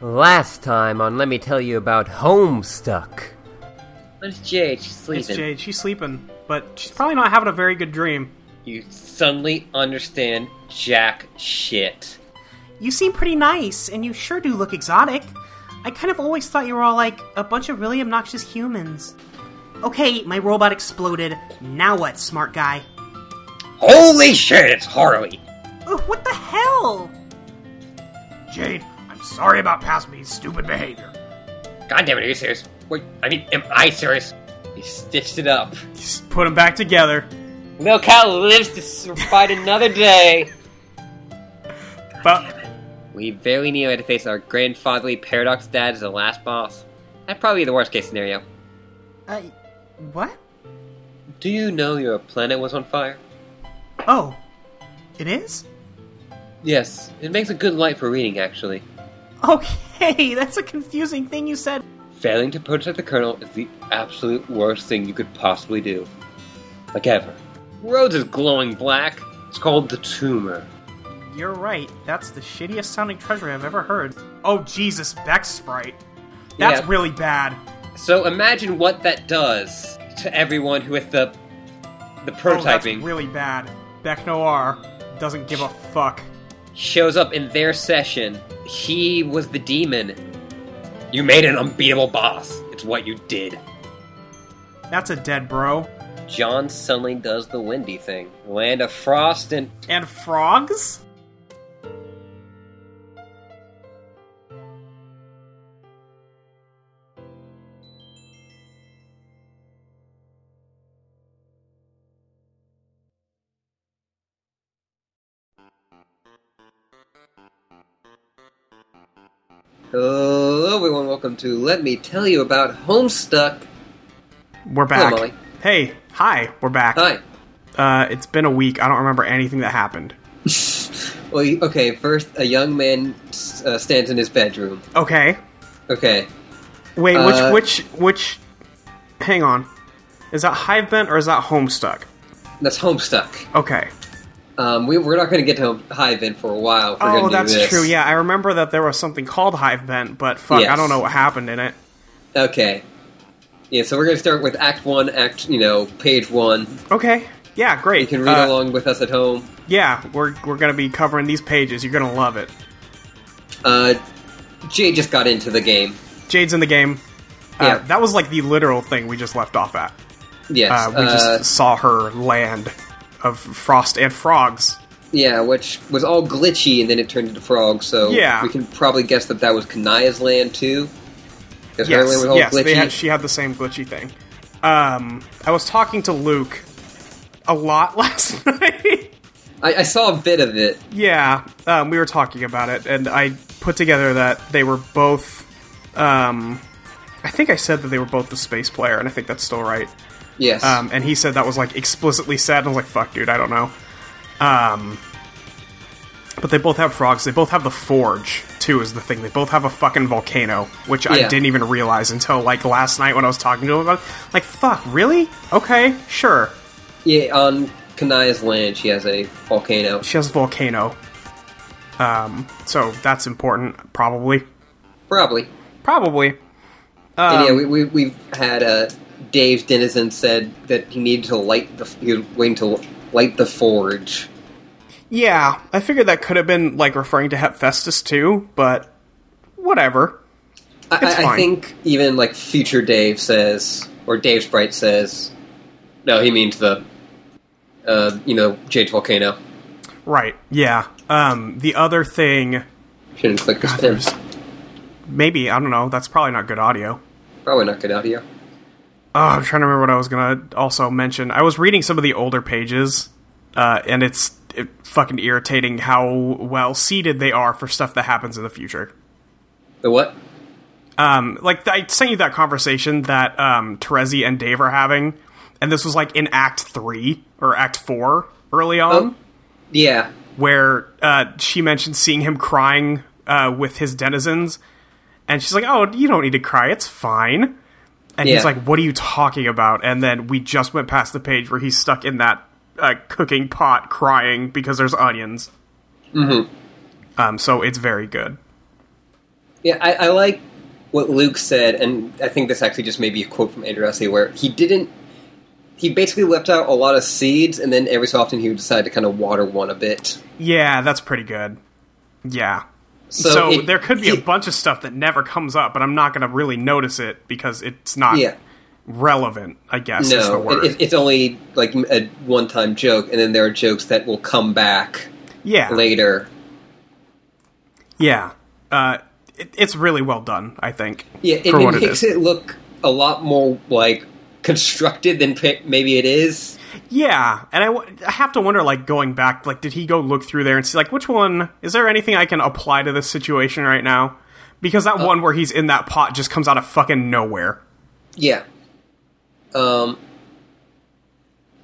Last time on Let Me Tell You About Homestuck. Where's Jade? She's sleeping. It's Jade. She's sleeping, but she's probably not having a very good dream. You suddenly understand jack shit. You seem pretty nice, and you sure do look exotic. I kind of always thought you were all like a bunch of really obnoxious humans. Okay, my robot exploded. Now what, smart guy? Holy shit, it's Harley! Ugh, what the hell? Jade, I'm sorry about past me's stupid behavior. God damn it, are you serious? Wait, I mean, am I serious? He stitched it up. Just put them back together. Milk Cow lives to survive another day! But We barely knew how to face our grandfatherly paradox dad as the last boss. That'd probably be the worst case scenario. uh, what? Do you know your planet was on fire? Oh, it is. Yes, it makes a good light for reading, actually. Okay, that's a confusing thing you said. Failing to protect the Colonel is the absolute worst thing you could possibly do. Like ever. Rhodes is glowing black. It's called the tumor. You're right. That's the shittiest sounding treasure I've ever heard. Oh Jesus, Beck Sprite. That's Yeah. really bad. So imagine what that does to everyone with the the Oh, that's prototyping really bad. Beck Noir doesn't give a fuck. shows up in their session. He was the demon. You made an unbeatable boss. It's what you did. That's a dead bro. John suddenly does the windy thing. Land of frost and And frogs? Hello everyone, welcome to Let Me Tell You About Homestuck. We're back. Molly. hey, hi, we're back. Hi. Uh, it's been a week. I don't remember anything that happened. Well, you- okay, first, a young man uh, stands in his bedroom. Okay. Okay. Wait, Uh, which which which? Hang on. Is that hive bent or is that homestuck? That's Homestuck. Okay. Um, we, we're not going to get to Hive for a while. If we're Oh, gonna do that's this. true. Yeah, I remember that there was something called hive bent, but fuck, I Yes. don't know what happened in it. Okay. Yeah, so we're going to start with Act 1, Act, you know, page 1. Okay. Yeah, great. You can read Uh, along with us at home. Yeah, we're we're gonna be covering these pages. You're gonna love it. Uh, Jay just got into the game. Jade's in the game. Uh, Yeah. That was like the literal thing we just left off at. Yes. Uh, we uh, just saw her land of frost and frogs. Yeah, which was all glitchy, and then it turned into frogs. So Yeah. we can probably guess that that was Kanaya's land too, because her land Yes, was all yes, glitchy. they had, she had the same glitchy thing. Um, I was talking to Luke a lot last night. I, I saw a bit of it. yeah, um, we were talking about it, and I put together that they were both. Um, I think I said that they were both the space player, and I think that's still right. Yes. Um, and he said that was like explicitly said. And I was like, "Fuck, dude, I don't know." Um, but they both have frogs. They both have the forge too. Is the thing they both have a fucking volcano, which I Yeah. didn't even realize until like last night when I was talking to him about. It. Like, fuck, really? Okay, sure. yeah, on Kanaya's land, she has a volcano. She has a volcano. Um, so that's important, probably. Probably. Probably. and Um, yeah, we, we we've had uh, Dave Denizen said that he needed to light the he was waiting to light the forge. Yeah, I figured that could have been like referring to Hephaestus too, but whatever. I, It's I, I fine. think even like future Dave says, or Dave Sprite says, no, he means the, uh, you know, Jade's volcano. Right. Yeah. Um, the other thing, Shouldn't click this pin. there's maybe I don't know. That's probably not good audio. Probably not good audio. Oh, I'm trying to remember what I was gonna also mention. I was reading some of the older pages, uh, and it's it, fucking irritating how well seeded they are for stuff that happens in the future. The what? Um, like I sent you that conversation that um, Terezi and Dave are having, and this was like in Act Three or Act Four early on. Oh. Yeah. where uh, she mentioned seeing him crying uh, with his denizens, and she's like, "Oh, you don't need to cry. It's fine." And Yeah. he's like, "What are you talking about?" And then we just went past the page where he's stuck in that uh, cooking pot crying because there's onions. Mm-hmm. Um, so it's very good. Yeah, I, I like what Luke said, and I think this actually just may be a quote from Androssi where he didn't. He basically left out a lot of seeds, and then every so often he would decide to kind of water one a bit. Yeah, that's pretty good. Yeah. So, it- there could be a it- bunch of stuff that never comes up, but I'm not going to really notice it because it's not Yeah. relevant, I guess is the No, word. it, it- it's only like a one-time joke, and then there are jokes that will come back yeah. later. Yeah. Uh, it, it's really well done, I think. Yeah, it, for it what it makes is. it look a lot more like constructed than pe- maybe it is. Yeah, and I, w- I have to wonder, like, going back, like, did he go look through there and see, like, which one is there anything I can apply to this situation right now? Because Uh, that one where he's in that pot just comes out of fucking nowhere. Yeah. Um,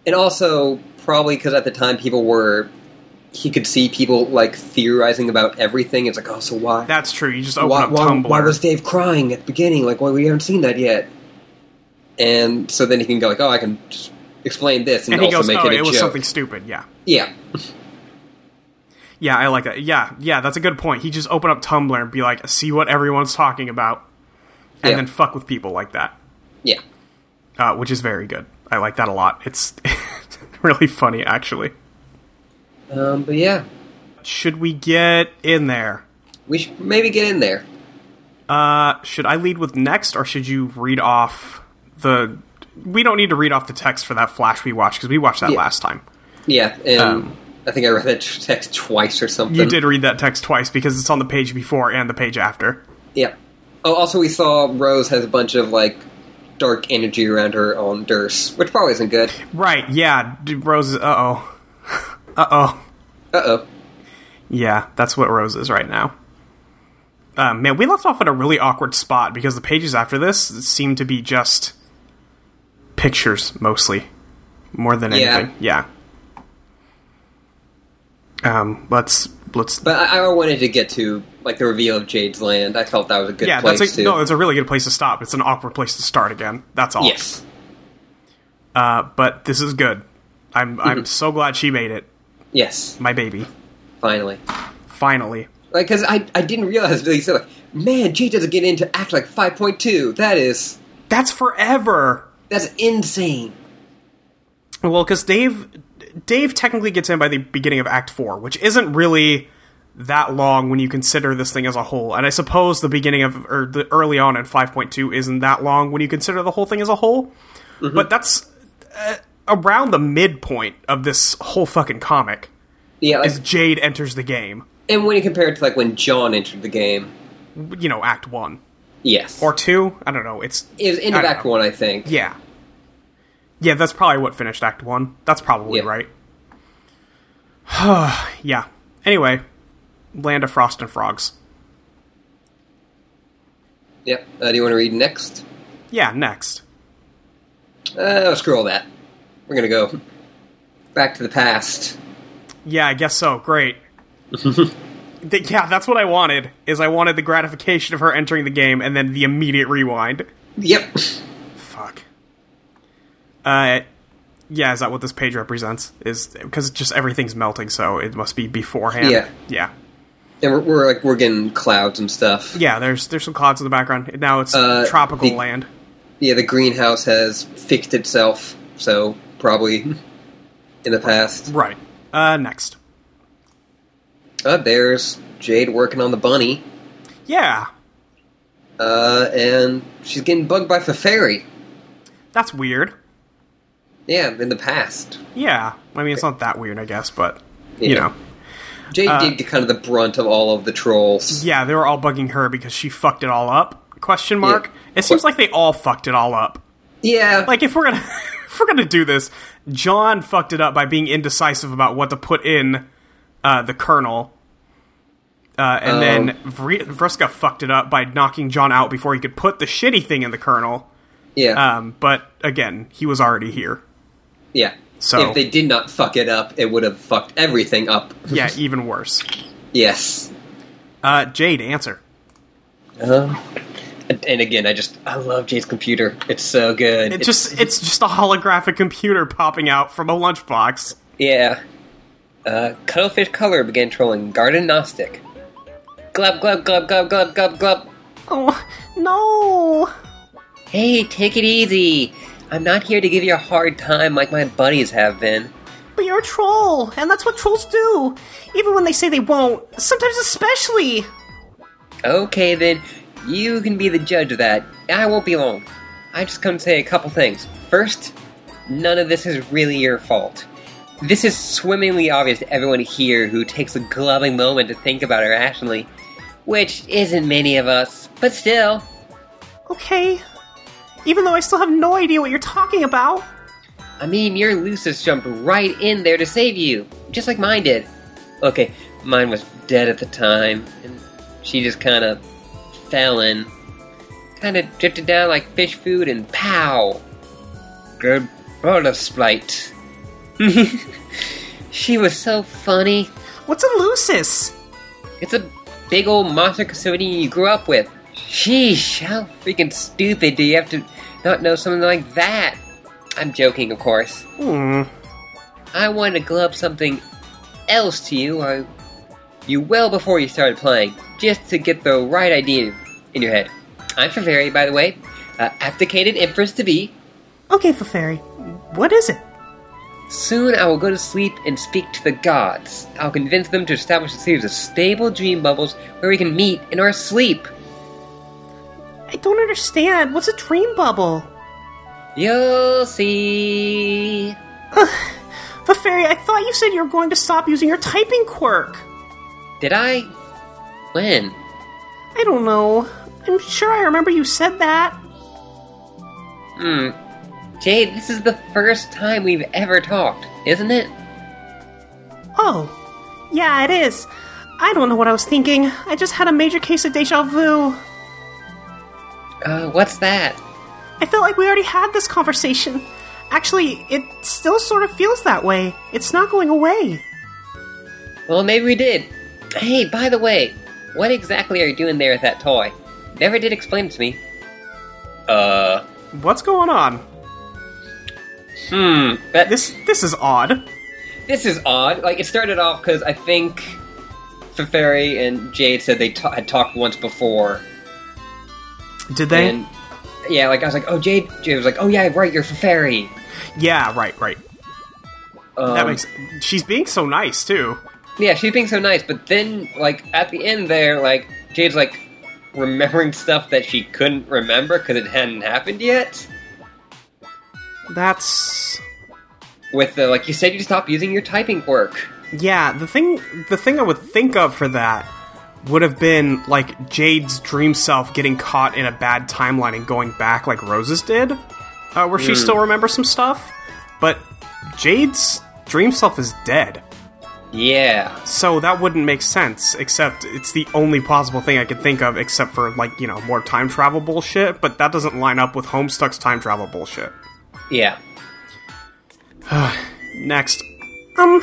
and also, probably because at the time people were. He could see people like theorizing about everything. It's like, oh, so why? That's true. You just open why, up why, Tumblr. why was Dave crying at the beginning? Like, why we haven't seen that yet? And so then he can go like, oh, I can just explain this and, and he also goes, make "Oh, it a it was joke. something stupid." Yeah, Yeah, yeah, I like that. Yeah, yeah, that's a good point. He just open up Tumblr and be like, "See what everyone's talking about," and Yeah. then fuck with people like that, yeah. uh, which is very good. I like that a lot. It's really funny, actually. Um, but yeah, Should we get in there? we should maybe get in there. Uh, should I lead with next, or should you read off the? We don't need to read off the text for that flash we watched because we watched that Yeah. last time. Yeah, and Um, I think I read that text twice or something. You did read that text twice because it's on the page before and the page after. Yeah. Oh, also we saw Rose has a bunch of like dark energy around her on Durst, which probably isn't good. Right? Yeah. d- Rose. Uh oh. uh oh. Uh oh. Yeah, that's what Rose is right now. Uh, man, we left off at a really awkward spot because the pages after this seem to be just pictures mostly, more than Yeah. anything. Yeah. Um. Let's let's But I, I wanted to get to like the reveal of Jade's land. I felt that was a good yeah, place that's a, to. no, it's a really good place to stop. It's an awkward place to start again. That's all. yes. Uh, but this is good. I'm Mm-hmm. I'm so glad she made it. Yes. My baby, Finally. finally. Like, because I I didn't realize really said like, man, Jade doesn't get into act like five point two. That is That's forever. that's insane. Well, because Dave Dave technically gets in by the beginning of Act Four, which isn't really that long when you consider this thing as a whole. And I suppose the beginning of or the early on in five point two isn't that long when you consider the whole thing as a whole. But that's uh, around the midpoint of this whole fucking comic. Yeah. Like, As Jade enters the game, and when you compare it to like when John entered the game. you know, Act One. Yes. or two. I don't know. It's it was end of I don't Act know. One, I think. yeah, yeah. That's probably what finished Act One. That's probably Yeah. right. yeah. Anyway, Land of Frost and Frogs. Yep. Uh, do you want to read next? Yeah. Next. Uh, screw all that. We're gonna go back to the past. Yeah, I guess so. Great. Th- yeah, that's what I wanted. Is I wanted the gratification of her entering the game and then the immediate rewind. Yep. Fuck. Uh, yeah, is that what this page represents? Is because just everything's melting, so it must be beforehand. Yeah. Yeah. And we're, we're like we're getting clouds and stuff. Yeah, there's there's some clouds in the background. Now it's Uh, tropical the- land. Yeah, the greenhouse has fixed itself, so probably in the past. Right. Uh, next. Uh, there's Jade working on the bunny, Yeah, uh, and she's getting bugged by Fairy. that's weird. Yeah, in the past, Yeah, I mean it's not that weird, I guess, but you Yeah. know, Jade Uh, did get kind of the brunt of all of the trolls. yeah, they were all bugging her because she fucked it all up. Question mark. It seems like they all fucked it all up. Yeah, Like if we're gonna if we're gonna do this, John fucked it up by being indecisive about what to put in uh, the kernel. Uh, and then Um. Vri- Vriska fucked it up by knocking John out before he could put the shitty thing in the kernel. yeah, Um, but again, he was already here. yeah. so- if they did not fuck it up, it would have fucked everything up. Yeah, even worse. Yes. Uh, Jade, answer. Uh, and and again, I just I love Jade's computer. It's so good. It It's- just it's just a holographic computer popping out from a lunchbox. yeah. Uh, Cuttlefish Color began trolling Garden Gnostic. Glub, glub, glub, glub, glub, glub, glub. Oh, no! Hey, take it easy. I'm not here to give you a hard time like my buddies have been. But you're a troll, and that's what trolls do! Even when they say they won't, sometimes especially! Okay then, you can be the judge of that. I won't be long. I just come to say a couple things. First, none of this is really your fault. This is swimmingly obvious to everyone here who takes a gloving moment to think about it rationally, which isn't many of us, but still. Okay. Even though I still have no idea what you're talking about. I mean, your Lucis jumped right in there to save you, just like mine did. Okay, mine was dead at the time, and she just kind of fell in. Kind of drifted down like fish food, and pow! Good Buttersplite. she was so funny. What's a leucis? It's a big old monster custodian you grew up with. Sheesh, how freaking stupid do you have to not know something like that? I'm joking, of course. Hmm. I wanted to glove something else to you, I, you well before you started playing, just to get the right idea in your head. I'm Faveri, by the way, uh, abdicated empress to be. Okay, Fairy. what is it? Soon I will go to sleep and speak to the gods. I'll convince them to establish a series of stable dream bubbles where we can meet in our sleep. I don't understand. What's a dream bubble? You'll see. Fairy, I thought you said you were going to stop using your typing quirk. Did I? When? I don't know. I'm sure I remember you said that. Hmm. Jade, this is the first time we've ever talked, isn't it? Oh, yeah, it is. I don't know what I was thinking. I just had a major case of deja vu. Uh, what's that? I felt like we already had this conversation. Actually, it still sort of feels that way. It's not going away. Well, maybe we did. Hey, by the way, what exactly are you doing there with that toy? Never did explain it to me. Uh, What's going on? hmm. That, This this is odd. this is odd. Like, it started off because I think Feferi and Jade said they ta- had talked once before. Did they? And, yeah, like, I was like, oh, Jade. Jade was like, oh, yeah, right, you're Feferi. yeah, right, right. Um, That makes. She's being so nice too. Yeah, she's being so nice, but then, like, at the end there, like, Jade's, like, remembering stuff that she couldn't remember because it hadn't happened yet. That's With the, like, you said you stopped using your typing quirk. Yeah, the thing the thing I would think of for that would have been like Jade's dream self getting caught in a bad timeline and going back like Rose's did, uh, where she still remembers some stuff. But Jade's dream self is dead, Yeah. so that wouldn't make sense. Except it's the only possible thing I could think of, except for like you know more time travel bullshit. But that doesn't line up with Homestuck's time travel bullshit. Yeah. Next, Um,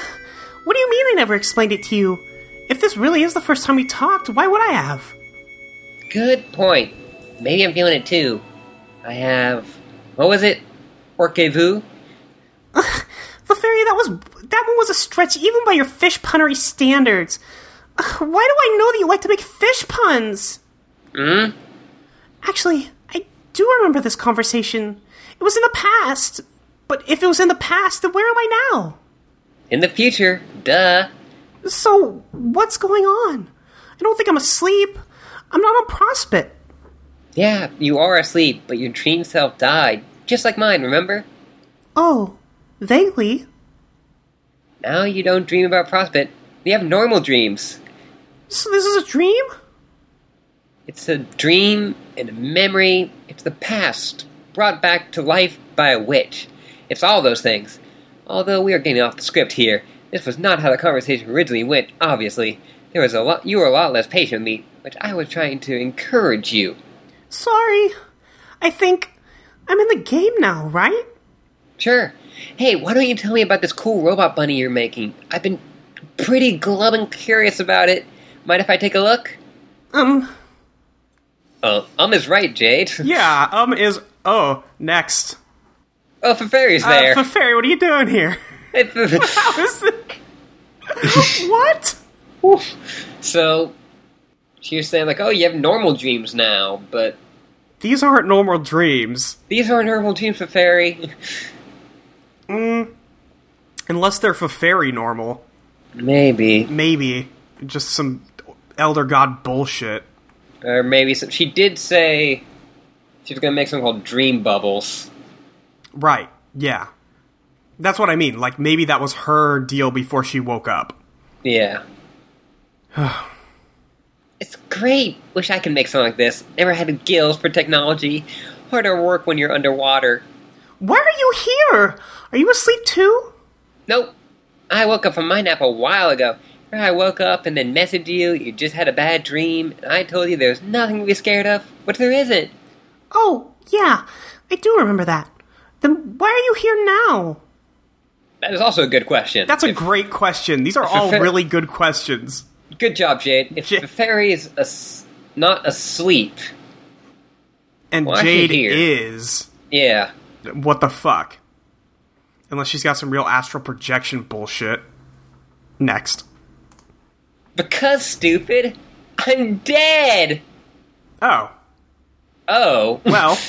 what do you mean I never explained it to you? If this really is the first time we talked, why would I have? Good point. Maybe I'm feeling it too. I have. What was it? Orkevu? Lefairy, that was that one was a stretch even by your fish punnery standards. Ugh, why do I know that you like to make fish puns? Hmm? Actually, I do remember this conversation. It was in the past. But if it was in the past, then where am I now? In the future. Duh. So, what's going on? I don't think I'm asleep. I'm not on Prospect. Yeah, you are asleep, but your dream self died. Just like mine, remember? Oh, vaguely. Now you don't dream about Prospect. You have normal dreams. So, this is a dream? It's a dream and a memory. It's the past brought back to life by a witch. It's all those things. Although we are getting off the script here, this was not how the conversation originally went. Obviously, there was a lot. You were a lot less patient with me, which I was trying to encourage you. Sorry. I think I'm in the game now, right? Sure. Hey, why don't you tell me about this cool robot bunny you're making? I've been pretty glum and curious about it. Mind if I take a look? Um, Uh, um is right, Jade. yeah, um is oh next. oh, for fairies Uh, there. Fairy, what are you doing here? This- what? So, She was saying like, "Oh, you have normal dreams now," but These aren't normal dreams, these aren't normal dreams for fairy. unless they're for fairy normal. maybe, Maybe just some elder god bullshit. or maybe some, she did say she was gonna make something called dream bubbles. Right? Yeah, that's what I mean. Like maybe that was her deal before she woke up. Yeah. it's great. Wish I could make something like this. Never had the gills for technology. Harder work when you're underwater. Why are you here? Are you asleep too? Nope. I woke up from my nap a while ago. I woke up and then messaged you. You just had a bad dream. And I told you there's nothing to be scared of, but there isn't. Oh, yeah, I do remember that. Then why are you here now? That is also a good question. That's a great question. These are all really good questions. good job, Jade. If Ja- the fairy is as- not asleep, And Why is she Jade here? is yeah, what the fuck? Unless she's got some real astral projection bullshit. Next. because stupid, I'm dead. Oh. Oh, Well,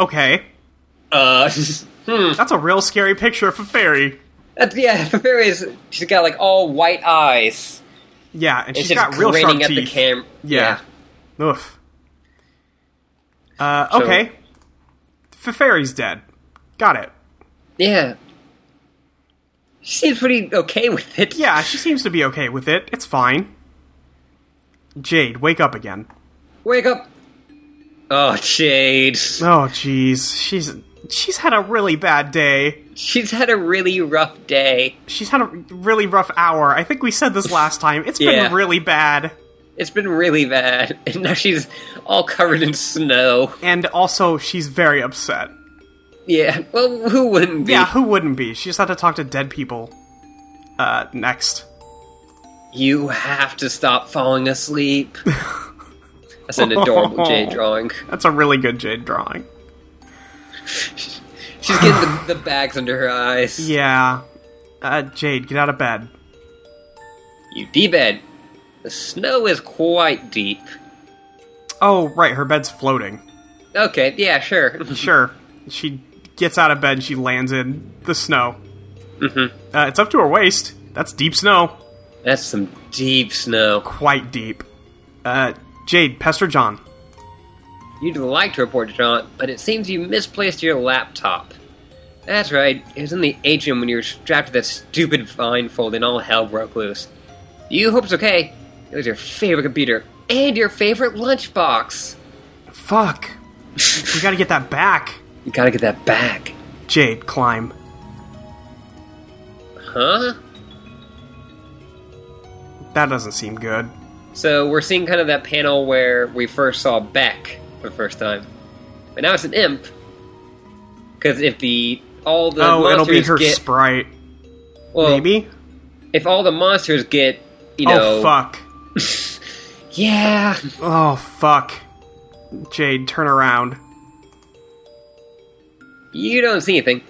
okay. uh, That's a real scary picture of a fairy. that's, yeah. The fairy is she's got like all white eyes. Yeah, and It's she's just got real sharp grinning at teeth. the camera. Yeah. Oof. Uh, okay. F fairy's dead. Got it. yeah. She seems pretty okay with it. Yeah, she seems to be okay with it. It's fine. Jade, wake up again. Wake up! Oh, Jade. Oh, jeez. She's she's had a really bad day. She's had a really rough day. She's had a really rough hour. I think we said this last time. It's Yeah. been really bad. It's been really bad, and now she's all covered in snow. And also, she's very upset. Yeah, well, who wouldn't be? Yeah, who wouldn't be? She just had to talk to dead people. Uh, next. You have to stop falling asleep. That's an adorable Jade drawing. That's a really good Jade drawing. She's getting the, the bags under her eyes. Yeah. Uh, Jade, get out of bed. You D-bed. The snow is quite deep. Oh, right, her bed's floating. Okay, yeah, sure. Sure. She gets out of bed and she lands in the snow. Mm-hmm. Uh, it's up to her waist. That's deep snow. That's some deep snow. Quite deep. Uh, Jade, pester John. You'd like to report to John, but it seems you misplaced your laptop. That's right, it was in the atrium when you were strapped to that stupid blindfold and all hell broke loose. You hope it's okay. It was your favorite computer and your favorite lunchbox. Fuck. we gotta get that back. You gotta get that back. Jade, climb. Huh? That doesn't seem good. So we're seeing kind of that panel where we first saw Beck for the first time. But now it's an imp. Because if the all the oh, it'll monsters be her get sprite, well, maybe? if all the monsters get you know Oh, fuck. yeah Oh, fuck. Jade, turn around. You don't see anything.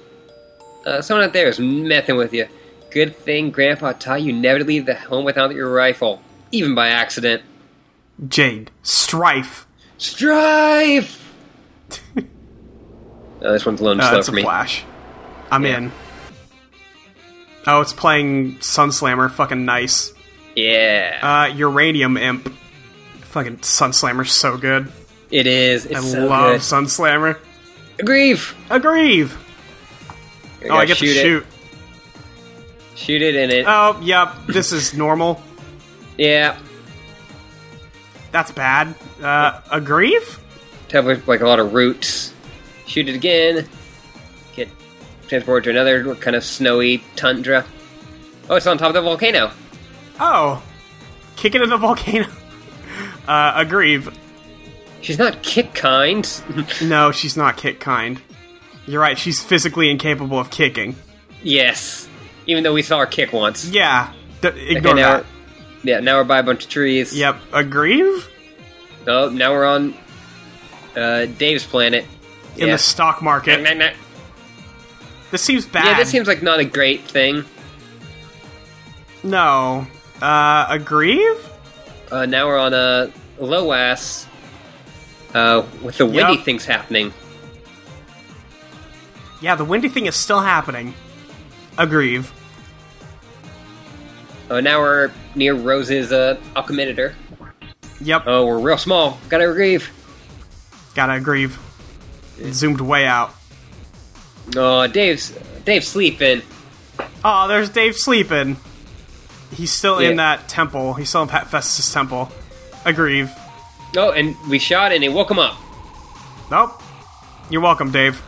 Uh, someone out there is messing with you. Good thing Grandpa taught you never to leave the home without your rifle, even by accident. Jade, strife. Strife! oh, this one's a little Uh, slow it's for a me. flash. I'm in. Oh, it's playing Sunslammer. Fucking nice. Yeah, Uh, Uranium Imp. Fucking Sunslammer's so good. it is. It's I so love good. Sunslammer. Grief! Aggrieve! You Oh, I gotta get shoot to it. shoot. Shoot it in it. Oh, yep. This is normal. Yeah. That's bad. Uh, Aggrieve? Tough with like a lot of roots. Shoot it again. Get transported to another kind of snowy tundra. Oh, it's on top of the volcano. Oh. Kick it in the volcano. Uh, Aggrieve. She's not kick kind. No, she's not kick kind. You're right, she's physically incapable of kicking. Yes. Even though we saw her kick once. Yeah. D- Okay, ignore now that. We're, yeah, now we're by a bunch of trees. Yep. Aggrieve? Oh, now we're on uh, Dave's planet. In yeah. the stock market. Nah, nah, nah. This seems bad. Yeah, this seems like not a great thing. No. Uh, Aggrieve? Uh, now we're on a Loas uh, with the windy Yeah. things happening. Yeah, the windy thing is still happening. Aggrieve. Oh, now we're near Rose's uh, Alchemidator. Yep, Oh, we're real small. Gotta grieve. gotta aggrieve. Zoomed way out. Oh, Dave's Dave's sleeping. Oh, there's Dave sleeping. He's still Yeah. in that temple. He's still in Pat Festus' temple. Aggrieve. Oh, and we shot and he woke him up. Nope. You're welcome, Dave.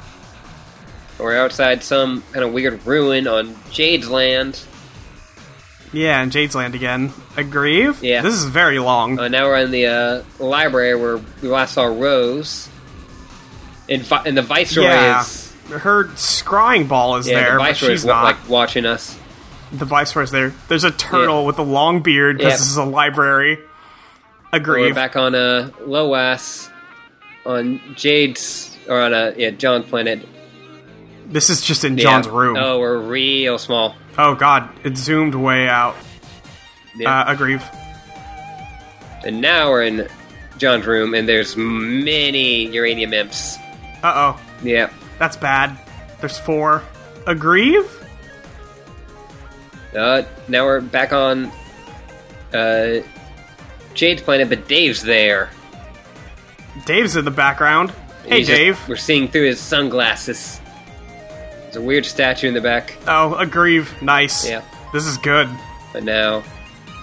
We're outside some kind of weird ruin on Jade's land. Yeah, and Jade's Land again. Aggrieve? Yeah. This is very long. Uh, now we're in the uh, library where we last saw Rose. And, vi- and the Viceroy yeah. is. Her scrying ball is Yeah, there, the but Viceroy she's is wa- not. like watching us. the Viceroy's there. There's a turtle with a long beard because Yeah. this is a library. Aggrieve. We're back on uh, Loas, on Jade's, or on a yeah, John's planet. This is just in Yeah. John's room. Oh, we're real small. Oh god, it zoomed way out. Yeah. Uh, aggrieve. and now we're in John's room, and there's many uranium imps. Uh oh, Yeah. that's bad. There's four. Aggrieve? Uh, now we're back on uh, Jade's planet, but Dave's there. Dave's in the background. And Hey, he's just- Dave. we're seeing through his sunglasses. There's a weird statue in the back, Oh, aggrieve. Nice. Yeah. This is good. but now.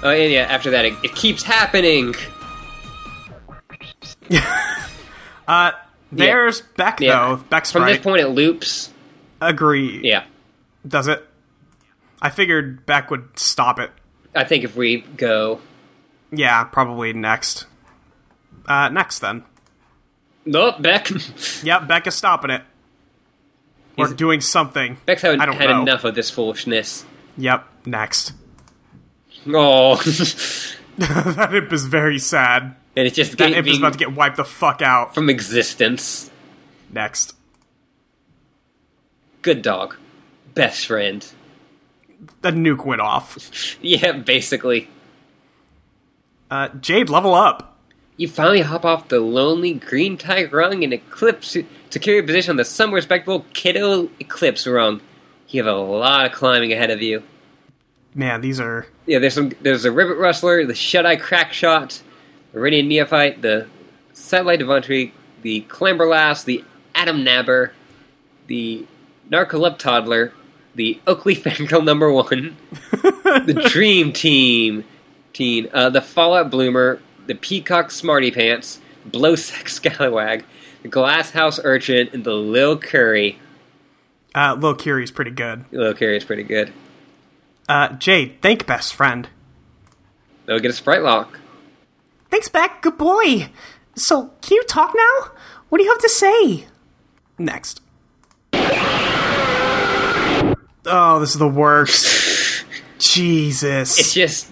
Oh, and yeah, after that, it, it keeps happening. There's Beck, Yeah. though. Beck's From right. this point, it loops. Aggrieve. Yeah. Does it? I figured Beck would stop it. I think if we go. Yeah, probably next. Uh, next, then. Nope, oh, Beck. Yep, Beck is stopping it. Or Is it- doing something. Beck's had, I don't had know. enough of this foolishness. Yep, next. Oh. that imp is very sad. and it's just That getting imp is about to get wiped the fuck out. from existence. Next. Good dog. Best friend. The nuke went off. Yeah, basically. Uh, Jade, level up. You finally hop off the lonely green tiger rung and eclipse secure your position on the somewhat respectable kiddo eclipse rung. You have a lot of climbing ahead of you. Man, these are. Yeah, there's some. There's a ribbit rustler, the shut eye crack shot, the radiant neophyte, the satellite devantry, the clamberlass, the atom nabber, the narcoleptic toddler, the Oakley fangirl number one, the dream team, teen, uh, the fallout bloomer, the peacock smarty pants, blowsack scallywag, the glass house urchin, and the lil curry. Uh, Lil Curie's pretty good. Lil curry is pretty good. Uh, Jade, thank best friend. They'll get a sprite lock. Thanks, Beck. Good boy. So, can you talk now? What do you have to say? Next. Oh, this is the worst. It's Jesus. just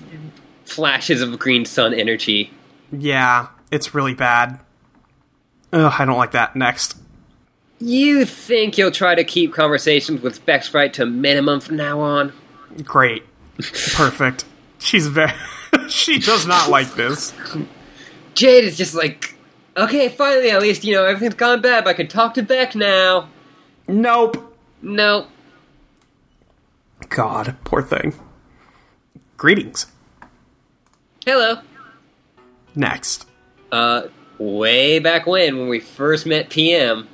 flashes of green sun energy. Yeah, it's really bad. Ugh, I don't like that. Next. You think you'll try to keep conversations with Beck Sprite to a minimum from now on? Great. Perfect. She's very. she does not like this. Jade is just like, okay, finally, at least, you know, everything's gone bad, but I can talk to Beck now. Nope. No. God, poor thing. Greetings. Hello. Next. Uh, way back when, when we first met PM,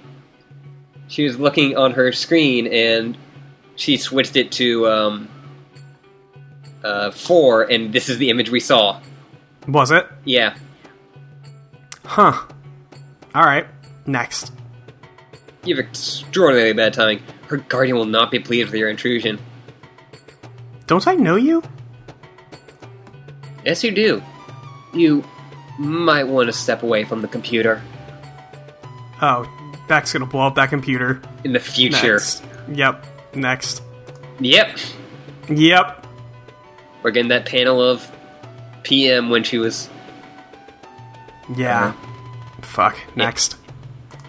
she was looking on her screen and she switched it to, um, uh, 4, and this is the image we saw. Was it? Yeah. Huh. Alright. Next. You have extraordinarily bad timing. Her guardian will not be pleased with your intrusion. Don't I know you? Yes, you do. You might want to step away from the computer Oh, Beck's gonna blow up that computer. in the future. Next. Yep. Next. Yep. Yep. We're getting that panel of PM when she was. Yeah. Fuck. Next.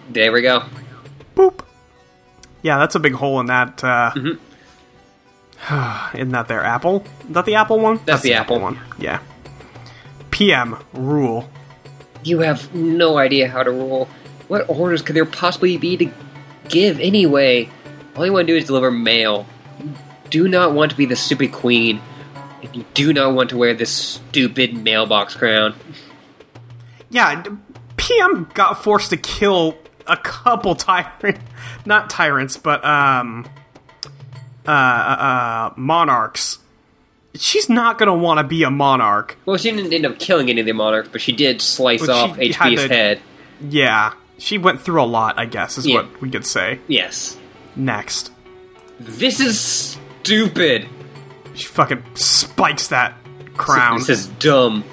There we go. Boop. Yeah, that's a big hole in that. Uh, Isn't that their apple? Is that the apple one? That's the apple. one. Yeah. PM rule. You have no idea how to roll. What orders could there possibly be to give anyway? All you want to do is deliver mail. You do not want to be the stupid queen. And you do not want to wear this stupid mailbox crown. Yeah, d- PM got forced to kill a couple tyrant, not tyrants, but um, uh, uh, uh, monarchs. She's not gonna want to be a monarch. Well, she didn't end up killing any of the monarchs, but she did slice But off she had HP's to- head. Yeah, she went through a lot. I guess is Yeah. what we could say. Yes. Next, This is stupid. she fucking spikes that crown. This is dumb.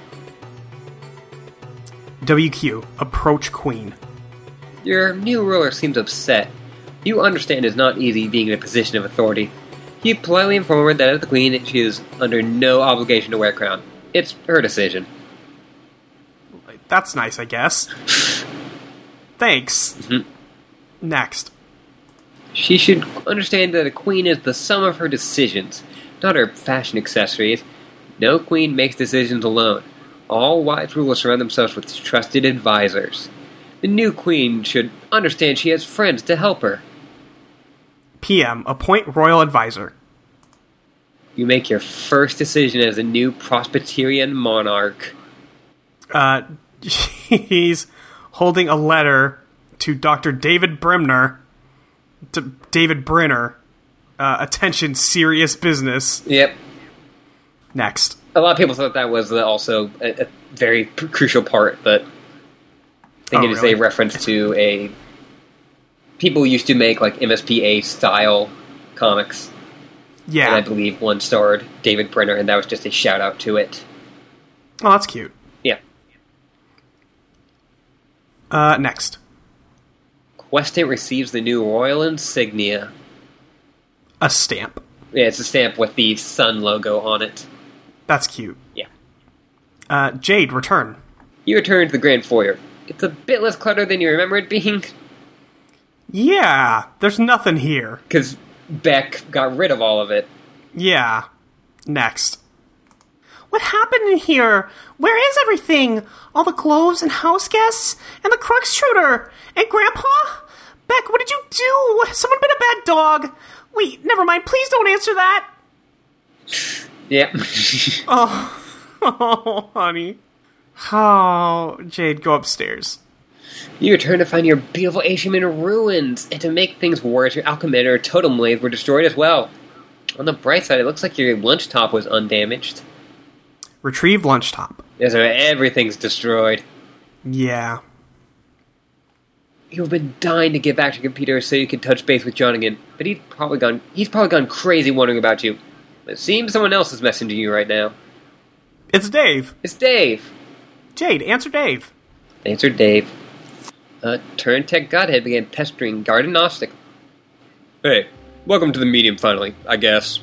WQ approach queen. Your new ruler seems upset. You understand it's not easy being in a position of authority. You politely inform her that as the queen, she is under no obligation to wear a crown. It's her decision. That's nice, I guess. Thanks. Next. She should understand that a queen is the sum of her decisions, not her fashion accessories. No queen makes decisions alone. All wise rulers surround themselves with trusted advisors. The new queen should understand she has friends to help her. PM, appoint royal advisor. You make your first decision as a new Presbyterian monarch. Uh, he's holding a letter to Dr. David Bremner. To David Brenner. Uh, attention, serious business. Yep, Next. A lot of people thought that was the, also a, a very p- crucial part, but I think Oh, it is really? a reference to a people used to make like MSPA style comics, and I Yeah. believe one starred David Brenner, and that was just a shout out to it. Oh, that's cute. Yeah, Uh, next. Questant receives the new royal insignia. A stamp. Yeah, it's a stamp with the sun logo on it. That's cute. Yeah, Uh, Jade, return. you return to the grand foyer. It's a bit less cluttered than you remember it being, Yeah, there's nothing here. because Beck got rid of all of it. Yeah. Next. What happened in here? Where is everything? All the globes and house guests? And the crux shooter? And Grandpa? Beck, what did you do? Has someone been a bad dog? Wait, never mind. Please don't answer that. Yep. Oh, honey. Oh, Jade, go upstairs. You return to find your beautiful atrium in ruins, and to make things worse, your alchemy and your totem lathe were destroyed as well. On the bright side, it looks like your lunch top was undamaged. Retrieve lunch top. Yeah, So everything's destroyed. Yeah. You've been dying to get back to your computer so you can touch base with John again, but he's probably gone. He's probably gone crazy wondering about you. It seems someone else is messaging you right now. It's Dave. It's Dave. Jade, answer Dave. Answer Dave. Uh, turn tech godhead began pestering garden gnostic. Hey, welcome to the medium. Finally, I guess.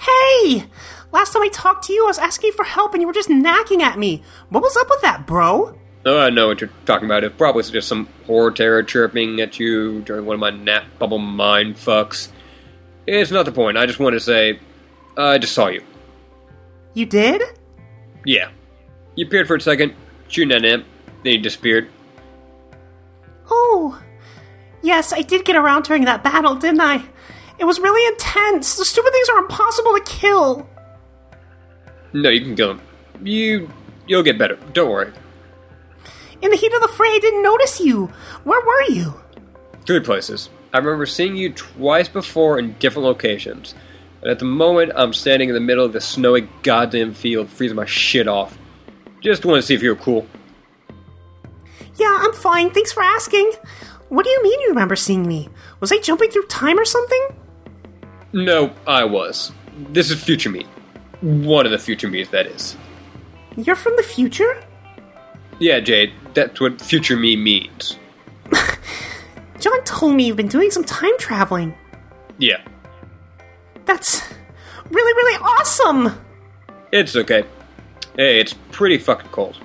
Hey! Last time I talked to you, I was asking for help and you were just knocking at me. What was up with that, bro? Oh, I know what you're talking about. It probably was just some horror terror chirping at you during one of my nap bubble mind fucks. It's not the point. I just want to say, I just saw you. You did? Yeah. You appeared for a second, shooting at an imp, then you disappeared. Oh, yes, I did get around during that battle, didn't I? It was really intense. The stupid things are impossible to kill. No, you can kill him. You, you'll get better. Don't worry. In the heat of the fray, I didn't notice you. Where were you? Three places. I remember seeing you twice before in different locations. But at the moment, I'm standing in the middle of the snowy goddamn field, freezing my shit off. Just want to see if you're cool. Yeah, I'm fine. Thanks for asking. What do you mean you remember seeing me? Was I jumping through time or something? No, I was. This is future me. One of the future me's, that is. You're from the future? Yeah, Jade, that's what future me means. John told me you've been doing some time traveling. Yeah, That's really, really awesome. it's okay. Hey, it's pretty fucking cold.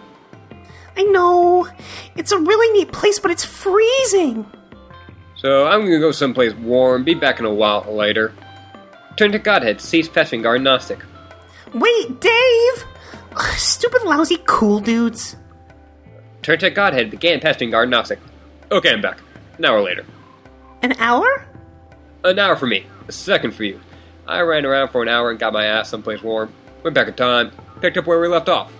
I know. It's a really neat place, but it's freezing. So I'm gonna go someplace warm, be back in a while later. Turn to Godhead, cease pestering our Gnostic. Wait, Dave! Ugh, stupid, lousy, cool dudes. Turn to Godhead, began testing guard Noxic. Okay, I'm back. An hour later. An hour? An hour for me. A second for you. I ran around for an hour and got my ass someplace warm. Went back in time. Picked up where we left off.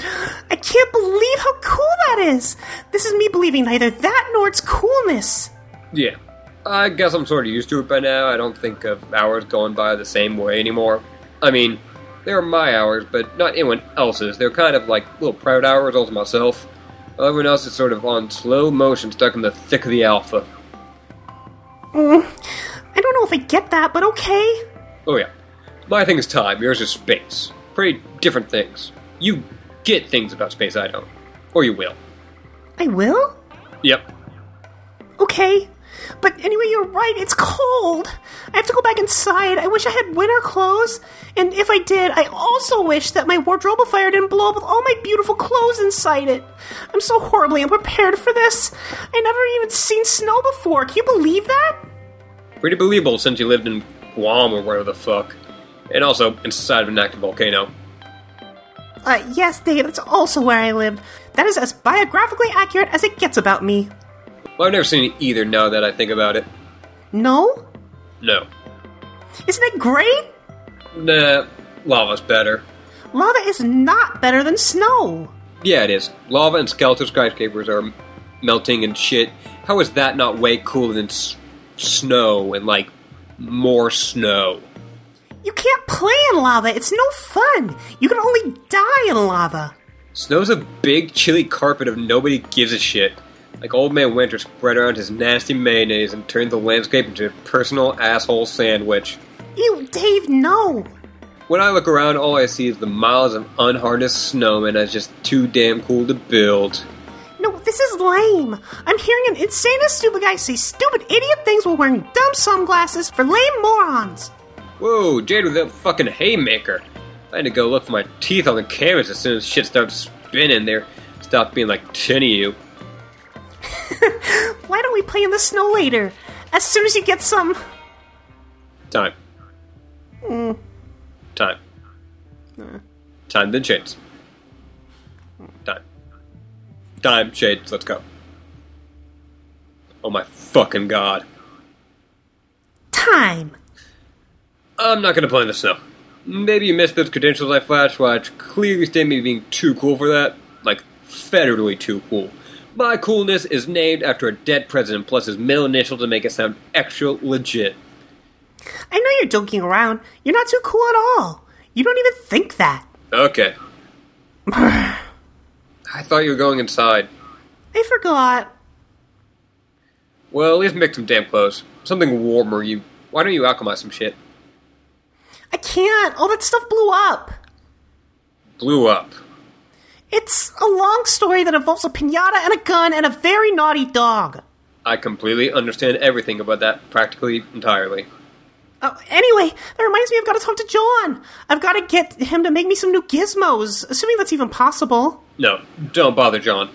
I can't believe how cool that is! This is me believing neither that nor its coolness. Yeah. I guess I'm sort of used to it by now. I don't think of hours going by the same way anymore. I mean, they're my hours, but not anyone else's. They're kind of like little proud hours all to myself. Uh, Everyone else is sort of on slow motion, stuck in the thick of the alpha. Mm. I don't know if I get that, but okay. Oh yeah. My thing is time, yours is space. Pretty different things. You get things about space I don't. Or you will. I will? Yep. Okay. But anyway, you're right, it's cold! I have to go back inside. I wish I had winter clothes. And if I did, I also wish that my wardrobe fire didn't blow up with all my beautiful clothes inside it. I'm so horribly unprepared for this. I never even seen snow before. Can you believe that? Pretty believable since you lived in Guam or wherever the fuck. And also inside of an active volcano. Uh, yes, Dave, that's also where I lived. That is as biographically accurate as it gets about me. Well, I've never seen it either now that I think about it. No? No. Isn't it great? Nah, lava's better. Lava is not better than snow. Yeah, it is. Lava and skeletal skyscrapers are melting and shit. How is that not way cooler than s- snow and, like, more snow? You can't play in lava. It's no fun. You can only die in lava. Snow's a big, chilly carpet of nobody gives a shit. Like Old Man Winter spread around his nasty mayonnaise and turned the landscape into a personal asshole sandwich. Ew, Dave, no. When I look around, all I see is the miles of unharnessed snowmen that's just too damn cool to build. No, this is lame. I'm hearing an insane and stupid guy say stupid idiot things while wearing dumb sunglasses for lame morons. Whoa, Jade with that fucking haymaker. I had to go look for my teeth on the canvas as soon as shit started spinning there. Stopped being like 10 of you. Why don't we play in the snow later? As soon as you get some. Time. Time. Time then shades. Time. Time, shades, let's go. Oh my fucking god. time. I'm not gonna play in the snow. Maybe you missed those credentials I flash watch. Clearly state me being too cool for that. Like, federally too cool. My coolness is named after a dead president plus his middle initial to make it sound extra legit. I know you're joking around. You're not too cool at all. You don't even think that. Okay. I thought you were going inside. I forgot. Well, at least make some damn clothes. Something warmer, you. Why don't you alchemize some shit? I can't. All that stuff blew up. Blew up. It's a long story that involves a pinata and a gun and a very naughty dog. I completely understand everything about that, practically entirely. Oh, anyway, that reminds me I've got to talk to John. I've got to get him to make me some new gizmos, assuming that's even possible. No, don't bother John.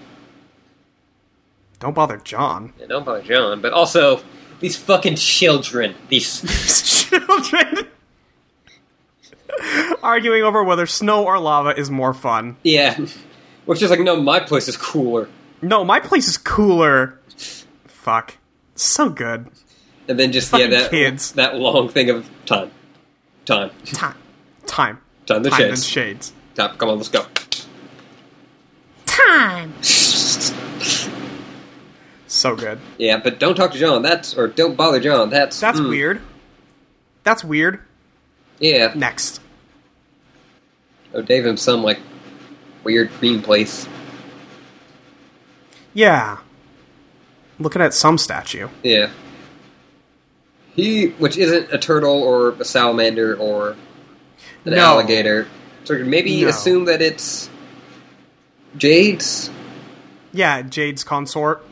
Don't bother John. Yeah, don't bother John, but also, these fucking children. These. Children arguing over whether snow or lava is more fun. yeah. Which is like, no, my place is cooler. No, my place is cooler. Fuck. So good. And then just, Fucking yeah, that, kids. that long thing of time. Time. Time. Time. Time to Time chase. and shades. Time. Come on, let's go. Time. So good. Yeah, but don't talk to John. That's. Or don't bother John. That's. That's mm, weird. That's weird. Yeah. Next. Oh, Dave in some like weird dream place. Yeah. Looking at some statue. Yeah. He, which isn't a turtle or a salamander or an No. alligator, so we can maybe No. assume that it's Jade's. Yeah, Jade's consort.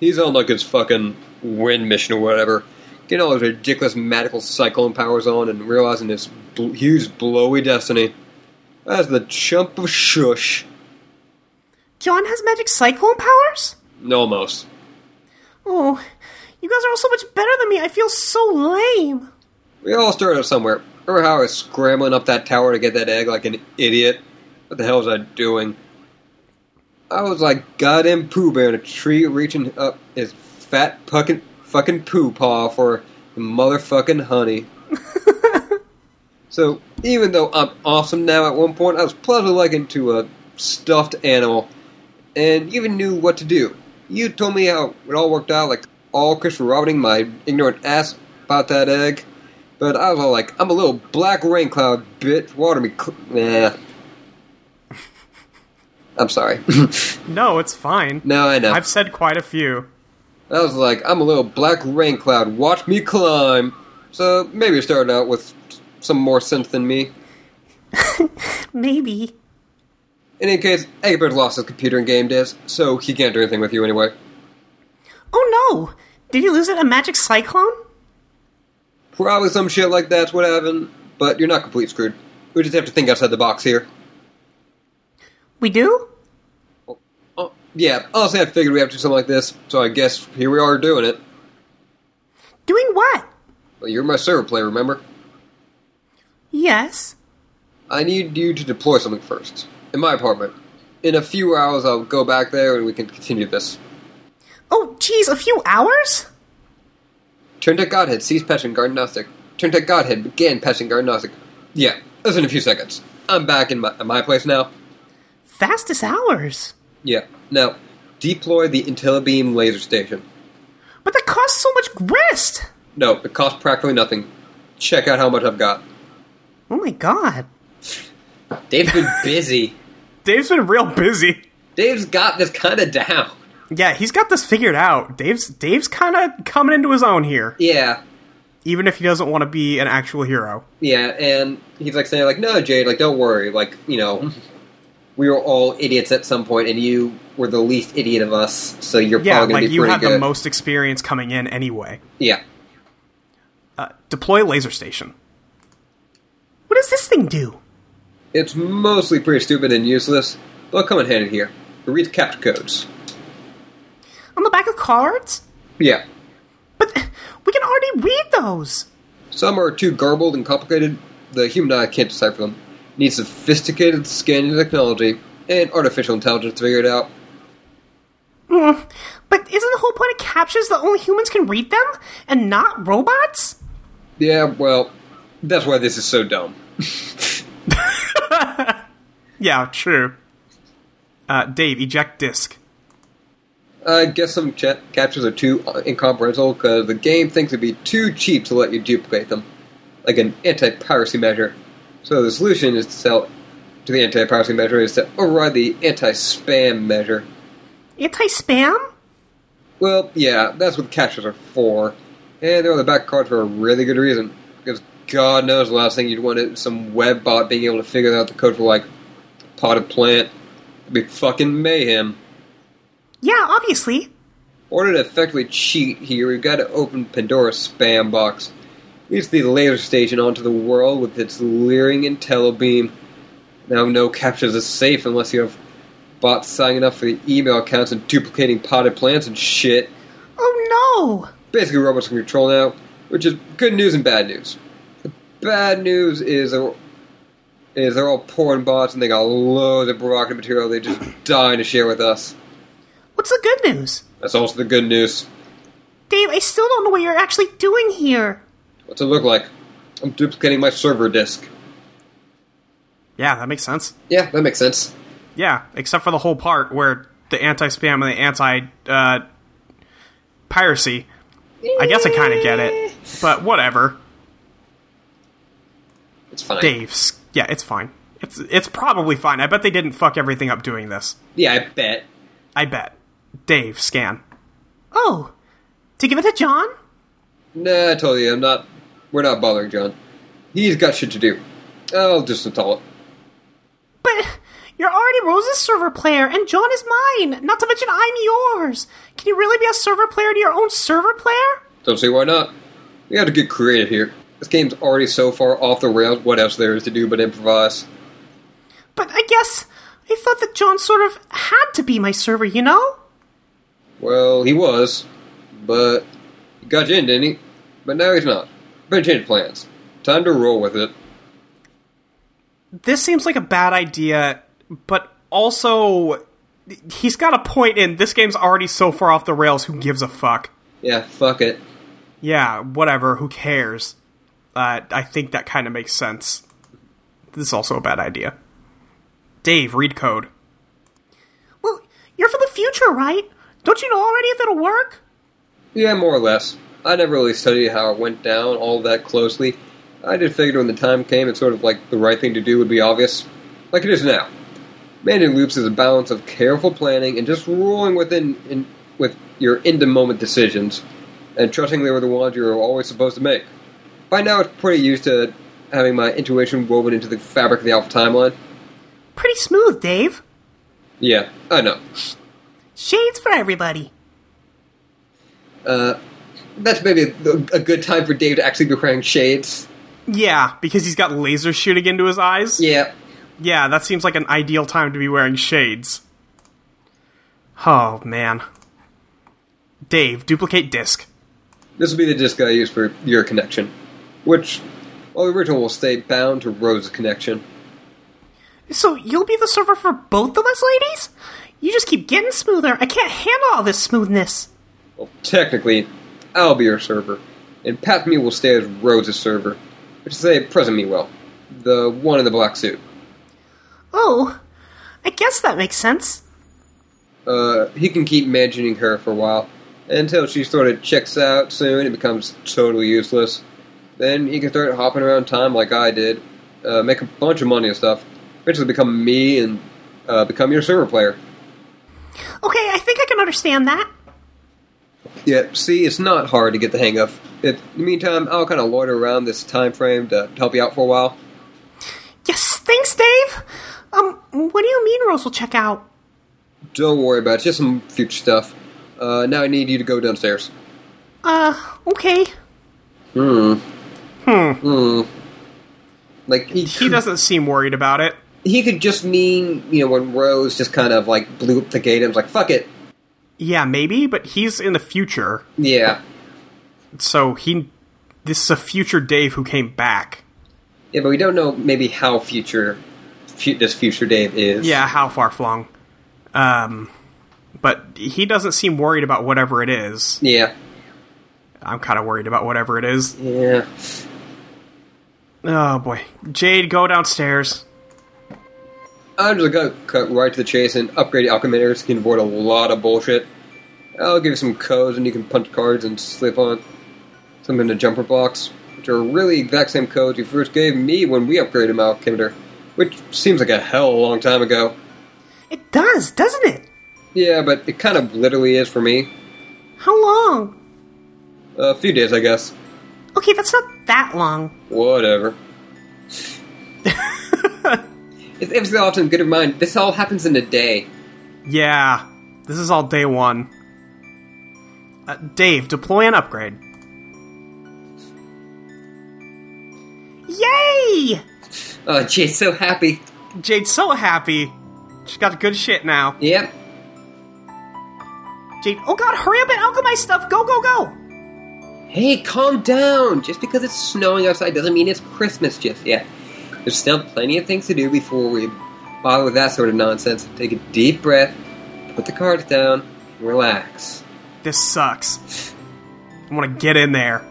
He's on like his fucking wind mission or whatever, getting all his ridiculous magical cyclone powers on, and realizing his bl- huge blowy destiny. That's the chump of shush. John has magic cyclone powers? Almost. Oh, you guys are all so much better than me. I feel so lame. We all started somewhere. Remember how I was scrambling up that tower to get that egg like an idiot? What the hell was I doing? I was like goddamn Pooh Bear in a tree reaching up his fat fucking, fucking poo paw for motherfucking honey. so, even though I'm awesome now at one point, I was pleasantly likened to a stuffed animal and even knew what to do. You told me how it all worked out, like all Chris for routing my ignorant ass about that egg. But I was all like, I'm a little black rain cloud, bitch. Water me. Cl- nah. I'm sorry. No, it's fine. no, I know. I've said quite a few. I was like, I'm a little black rain cloud, watch me climb. So maybe it started out with some more sense than me. Maybe. In any case, Agabert lost his computer in game days, so he can't do anything with you anyway. Oh no! Did you lose it in a magic cyclone? Probably some shit like that's what happened, but you're not complete screwed. We just have to think outside the box here. We do? Oh, yeah, honestly, I figured we have to do something like this, so I guess here we are doing it. Doing what? But you're my server player, remember? Yes. I need you to deploy something first. In my apartment. In a few hours, I'll go back there and we can continue this. Oh, geez, a few hours? Turn to Godhead, cease patching Gardenostic. Turn to Godhead, begin patching Gardenostic. Yeah, that's in a few seconds. I'm back in my, my place now. Fastest hours. Yeah. Now, deploy the IntelliBeam laser station. But that costs so much grist! No, it costs practically nothing. Check out how much I've got. Oh my god. Dave's been busy. Dave's been real busy. Dave's got this kind of down. Yeah, he's got this figured out. Dave's Dave's kind of coming into his own here, Yeah. even if he doesn't want to be an actual hero. Yeah, and he's like saying, like, no, Jade, like, don't worry, like, you know, we were all idiots at some point, and you were the least idiot of us, so you're Yeah, probably Oh, gonna like be you pretty had good. the most experience coming in anyway. yeah, Uh, deploy laser station. What does this thing do? it's mostly pretty stupid and useless. They'll come in handy here. Read the capture codes. On the back of cards? Yeah, But we can already read those! some are too garbled and complicated. The human eye can't decipher them. Needs sophisticated scanning technology and artificial intelligence to figure it out. Mm. But isn't the whole point of captures that only humans can read them? And not robots? Yeah, well, that's why this is so dumb. Yeah, true. Uh, Dave, eject disk. I Uh, guess some cha- captures are too uh, incomprehensible because the game thinks it'd be too cheap to let you duplicate them, like an anti-piracy measure. So the solution is to sell to the anti-piracy measure is to override the anti-spam measure. Anti spam? Well, yeah, that's what captures are for, and they're on the back card for a really good reason. Because God knows the last thing you'd want is some web bot being able to figure out the code for like potted plant. It'd be fucking mayhem. Yeah, obviously. order to effectively cheat here, we've got to open Pandora's spam box. Leads the laser station onto the world with its leering intellibeam. Now, no captures is safe unless you have bots signing up for the email accounts and duplicating potted plants and shit. Oh no! Basically, robots can control now, which is good news and bad news. The bad news is they're, is they're all porn bots and they got loads of provocative material they're just dying to share with us. What's the good news? That's also the good news. Dave, I still don't know what you're actually doing here. What's it look like? I'm duplicating my server disk. Yeah, that makes sense. Yeah, that makes sense. Yeah, except for the whole part where the anti-spam and the anti-piracy. I guess I kind of get it, but whatever. It's fine. Dave's. Yeah, it's fine. It's it's probably fine. I bet they didn't fuck everything up doing this. Yeah, I bet. I bet. Dave, scan. Oh, to give it to John? Nah, I told you, I'm not. We're not bothering John. He's got shit to do. I'll just install it. But you're already Rose's server player, and John is mine, not to mention I'm yours. Can you really be a server player to your own server player? Don't see why not. We have to get creative here. This game's already so far off the rails. What else there is to do but improvise? But I guess I thought that John sort of had to be my server, you know? Well, he was, but he got you in, didn't he? But now he's not. Better change plans. Time to roll with it. This seems like a bad idea, but also he's got a point in this game's already so far off the rails. Who gives a fuck? Yeah, fuck it. Yeah, whatever. Who cares? Uh, I think that kind of makes sense. This is also a bad idea. Dave, read code. Well, you're for the future, right? Don't you know already if it'll work? Yeah, more or less. I never really studied how it went down all that closely. I just figured when the time came, it's sort of like the right thing to do would be obvious, like it is now. Managing loops is a balance of careful planning and just rolling within in, with your in-the-moment decisions, and trusting they were the ones you were always supposed to make. By now, it's pretty used to having my intuition woven into the fabric of the Alpha timeline. Pretty smooth, Dave. Yeah, I know. Shades for everybody. Uh, that's maybe a, a good time for Dave to actually be wearing shades. Yeah, because he's got laser shooting into his eyes. Yeah. Yeah, that seems like an ideal time to be wearing shades. Oh, man. Dave, duplicate disk. This will be the disk I use for your connection, which, while the original will stay bound to Rose's connection. So you'll be the server for both of us, ladies? You just keep getting smoother. I can't handle all this smoothness. Well, technically, I'll be your server, and Pat Mew will stay as Rose's server, which is a present Mewell, the one in the black suit. Oh, I guess that makes sense. Uh, he can keep managing her for a while, until she sort of checks out soon and becomes totally useless. Then he can start hopping around time like I did, uh, make a bunch of money and stuff, eventually become me and uh, become your server player. Okay, I think I can understand that. Yeah, see, it's not hard to get the hang of. If, in the meantime, I'll kind of loiter around this time frame to help you out for a while. Yes, thanks, Dave. Um, what do you mean Rose will check out? Don't worry about it, it's just some future stuff. Uh, now I need you to go downstairs. Uh, okay. Like he, He doesn't seem worried about it. he could just mean you know when Rose just kind of like blew up the gate and was like fuck it, Yeah, maybe, but he's in the future. yeah, So he. This is a future Dave who came back. yeah. But we don't know maybe how future fu- this future Dave is. Yeah, how far flung. Um, but he doesn't seem worried about whatever it is. yeah, I'm kind of worried about whatever it is. yeah. Oh boy, Jade, go downstairs. I'm Uh, just gonna cut right to the chase and upgrade alchemeters can avoid a lot of bullshit. I'll give you some codes and you can punch cards and slip on some into jumper blocks, which are really exact same codes you first gave me when we upgraded my alchemeter, which seems like a hell of a long time ago. It does, doesn't it? Yeah, but it kind of literally is for me. How long? A few days, I guess. Okay, that's not that long. Whatever. it's every often good of mind. This all happens in a day. Yeah, this is all day one. Uh, Dave, deploy an upgrade. Yay! Oh, gee, so happy. Jade's so happy. She's got good shit now. Yep. Jade, oh god, hurry up and alchemize stuff! Go, go, go! Hey, calm down! Just because it's snowing outside doesn't mean it's Christmas just yet. There's still plenty of things to do before we bother with that sort of nonsense. Take a deep breath, put the cards down, and relax. This sucks. I want to get in there.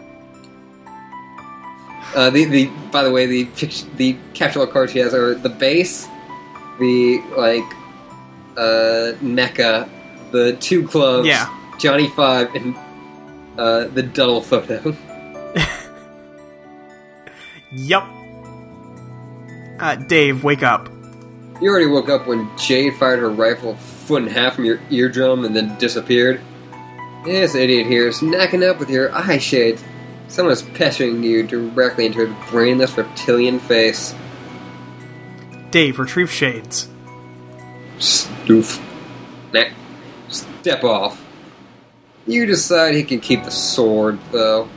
Uh, the, the by the way, the pict- the capsule cards she has are the base, the like uh, mecha, the two clubs, Yeah. Johnny Five, and uh, the Duddle photo. Yep. Uh, Dave, wake up. You already woke up when Jade fired her rifle a foot and a half from your eardrum and then disappeared. This idiot here is knacking up with your eye shades. Someone's pestering you directly into her brainless reptilian face. Dave, retrieve shades. Stoof. Nah. Step off. You decide he can keep the sword, though.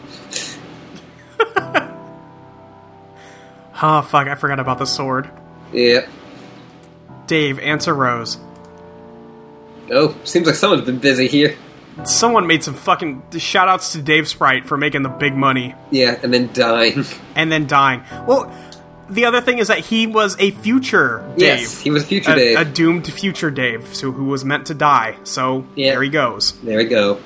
Oh, fuck, I forgot about the sword. Yeah. Dave, answer Rose. Oh, seems like someone's been busy here. Someone made some fucking shoutouts to Dave Sprite for making the big money Yeah, and then dying. and then dying. Well, the other thing is that he was a future Dave. Yes, he was future a, Dave. a doomed future Dave, so who was meant to die. So Yeah. there he goes. There we go.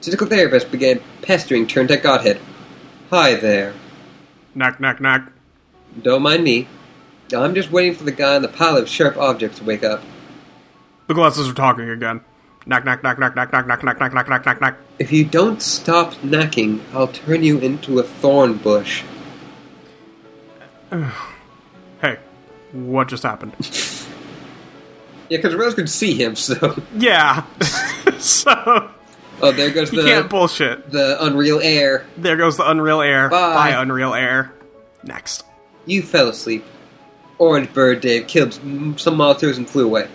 Physical therapist began pestering Turntech Godhead. Hi there. Knock, knock, knock. Don't mind me. I'm just waiting for the guy in the pile of sharp objects to wake up. The glasses are talking again. Knock, knock, knock, knock, knock, knock, knock, knock, knock, knock, knock, knock, knock. If you don't stop knocking, I'll turn you into a thorn bush. Hey, what just happened? Yeah, because Rose could see him, so. yeah. so Oh, there goes you can't the, bullshit. the unreal air. There goes the Unreal Air. Bye. Bye, Unreal Air. Next. You fell asleep. Orange Bird Dave killed m- some monsters and flew away.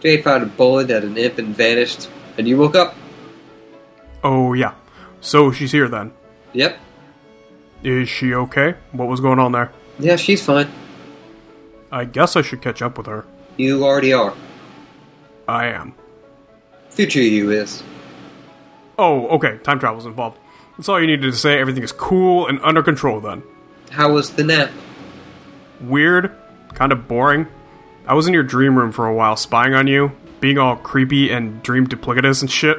Jay fired a bullet at an imp and vanished, and you woke up. Oh yeah. So she's here then. Yep. Is she okay? What was going on there? Yeah, she's fine. I guess I should catch up with her. You already are. I am. Future you is. Oh, okay. Time travel's involved. That's all you needed to say. Everything is cool and under control then. How was the nap? Weird, kind of boring. I was in your dream room for a while spying on you, being all creepy and dream duplicitous and shit.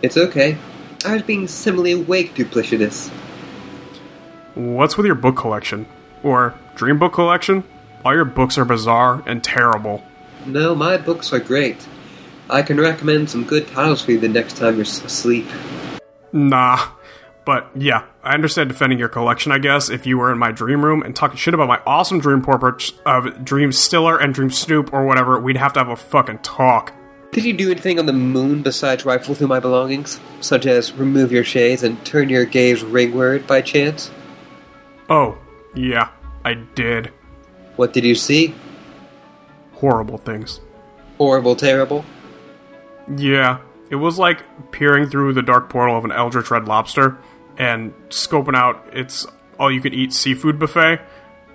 It's okay. I was being similarly awake duplicitous. What's with your book collection? Or dream book collection? All your books are bizarre and terrible. No, my books are great. I can recommend some good titles for you the next time you're s- asleep. Nah. But yeah, I understand defending your collection, I guess, if you were in my dream room and talking shit about my awesome dream portraits of Dream Stiller and Dream Snoop or whatever, we'd have to have a fucking talk. Did you do anything on the moon besides rifle through my belongings? Such as remove your shades and turn your gaze ringward by chance? Oh, yeah, I did. What did you see? Horrible things. Horrible, terrible. Yeah, it was like peering through the dark portal of an eldritch red lobster and scoping out its all you can eat seafood buffet.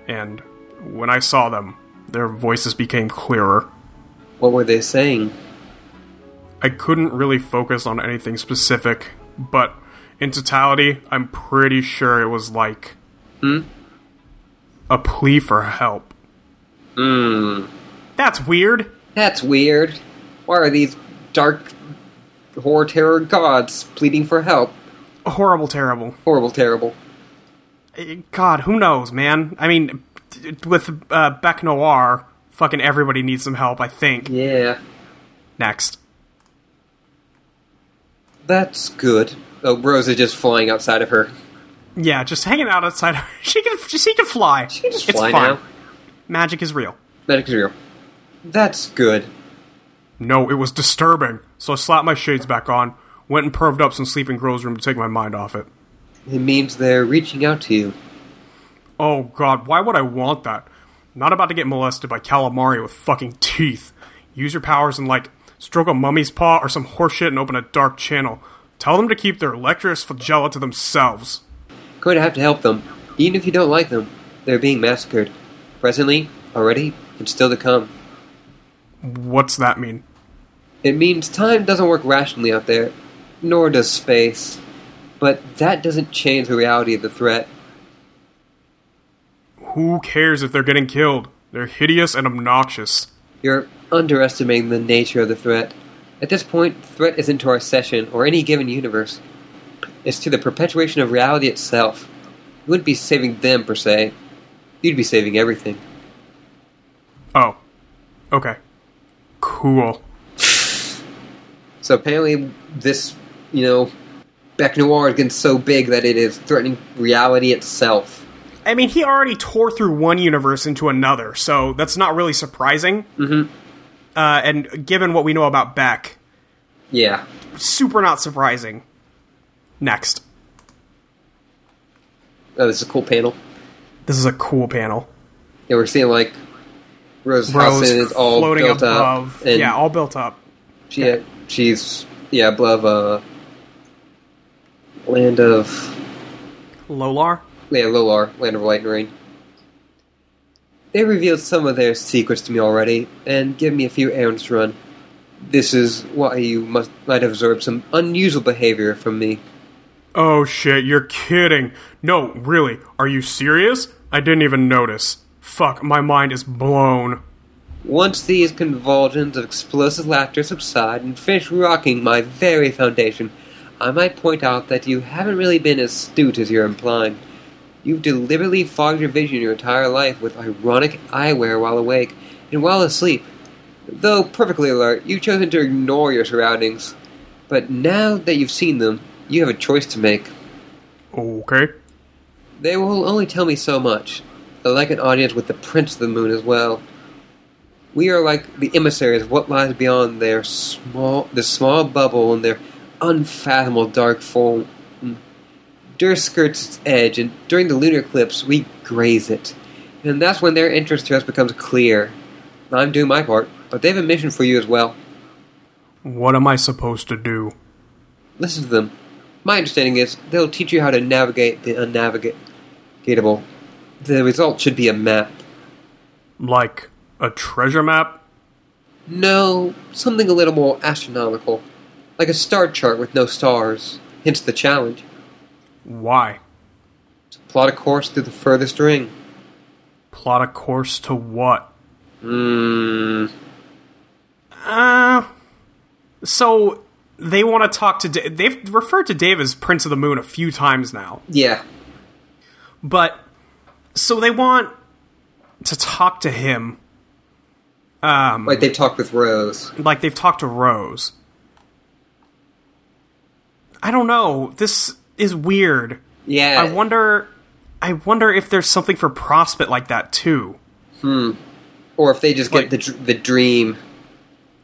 And when I saw them, their voices became clearer. What were they saying? I couldn't really focus on anything specific, but in totality, I'm pretty sure it was like a plea for help. Hmm. That's weird. That's weird. Why are these dark horror terror gods pleading for help? Horrible, terrible. Horrible, terrible. Eh, God, who knows, man? I mean, d- d- with uh, Beck Noir, fucking everybody needs some help, I think. Yeah. Next. That's good. Oh, Rose is just flying outside of her. Yeah, just hanging out outside. she can, she can fly. She can just fly now. Magic is real. Medic's real. That's good. No, it was disturbing. So I slapped my shades back on, went and perved up some sleep in Grove's room to take my mind off it. It means they're reaching out to you. Oh god, why would I want that? Not about to get molested by calamari with fucking teeth. Use your powers and like stroke a mummy's paw or some horseshit and open a dark channel. Tell them to keep their lecherous flagella to themselves. Going to have to help them, even if you don't like them. They're being massacred. Presently, already, and still to come. What's that mean? It means time doesn't work rationally out there, nor does space. But that doesn't change the reality of the threat. Who cares if they're getting killed? They're hideous and obnoxious. You're underestimating the nature of the threat. At this point, the threat isn't to our session or any given universe. It's to the perpetuation of reality itself. You wouldn't be saving them, per se. You'd be saving everything. Oh. Okay. Cool. So apparently, this, you know, Beck Noir is getting so big that it is threatening reality itself. I mean, he already tore through one universe into another, so that's not really surprising. Mm-hmm. Uh, and given what we know about Beck, Yeah. super not surprising. Next. Oh, this is a cool panel. This is a cool panel. Yeah, we're seeing, like, Rose Rose Hudson is all floating built above. up. And yeah, all built up. She, She's, yeah, above, uh, land of Lolar? Yeah, Lolar, Land of Light and Rain. They revealed some of their secrets to me already, and give me a few errands to run. This is why you must might have observed some unusual behavior from me. Oh shit, you're kidding. No, really, are you serious? I didn't even notice. Fuck, my mind is blown. Once these convulsions of explosive laughter subside and finish rocking my very foundation, I might point out that you haven't really been as astute as you're implying. You've deliberately fogged your vision your entire life with ironic eyewear while awake and while asleep. Though perfectly alert, you've chosen to ignore your surroundings. But now that you've seen them, you have a choice to make. Okay. They will only tell me so much. They're like an audience with the Prince of the Moon as well. We are like the emissaries of what lies beyond their small, the small bubble and their unfathomable dark form. Durskirts its edge, and during the lunar eclipse, we graze it. And that's when their interest to us becomes clear. I'm doing my part, but they have a mission for you as well. What am I supposed to do? Listen to them. My understanding is they'll teach you how to navigate the unnavigatable. The result should be a map. Like a treasure map? No, something a little more astronomical. Like a star chart with no stars, hence the challenge. Why? Plot a course through the furthest ring. Plot a course to what? Mmm. Uh. So they want to talk to. Da- they've referred to Dave as Prince of the Moon a few times now, Yeah. but so they want to talk to him. Um, Like they talked with Rose. like they've talked to Rose. I don't know. This is weird. Yeah. I wonder. I wonder if there's something for Prospect like that too. or if they just like- get the dr- the dream.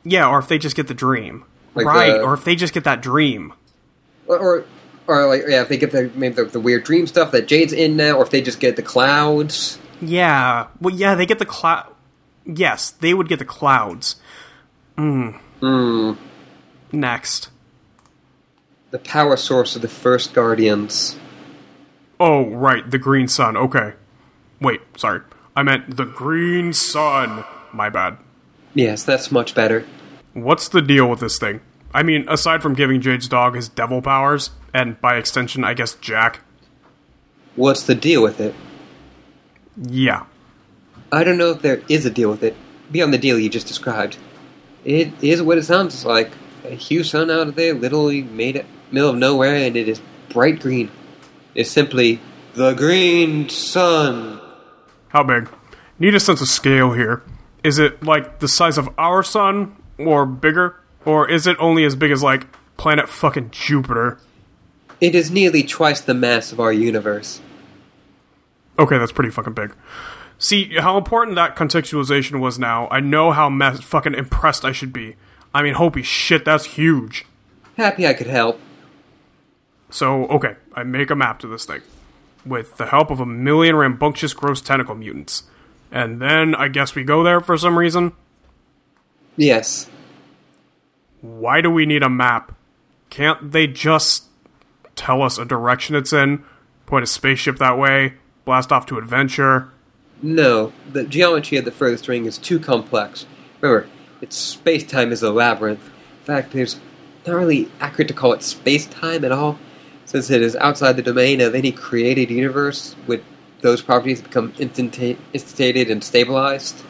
Yeah, or if they just get the dream, Like right? the- Or if they just get that dream. Or, or, or like, yeah, if they get the maybe the, the weird dream stuff that Jade's in now, or if they just get the clouds. Yeah. Well, yeah, they get the cloud. Yes, they would get the clouds. Mm. Mm. Next. the power source of the first guardians Oh, right, the green sun. Okay. Wait, sorry. I meant the green sun. My bad. yes that's much better What's the deal with this thing? I mean, aside from giving Jade's dog his devil powers, and by extension, I guess Jack. what's the deal with it Yeah. i don't know if there is a deal with it beyond the deal you just described it is what it sounds like a huge sun out of there literally made it middle of nowhere and it is bright green it's simply the green sun How big? Need a sense of scale here. Is it like the size of our sun, or bigger? Or is it only as big as like planet fucking Jupiter? it is nearly twice the mass of our universe Okay, that's pretty fucking big. See how important that contextualization was now. I know how mess- fucking impressed I should be. I mean, holy shit, that's huge. happy i could help So, okay, I make a map to this thing with the help of a million rambunctious gross tentacle mutants. And then I guess we go there for some reason. yes Why do we need a map? Can't they just tell us a direction it's in, point a spaceship that way, blast off to adventure? No, the geometry of the furthest ring is too complex. Remember, its space time is a labyrinth. In fact, there's not really accurate to call it space time at all, since it is outside the domain of any created universe, with those properties become instata- instantated and stabilized.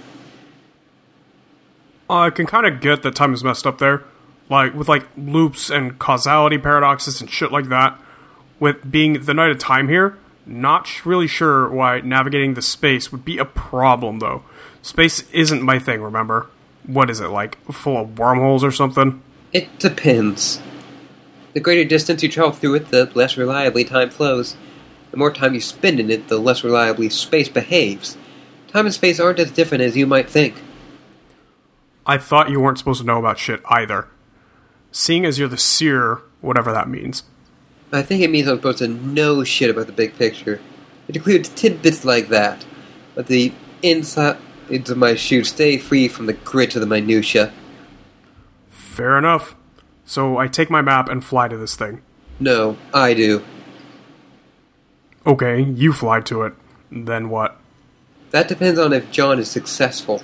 I can kind of get that time is messed up there, like with like loops and causality paradoxes and shit like that. With being the night of time here, not sh- really sure why navigating the space would be a problem though. Space isn't my thing, remember? What is it like? Full of wormholes or something? It depends. The greater distance you travel through it, the less reliably time flows. The more time you spend in it, the less reliably space behaves. Time and space aren't as different as you might think. I thought you weren't supposed to know about shit either. Seeing as you're the seer, whatever that means. I think it means I'm supposed to know shit about the big picture. It includes tidbits like that, but the insides of my shoes stay free from the grit of the minutia. Fair enough. So I take my map and fly to this thing. No, I do. Okay, you fly to it. Then what? That depends on if John is successful.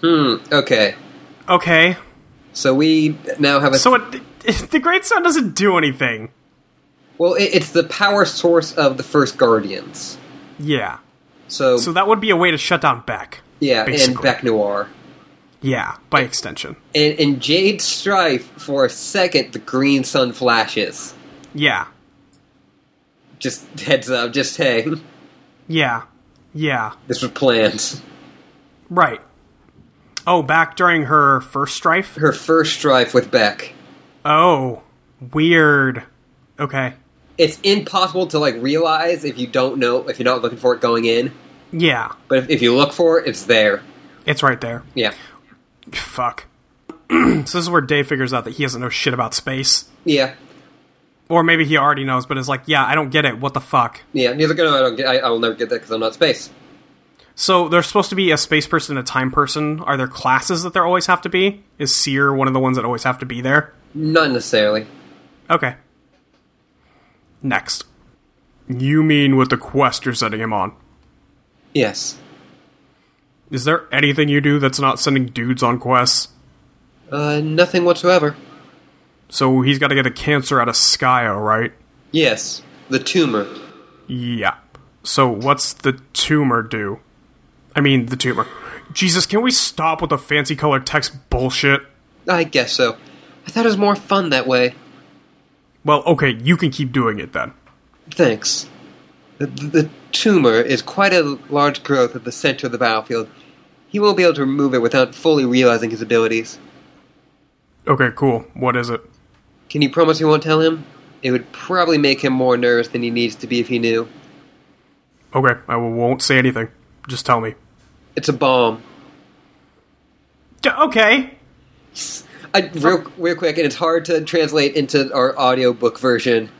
Hmm, okay. Okay, So we now have a. So it, the Great Sun doesn't do anything. Well, it, it's the power source of the first Guardians. Yeah. So, So that would be a way to shut down Beck. yeah, and basically. Beck Noir. Yeah, by extension. And, and Jade Strife, for a second, the green sun flashes. Yeah. Just heads up, just hey, Yeah. Yeah. this was planned. Right. Oh, back during her first strife? Her first strife with Beck. Oh, weird. Okay. It's impossible to like realize if you don't know if you're not looking for it going in. Yeah. But if, if you look for it, it's there. It's right there. Yeah, Fuck. so this is where Dave figures out that he doesn't know shit about space. yeah, Or maybe he already knows, but is like, yeah, I don't get it. What the fuck? yeah. And he's like, no, I don't get. I, I will never get that because I'm not space. So there's supposed to be a space person and a time person. Are there classes that there always have to be? Is Seer one of the ones that always have to be there? Not necessarily. Okay. Next. You mean with the quest you're setting him on? Yes. Is there anything you do that's not sending dudes on quests? Uh, nothing whatsoever. So he's got to get a cancer out of Skyo, right? Yes, the tumor. Yeah. So what's the tumor do? I mean, the tumor. Jesus, can we stop with the fancy colored text bullshit? I guess so. I thought it was more fun that way. Well, okay, you can keep doing it then. Thanks. The, the tumor is quite a large growth at the center of the battlefield. He won't be able to remove it without fully realizing his abilities. Okay, cool. What is it? Can you promise you won't tell him? It would probably make him more nervous than he needs to be if he knew. Okay, I won't say anything. Just tell me. It's a bomb. D- okay. I, real, real quick, and it's hard to translate into our audiobook version,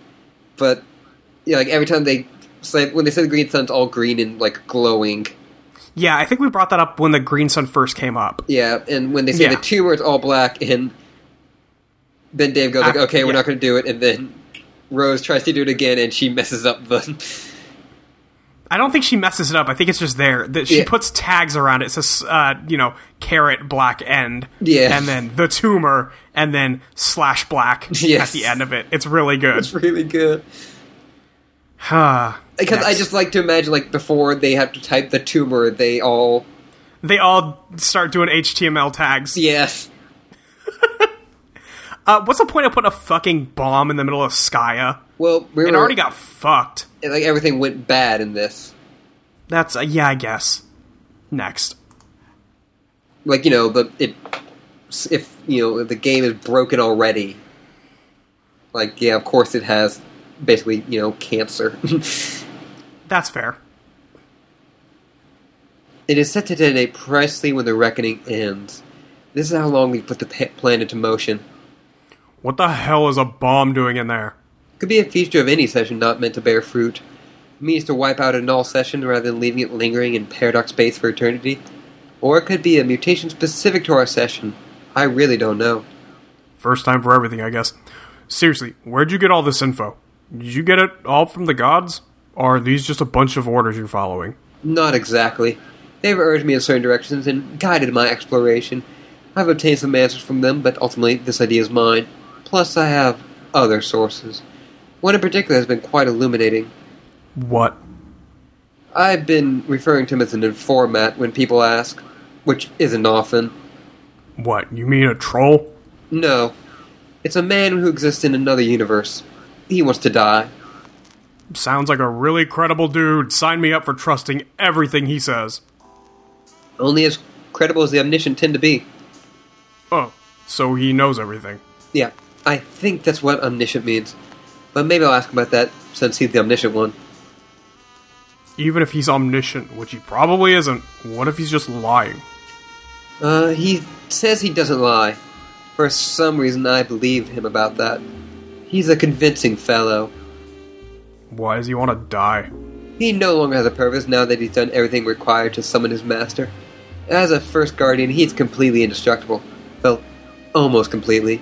but yeah, like every time they say when they say the green sun's all green and like glowing, Yeah, I think we brought that up when the green sun first came up. yeah, and when they say Yeah. the tumor it's all black, and then Dave goes like, Ah, "Okay, we're yeah. not going to do it," and then Rose tries to do it again, and she messes up the I don't think she messes it up. I think it's just there that she Yeah. puts tags around it. It says, uh, you know, carrot black end, Yeah. and then the tumor, and then slash black Yes. at the end of it. It's really good. It's really good. Huh. Because I Next. just like to imagine, like before they have to type the tumor, they all they all start doing HTML tags. yes, Uh, what's the point of putting a fucking bomb in the middle of Skya? well, we It were- already got fucked. like everything went bad in this. That's uh, yeah, I guess. Next. like you know the it if you know the game is broken already like yeah of course it has basically you know cancer That's fair. it is set to detonate precisely when the reckoning ends this is how long we put the pa- plan into motion What the hell is a bomb doing in there? could be a feature of any session not meant to bear fruit it means to wipe out a null session rather than leaving it lingering in paradox space for eternity or it could be a mutation specific to our session i really don't know First time for everything, I guess. Seriously, where'd you get all this info? Did you get it all from the gods? Or are these just a bunch of orders you're following? Not exactly. They've urged me in certain directions and guided my exploration. I've obtained some answers from them, but ultimately this idea is mine. Plus, I have other sources. One in particular has been quite illuminating. What? I've been referring to him as an informant when people ask, which isn't often. What? You mean a troll? No, it's a man who exists in another universe. He wants to die. Sounds like a really credible dude. Sign me up for trusting everything he says. Only as credible as the omniscient tend to be. Oh, so he knows everything. Yeah, I think that's what omniscient means. But maybe I'll ask him about that since he's the omniscient one. Even if he's omniscient, which he probably isn't, what if he's just lying? Uh, he says he doesn't lie. For some reason, I believe him about that. He's a convincing fellow. Why does he want to die? He no longer has a purpose now that he's done everything required to summon his master. As a first guardian, he's completely indestructible. Well, almost completely.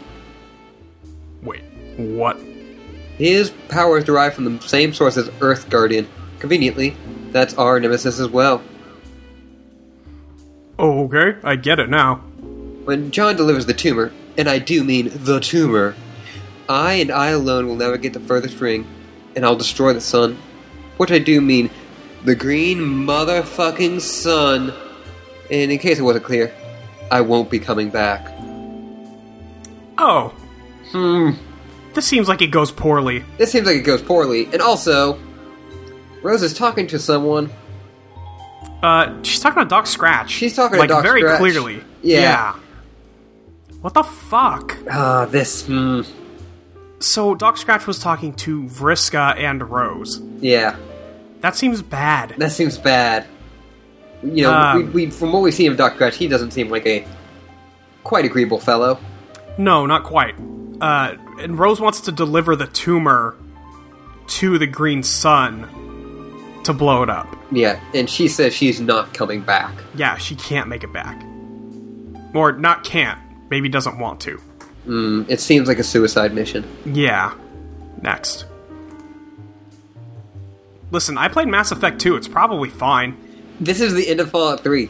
Wait, what? His power is derived from the same source as Earth Guardian. Conveniently, that's our nemesis as well. Oh, okay, I get it now. When John delivers the tumor, and I do mean the tumor, I and I alone will never get the furthest ring. and I'll destroy the sun. Which I do mean the green motherfucking sun. And in case it wasn't clear, I won't be coming back. Oh. Hmm. This seems like it goes poorly. This seems like it goes poorly. And also, Rose is talking to someone. Uh, she's talking to Doc Scratch. She's talking to like, Doc very Scratch. clearly. Yeah. What the fuck? Ah, this. Hmm. So Doc Scratch was talking to Vriska and Rose. Yeah, That seems bad. that seems bad. You know, we, Um. we, from what we see of Doc Gretsch, he doesn't seem like a quite agreeable fellow. No, not quite. Uh, and Rose wants to deliver the tumor to the Green Sun to blow it up. Yeah, and she says she's not coming back. Yeah, she can't make it back. Or not can't, maybe doesn't want to. Mm, it seems like a suicide mission. Yeah. Next. Listen, I played Mass Effect 2. It's probably fine. This is the end of Fallout 3.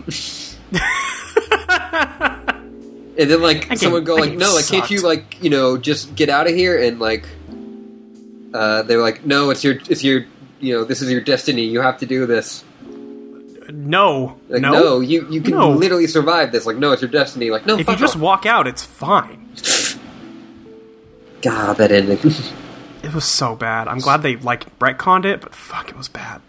and then, like, That someone game- go, that like, game no, like, can't sucked." you, like, you know, just get out of here? And, like, uh, they're like, no, it's your, it's your, you know, this is your destiny. You have to do this. No. Like, no, no. you, you can No. literally survive this. Like, no, it's your destiny. Like, no, If you fuck just off. walk out, it's fine. God, that ending. It was so bad. I'm glad they like retconned it, but fuck, it was bad.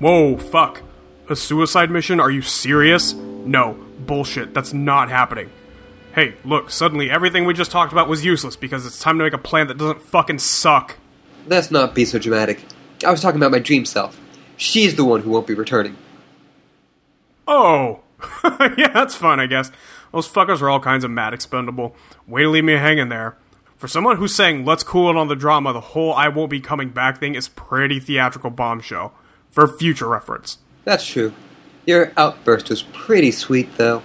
Whoa, fuck. A suicide mission? Are you serious? No, bullshit. That's not happening. Hey, look, suddenly everything we just talked about was useless because it's time to make a plan that doesn't fucking suck. Let's not be so dramatic. I was talking about my dream self. She's the one who won't be returning. Oh, yeah, that's fun, I guess. Those fuckers are all kinds of mad expendable. Way to leave me hanging there. For someone who's saying, let's cool it on the drama, the whole I won't be coming back thing is pretty theatrical bombshell. For future reference. That's true. Your outburst was pretty sweet, though.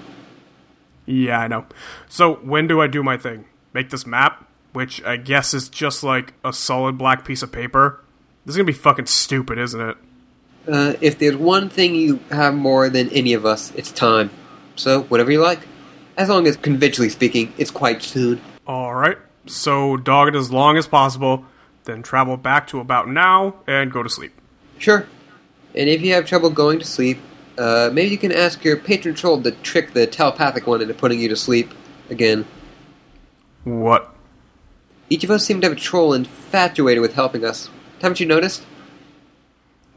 Yeah, I know. So, when do I do my thing? Make this map, which I guess is just like a solid black piece of paper? This is gonna be fucking stupid, isn't it? Uh, if there's one thing you have more than any of us, it's time. So, whatever you like. As long as, conventionally speaking, it's quite soon. Alright, so dog it as long as possible, then travel back to about now and go to sleep. Sure. And if you have trouble going to sleep, uh, maybe you can ask your patron troll to trick the telepathic one into putting you to sleep again. What? Each of us seem to have a troll infatuated with helping us. Haven't you noticed?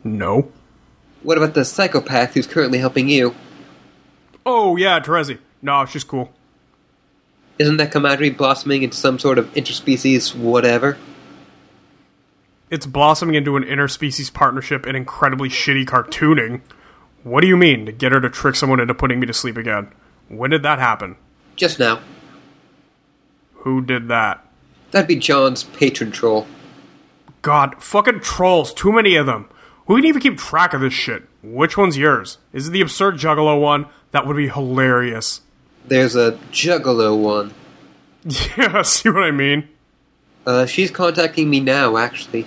No. What about the psychopath who's currently helping you? Oh yeah, Terezi. No, she's cool. Isn't that camaraderie blossoming into some sort of interspecies whatever? It's blossoming into an interspecies partnership and incredibly shitty cartooning. What do you mean to get her to trick someone into putting me to sleep again? When did that happen? Just now. Who did that? That'd be John's patron troll. God, fucking trolls, too many of them. We can even keep track of this shit. Which one's yours? Is it the absurd juggalo one? That would be hilarious. There's a juggalo one. Yeah, see what I mean? Uh, she's contacting me now, actually.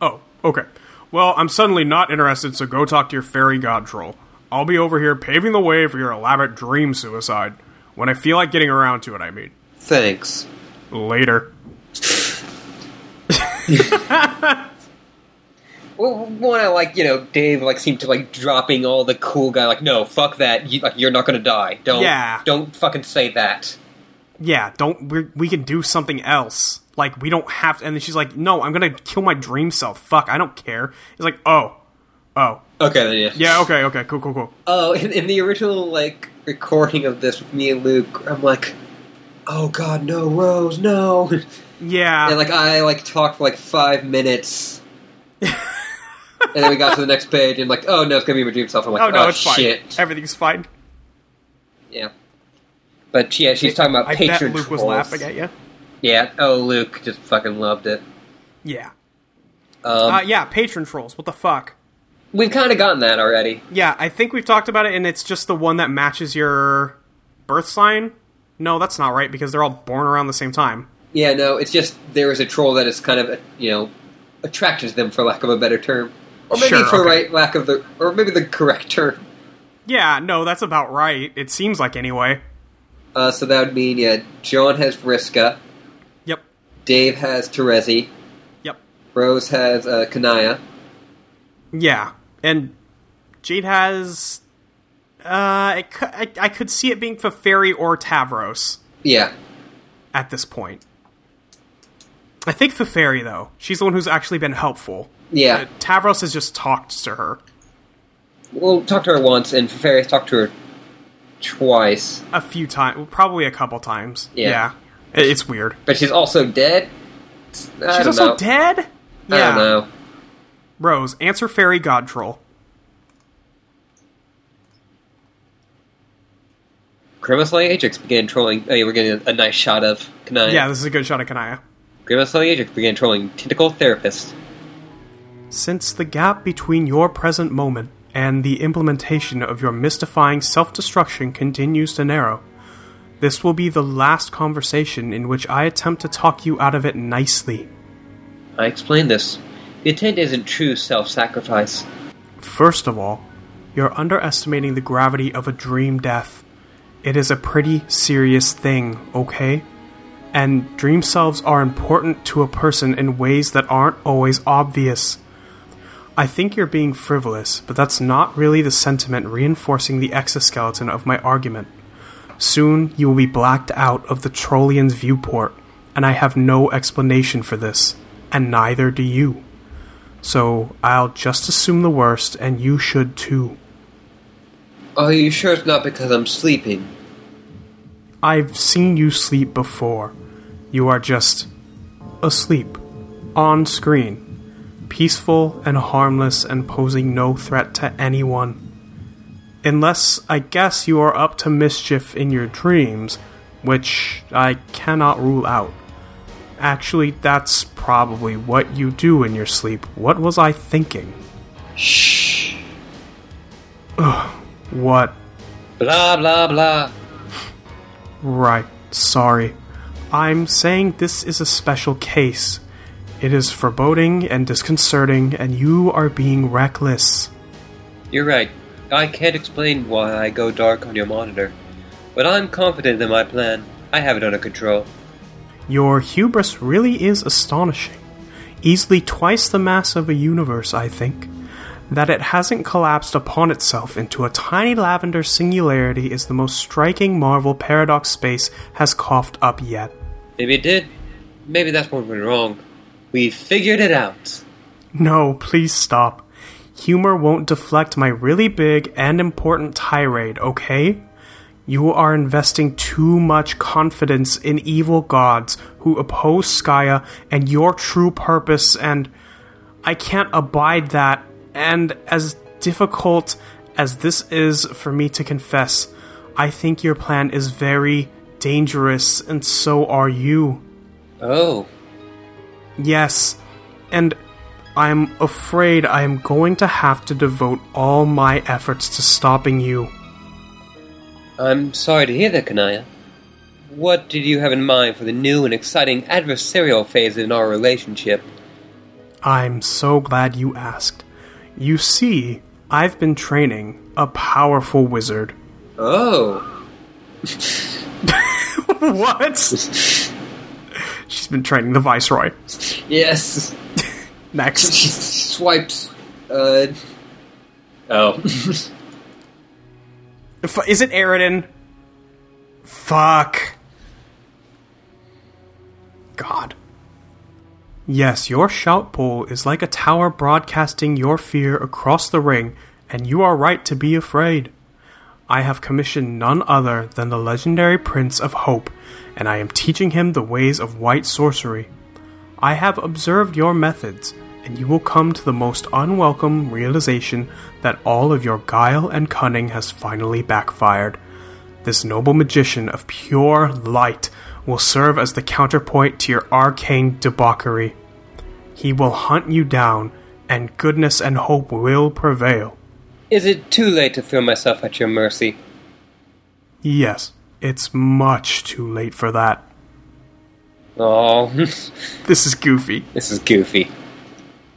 Oh, okay. Well, I'm suddenly not interested, so go talk to your fairy god troll. I'll be over here paving the way for your elaborate dream suicide. When I feel like getting around to it, I mean. Thanks. Later. Well, one, I like, you know, Dave, like, seemed to, like, dropping all the cool guy, like, no, fuck that, you, like, you're not gonna die. Don't, Yeah. don't fucking say that. Yeah, don't. We're, we can do something else. Like, we don't have to. And then she's like, no, I'm gonna kill my dream self. Fuck, I don't care. He's like, oh. Oh. Okay, then, yeah. Yeah, okay, okay, cool, cool, cool. Oh, in, in the original, like, recording of this with me and Luke, I'm like, oh god, no, Rose, no. Yeah. And, like, I, like, talked for, like, five minutes. and then we got to the next page, and, like, oh no, it's gonna be my dream self. I'm like, oh, oh, no, it's shit. fine. Everything's fine. Yeah. But yeah, she's talking about I bet patron Luke was trolls. laughing at you. Yeah. Oh, Luke just fucking loved it. Yeah. Um, Uh, yeah, patron trolls. What the fuck? we've kind of gotten that already. Yeah, I think we've talked about it, and it's just the one that matches your birth sign. No, that's not right because they're all born around the same time. Yeah. No, it's just there is a troll that is kind of you know attracted to them for lack of a better term, or maybe Sure, for okay. right lack of the or maybe the correct term. Yeah, no, that's about right. It seems like anyway. Uh, so that would mean yeah, John has Vriska, Yep. Dave has Terezi. Yep. Rose has uh, Kanaya. Yeah, and Jade has. Uh, it, cou- I, I could see it being Feferi or Tavros Yeah. at this point. I think Feferi though. She's the one who's actually been helpful. Yeah. Uh, Tavros has just talked to her. We'll talk to her once, and Ferris talked to her twice. a few times, probably a couple times. Yeah. I- it's weird. But she's also dead? It's- I She's don't also know. dead. I don't know. Rose, answer fairy god troll. Grimace Ajax began trolling. Oh, yeah, we're getting a, a nice shot of Kanaya. Yeah, this is a good shot at Kanaya. Grimace Ajax began trolling Tentacle Therapist. Since the gap between your present moment and the implementation of your mystifying self destruction continues to narrow, this will be the last conversation in which I attempt to talk you out of it nicely. I explained this. The intent isn't true self sacrifice. First of all, you're underestimating the gravity of a dream death. It is a pretty serious thing, okay? And dream selves are important to a person in ways that aren't always obvious. I think you're being frivolous, but that's not really the sentiment reinforcing the exoskeleton of my argument. Soon you will be blacked out of the Trollian's viewport, and I have no explanation for this, and neither do you. So I'll just assume the worst, and you should too. Are you sure it's not because I'm sleeping? I've seen you sleep before. You are just asleep, on screen, peaceful and harmless and posing no threat to anyone. Unless, I guess, you are up to mischief in your dreams, which I cannot rule out. Actually, that's probably what you do in your sleep. What was I thinking? Shh. What Blah, blah, blah. Right, sorry. I'm saying this is a special case. It is foreboding and disconcerting, and you are being reckless. You're right. I can't explain why I go dark on your monitor. But I'm confident in my plan. I have it under control. Your hubris really is astonishing. Easily twice the mass of a universe, I think. That it hasn't collapsed upon itself into a tiny lavender singularity is the most striking marvel paradox space has coughed up yet. Maybe it did. Maybe that's what went wrong. We figured it out. No, please stop. Humor won't deflect my really big and important tirade, okay? You are investing too much confidence in evil gods who oppose Skya and your true purpose, and I can't abide that. And as difficult as this is for me to confess, I think your plan is very dangerous, and so are you. Oh, Yes, and I'm afraid I am going to have to devote all my efforts to stopping you. I'm sorry to hear that, Kanaya. What did you have in mind for the new and exciting adversarial phase in our relationship? I'm so glad you asked. You see, I've been training a powerful wizard. Oh, what? She's been training the Viceroy. yes. Next. Swiped. Uh. Oh. F- is it Aridin? Fuck. God. Yes, your shout pole is like a tower broadcasting your fear across the ring, and you are right to be afraid. I have commissioned none other than the legendary Prince of Hope, and I am teaching him the ways of white sorcery. I have observed your methods, and you will come to the most unwelcome realization that all of your guile and cunning has finally backfired. This noble magician of pure light will serve as the counterpoint to your arcane debauchery. He will hunt you down, and goodness and hope will prevail. Is it too late to throw myself at your mercy? Yes, it's much too late for that. Oh, This is goofy. this is goofy.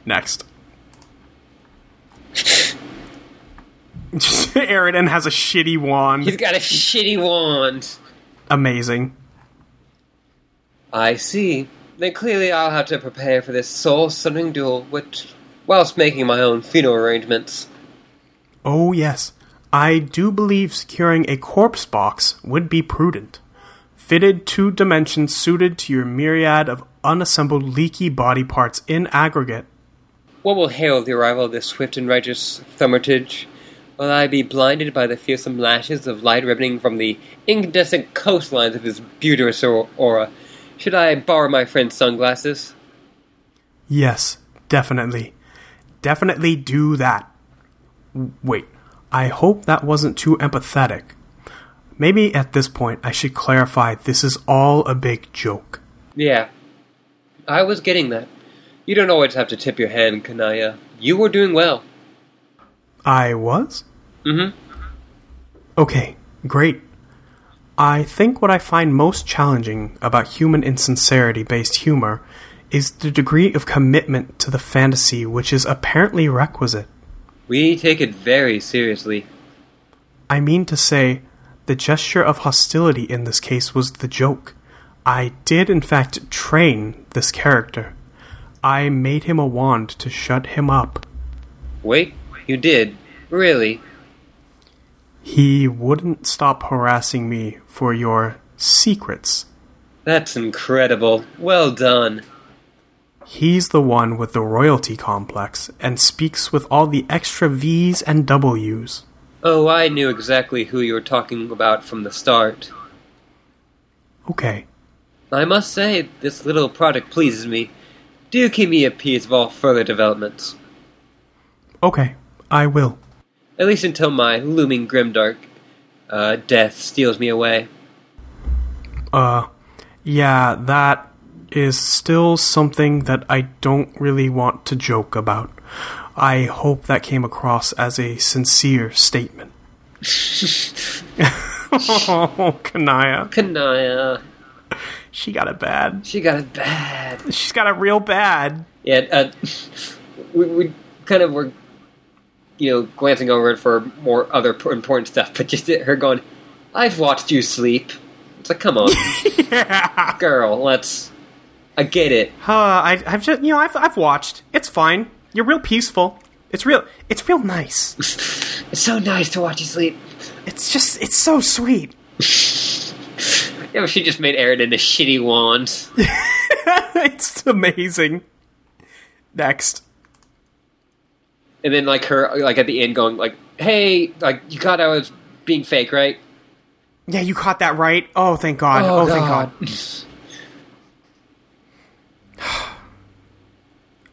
Next. Aridin has a shitty He's wand. got a shitty wand. Amazing. I see. Then clearly I'll have to prepare for this soul-stunning duel, which, whilst making my own funeral arrangements. Oh, yes. I do believe securing a corpse box would be prudent. Fitted two dimensions suited to your myriad of unassembled leaky body parts in aggregate. What will herald the arrival of this swift and righteous thaumaturge? Will I be blinded by the fearsome lashes of light ribboning from the incandescent coastlines of his beauteous or- aura? Should I borrow my friend's sunglasses? Yes, definitely. Definitely do that. W- Wait, I hope that wasn't too empathetic. Maybe at this point I should clarify this is all a big joke. Yeah. I was getting that. You don't always have to tip your hand, Kanaya. You were doing well. I was? Mm hmm. Okay, great. I think what I find most challenging about human insincerity based humor is the degree of commitment to the fantasy which is apparently requisite. We take it very seriously. I mean to say, the gesture of hostility in this case was the joke. I did, in fact, train this character. I made him a wand to shut him up. Wait, you did? Really? He wouldn't stop harassing me for your secrets. That's incredible. Well done. He's the one with the royalty complex and speaks with all the extra V's and W's. Oh, I knew exactly who you were talking about from the start. Okay, I must say, this little project pleases me. Do keep me appeased of all further developments. okay, I will. At least until my looming grimdark uh, death steals me away. Uh, yeah, that is still something that I don't really want to joke about. I hope that came across as a sincere statement. oh, Kanaya. Kanaya. She got it bad. She got it bad. She's got it real bad. Yeah, uh, we, we kind of were, you know, glancing over it for more other p- important stuff, but just her going, I've watched you sleep. It's like, come on, Yeah. girl, let's. I get it. Uh, I, I've just, you know, I've, I've watched. It's fine. You're real peaceful. It's real. It's real nice. It's so nice to watch you sleep. It's just, it's so sweet. Yeah, but she just made Aaron into shitty wand. it's amazing. Next. and then like her like at the end going like hey like you got i was being fake right Yeah, you caught that right. Oh, thank God. Oh, thank God.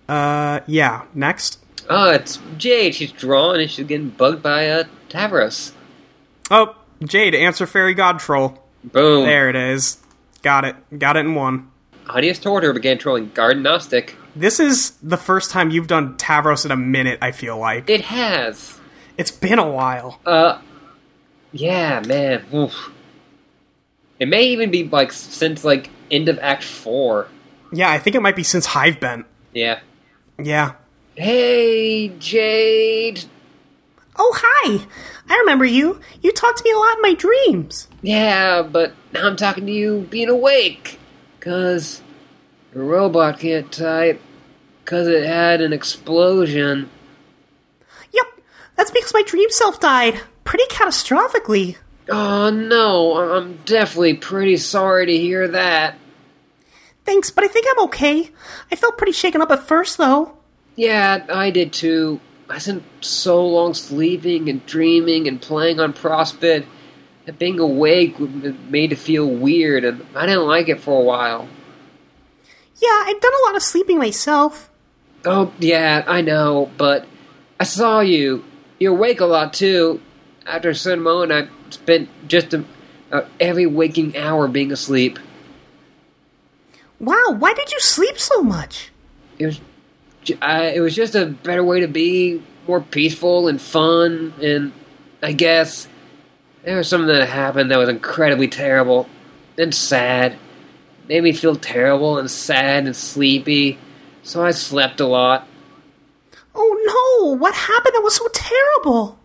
Uh, yeah. Next. oh it's jade she's drawn and she's getting bugged by a uh, tavros Oh, Jade, answer fairy god troll. boom There it is. Got it. Got it in one. Honeyest toward her began trolling garden gnostic This is the first time you've done Tavros in a minute. I feel like it has it's been a while. uh yeah man Oof. it may even be like since like end of act four Yeah, I think it might be since Hive Bent. yeah Yeah. hey jade Oh, hi! I remember you. You talked to me a lot in my dreams. Yeah, but now I'm talking to you being awake. Cause the robot can't type. Cause it had an explosion. Yep, that's because my dream self died. Pretty catastrophically. Oh no, I'm definitely pretty sorry to hear that. Thanks, but I think I'm okay. I felt pretty shaken up at first, though. Yeah, I did too. I spent so long sleeping and dreaming and playing on Prospect that being awake w- made it feel weird, and I didn't like it for a while. Yeah, I'd done a lot of sleeping myself. Oh, yeah, I know, but I saw you. You're awake a lot, too. After a certain moment, I spent just a, uh, every waking hour being asleep. Wow, why did you sleep so much? It was, ju- I, it was just a better way to be, more peaceful and fun, and I guess there was something that happened that was incredibly terrible and sad. Made me feel terrible and sad and sleepy, so I slept a lot. Oh no, what happened that was so terrible?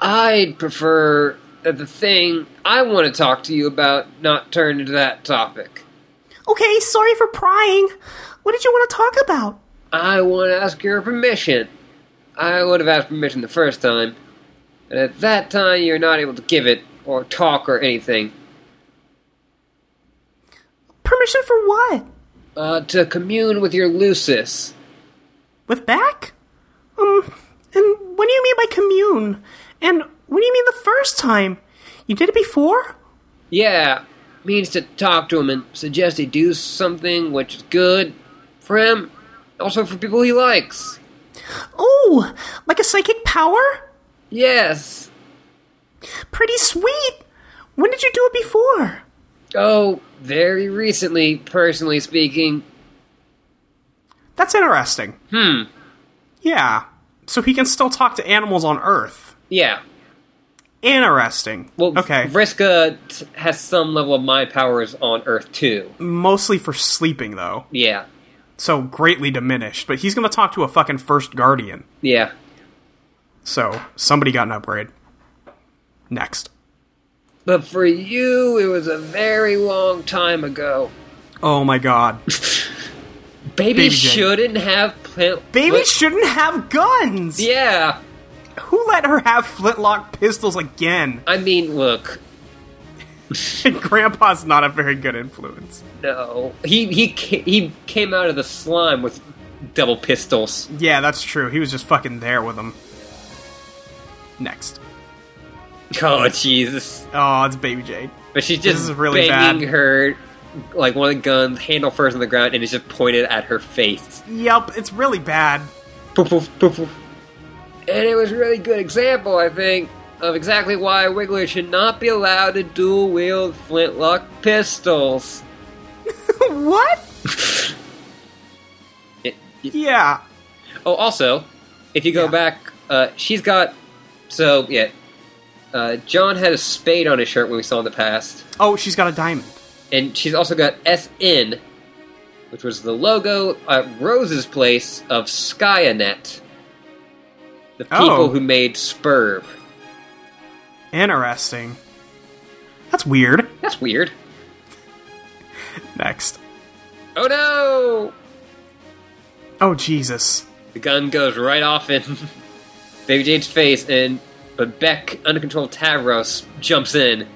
I'd prefer that the thing I want to talk to you about not turn into that topic. Okay, sorry for prying. What did you want to talk about? I want to ask your permission. I would have asked permission the first time, but at that time you're not able to give it, or talk, or anything. Permission for what? Uh, to commune with your Lucis. With back? Um, and what do you mean by commune? And what do you mean the first time? You did it before? Yeah, means to talk to him and suggest he do something which is good for him, also for people he likes. Oh, like a psychic power? Yes. Pretty sweet. When did you do it before? Oh, very recently, personally speaking. That's interesting. Hmm. Yeah. So he can still talk to animals on Earth. Yeah. Interesting. Well, okay. Vriska t- has some level of mind powers on Earth too. Mostly for sleeping, though. Yeah. So greatly diminished. But he's going to talk to a fucking first guardian. Yeah. So somebody got an upgrade. Next. But for you, it was a very long time ago. Oh my god. Baby, Baby Jane. shouldn't have pl- Baby pl- shouldn't have guns! Yeah. Who let her have flintlock pistols again? I mean, look. And Grandpa's not a very good influence. No. He he ca- he came out of the slime with double pistols. Yeah, that's true. He was just fucking there with them. Next. Oh Jesus! Oh, it's Baby Jade. But she's This just is really banging bad. her like one of the guns handle first on the ground, and it's just pointed at her face. Yup, it's really bad. Poof, poof, poof, poof. And it was a really good example, I think, of exactly why Wiggler should not be allowed to dual wield flintlock pistols. what? It, it- Yeah. oh, also, if you go Yeah. back, uh, she's got. So, yeah. Uh, John had a spade on his shirt when we saw in the past. Oh, she's got a diamond. And she's also got SN, which was the logo at Rose's place of Skyanet. The people Oh. who made Spurb. Interesting. That's weird. That's weird. Next. Oh no! Oh, Jesus. The gun goes right off in Baby Jade's face, and but Beck, under control of Tavros, jumps in.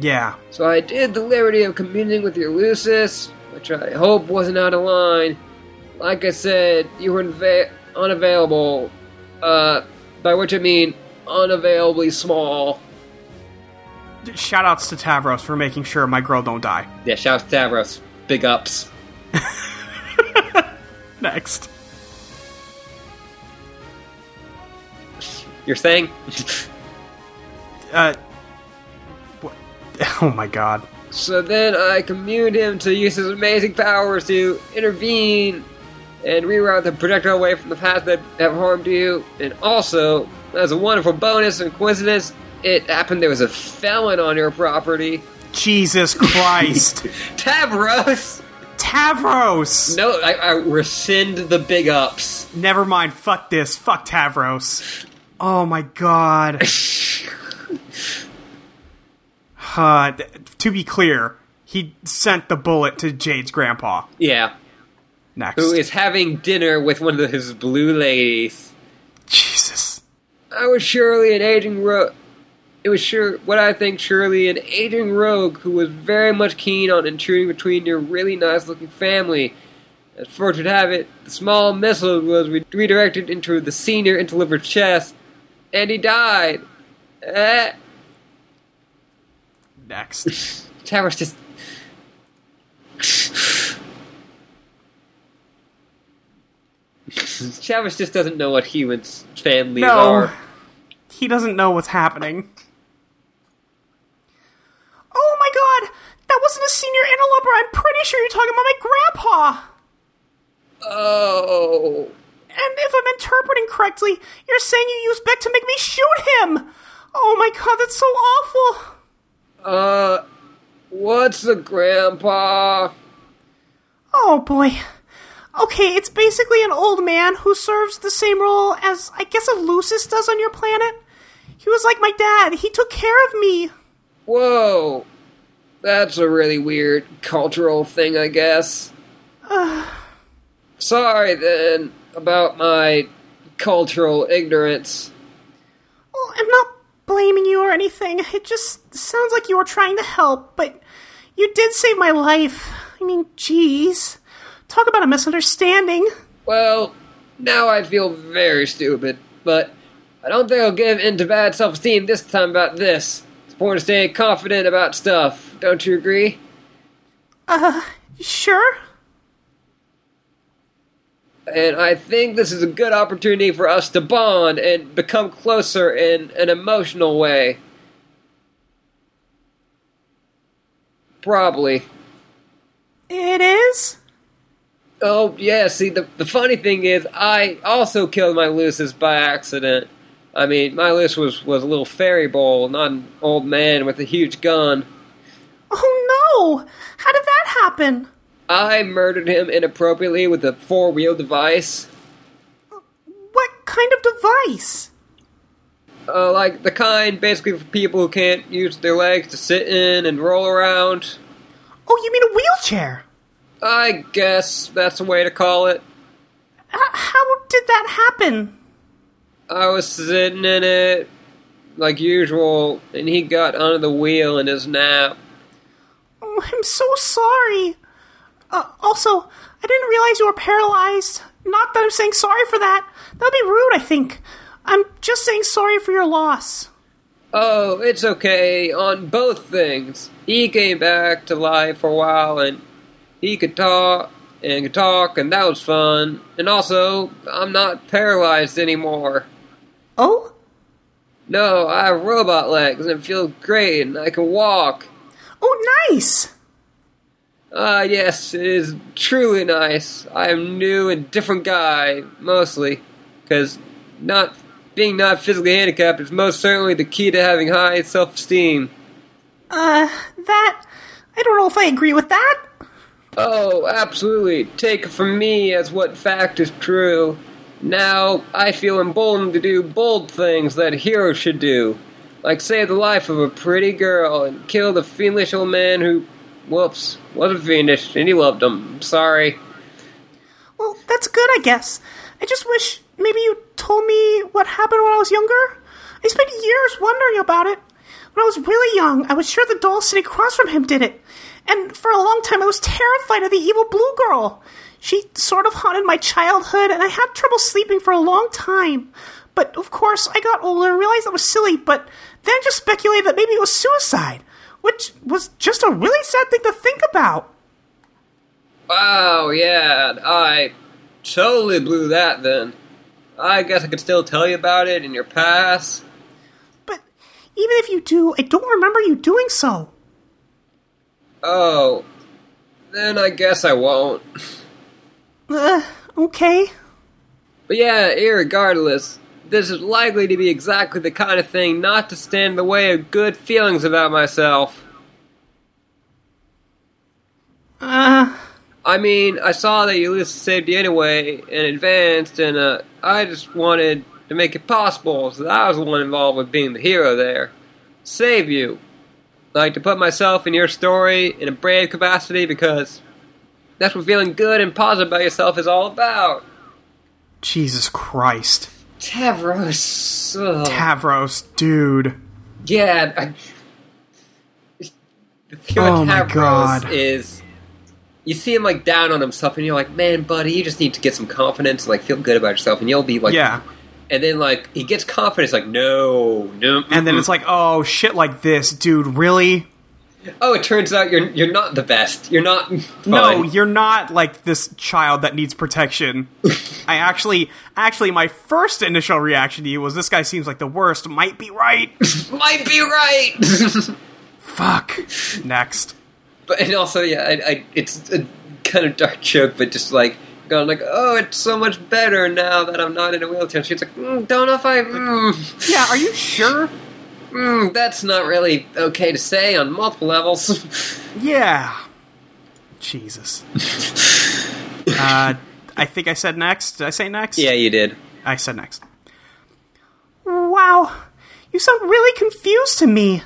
Yeah. So I did the liberty of communing with your Lucis, which I hope wasn't out of line. Like I said, you were inva- unavailable, uh, by which I mean unavailably small. Shoutouts to Tavros for making sure my girl don't die. Yeah, shouts to Tavros. Big ups. Next. You're saying? Uh. What? Oh my god. So then I communed him to use his amazing powers to intervene and reroute the projectile away from the path that have harmed you. And also, as a wonderful bonus and coincidence, it happened there was a felon on your property. Jesus Christ. Tavros! Tavros! No, I, I rescind the big ups. Never mind. Fuck this. Fuck Tavros. Oh my god. Uh, th- to be clear, he sent the bullet to Jade's grandpa. Yeah. Next. Who is having dinner with one of his blue ladies. Jesus. I was surely an aging rogue. It was sure what I think surely an aging rogue who was very much keen on intruding between your really nice-looking family. As fortune would have it, the small missile was re- redirected into the senior and delivered chest, and he died. Eh. Next. Tavros just. Tavros just doesn't know what humans' families No. are. He doesn't know what's happening. Oh my god! That wasn't a senior interloper. I'm pretty sure you're talking about my grandpa. Oh. And if I'm interpreting correctly, you're saying you used Beck to make me shoot him! Oh my god, that's so awful! Uh, what's the grandpa? Oh boy. Okay, it's basically an old man who serves the same role as I guess a Lucis does on your planet. He was like my dad, he took care of me. Whoa. That's a really weird cultural thing, I guess. Sorry then about my cultural ignorance. Well, I'm not blaming you or anything. It just sounds like you were trying to help, but you did save my life. I mean, jeez. Talk about a misunderstanding. Well, now I feel very stupid, but I don't think I'll give in to bad self esteem this time about this. It's important to stay confident about stuff, don't you agree? Uh, Sure? And I think this is a good opportunity for us to bond and become closer in an emotional way. Probably. It is? Oh, yeah, see, the, the funny thing is, I also killed my Lucis by accident. I mean, my Lucis was, was a little fairy bowl, not an old man with a huge gun. Oh no! How did that happen? I murdered him inappropriately with a four wheel device. What kind of device? Uh, like the kind basically for people who can't use their legs to sit in and roll around. Oh, you mean a wheelchair? I guess that's a way to call it. H- how did that happen? I was sitting in it like usual, and he got under the wheel in his nap. Oh, I'm so sorry. Uh, also, I didn't realize you were paralyzed. Not that I'm saying sorry for that. That would be rude, I think. I'm just saying sorry for your loss. Oh, it's okay on both things. He came back to life for a while, and he could talk and could talk, and that was fun. And also, I'm not paralyzed anymore. Oh? No, I have robot legs, and it feels great, and I can walk. Oh, nice! Ah, yes, it is truly nice. I am a new and different guy, mostly, because not being not physically handicapped is most certainly the key to having high self-esteem. Uh, that. I don't know if I agree with that. Oh, absolutely. Take it from me as what fact is true. Now I feel emboldened to do bold things that a hero should do, like save the life of a pretty girl and kill the fiendish old man who, whoops, wasn't fiendish and he loved him. Sorry. Well, that's good, I guess. I just wish maybe you told me what happened when I was younger. I spent years wondering about it. When I was really young, I was sure the doll sitting across from him did it. And for a long time, I was terrified of the evil blue girl. She sort of haunted my childhood, and I had trouble sleeping for a long time. But of course, I got older and realized that was silly, but then just speculated that maybe it was suicide, which was just a really sad thing to think about. Wow, Oh, yeah, I totally blew that then. I guess I could still tell you about it in your past. But even if you do, I don't remember you doing so. Oh, then I guess I won't. Uh, okay. But yeah, irregardless, this is likely to be exactly the kind of thing not to stand in the way of good feelings about myself. Uh, I mean, I saw that Ulysses saved you anyway and advanced, and uh, I just wanted to make it possible so that I was the one involved with being the hero there. Save you. Like to put myself in your story in a brave capacity because that's what feeling good and positive about yourself is all about. Jesus Christ. Tavros. ugh. Tavros, dude. Yeah, I, the thing Oh with my Tavros God. is you see him like down on himself, and you're like, "Man, buddy, you just need to get some confidence, and, like feel good about yourself, and you'll be like." Yeah. And then like he gets confidence, like, "No, no." And then it's like, oh, shit like this, dude, really? "Oh, it turns out you're you're not the best. You're not." Fun. No, you're not like this child that needs protection. I actually, actually, my first initial reaction to you was this guy seems like the worst, might be right. might be right. Fuck. Next. but and also, yeah, I, I, it's a kind of dark joke, but just like. Going like, oh, it's so much better now that I'm not in a wheelchair. She's like, mm, don't know if I. Mm. Yeah, are you sure? Mm, that's not really okay to say on multiple levels. Yeah. Jesus. uh, I think I said next. Did I say next? yeah, you did. I said next. wow. You sound really confused to me.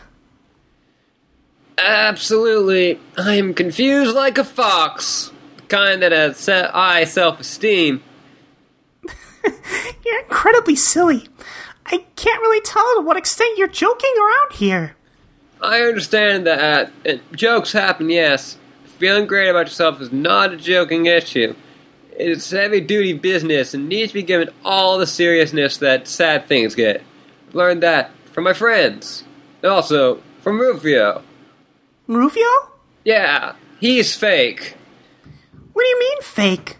Absolutely. I am confused like a fox. The kind that has se- high self esteem. You're incredibly silly. I can't really tell to what extent you're joking around here. I understand that uh, jokes happen, yes. Feeling great about yourself is not a joking issue. It's heavy duty business and needs to be given all the seriousness that sad things get. I've learned that from my friends. And also from Rufio. Rufio? Yeah, he's fake. What do you mean fake?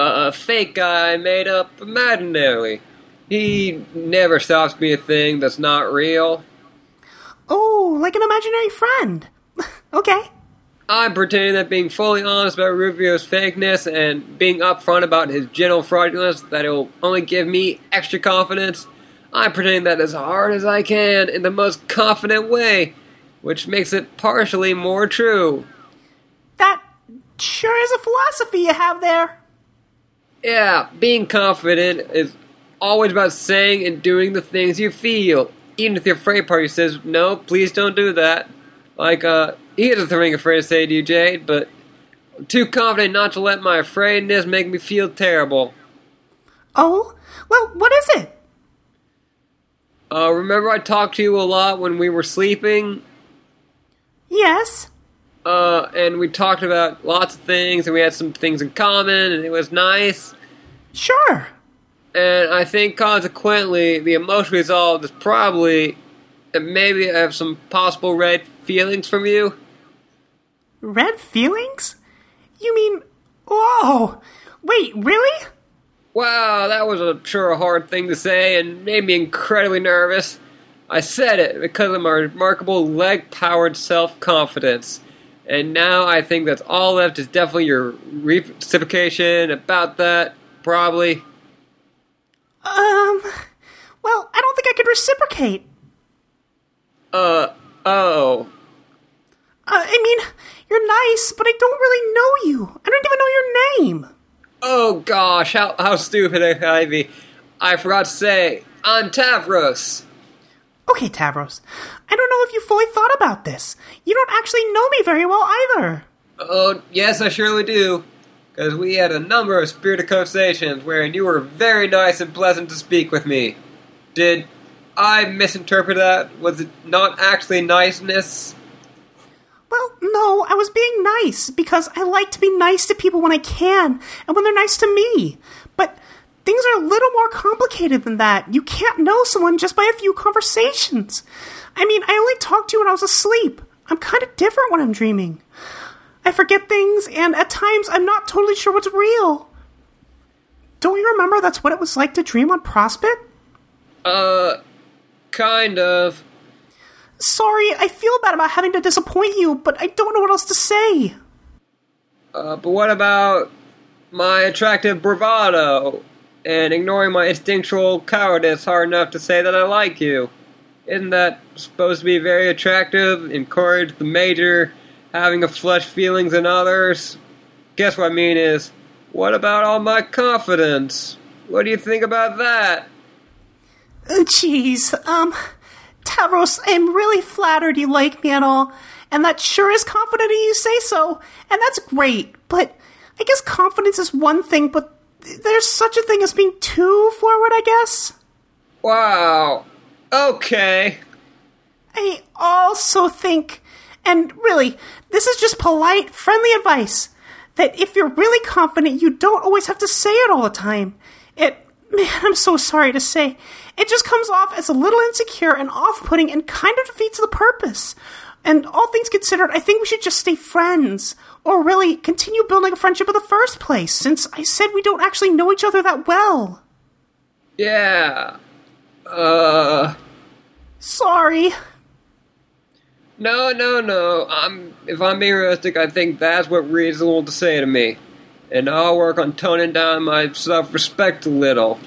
a fake guy made up imaginarily. He never stops being a thing that's not real. Oh, like an imaginary friend. okay. I'm pretending that being fully honest about Rufio's fakeness and being upfront about his general fraudulence that it'll only give me extra confidence. I'm pretending that as hard as I can in the most confident way, which makes it partially more true. That sure is a philosophy you have there. Yeah, being confident is always about saying and doing the things you feel. Even if your freight party says, no, please don't do that. Like, uh, here's the thing I'm afraid to say to you, Jade, but I'm too confident not to let my afraidness make me feel terrible. Oh, well, what is it? Uh, remember I talked to you a lot when we were sleeping? Yes. Uh, and we talked about lots of things, and we had some things in common, and it was nice. Sure. And I think consequently, the emotion resolved is probably, and maybe I have some possible red feelings from you. Red feelings? You mean. Whoa! Wait, really? Wow, that was a sure hard thing to say and made me incredibly nervous. I said it because of my remarkable leg powered self confidence. And now I think that's all left is definitely your reciprocation about that, probably. Um. Well, I don't think I could reciprocate. Uh, oh. Uh, I mean, you're nice, but I don't really know you. I don't even know your name. Oh gosh, how, how stupid of Ivy. I forgot to say, I'm Tavros. Okay, Tavros. I don't know if you fully thought about this. You don't actually know me very well either. Oh, yes, I surely do. Because we had a number of spirited conversations wherein you were very nice and pleasant to speak with me. Did I misinterpret that? Was it not actually niceness? Well, no, I was being nice because I like to be nice to people when I can and when they're nice to me. But things are a little more complicated than that. You can't know someone just by a few conversations. I mean, I only talked to you when I was asleep. I'm kind of different when I'm dreaming. I forget things, and at times I'm not totally sure what's real. Don't you remember that's what it was like to dream on Prospect? Uh, kind of. Sorry, I feel bad about having to disappoint you, but I don't know what else to say. Uh, but what about my attractive bravado and ignoring my instinctual cowardice hard enough to say that I like you? Isn't that supposed to be very attractive? Encourage the major having a flush feelings in others? Guess what I mean is, what about all my confidence? What do you think about that? Oh, jeez. Um, Tavros, I am really flattered you like me at all, and that sure is confident of you say so, and that's great, but I guess confidence is one thing, but there's such a thing as being too forward, I guess. Wow. Okay. I also think, and really, this is just polite, friendly advice that if you're really confident, you don't always have to say it all the time. It, man, I'm so sorry to say, it just comes off as a little insecure and off putting and kind of defeats the purpose. And all things considered, I think we should just stay friends, or really continue building a friendship in the first place, since I said we don't actually know each other that well. Yeah. Uh. Sorry. No, no, no. I'm if I'm being realistic, I think that's what Reed's wanted to say to me, and I'll work on toning down my self-respect a little.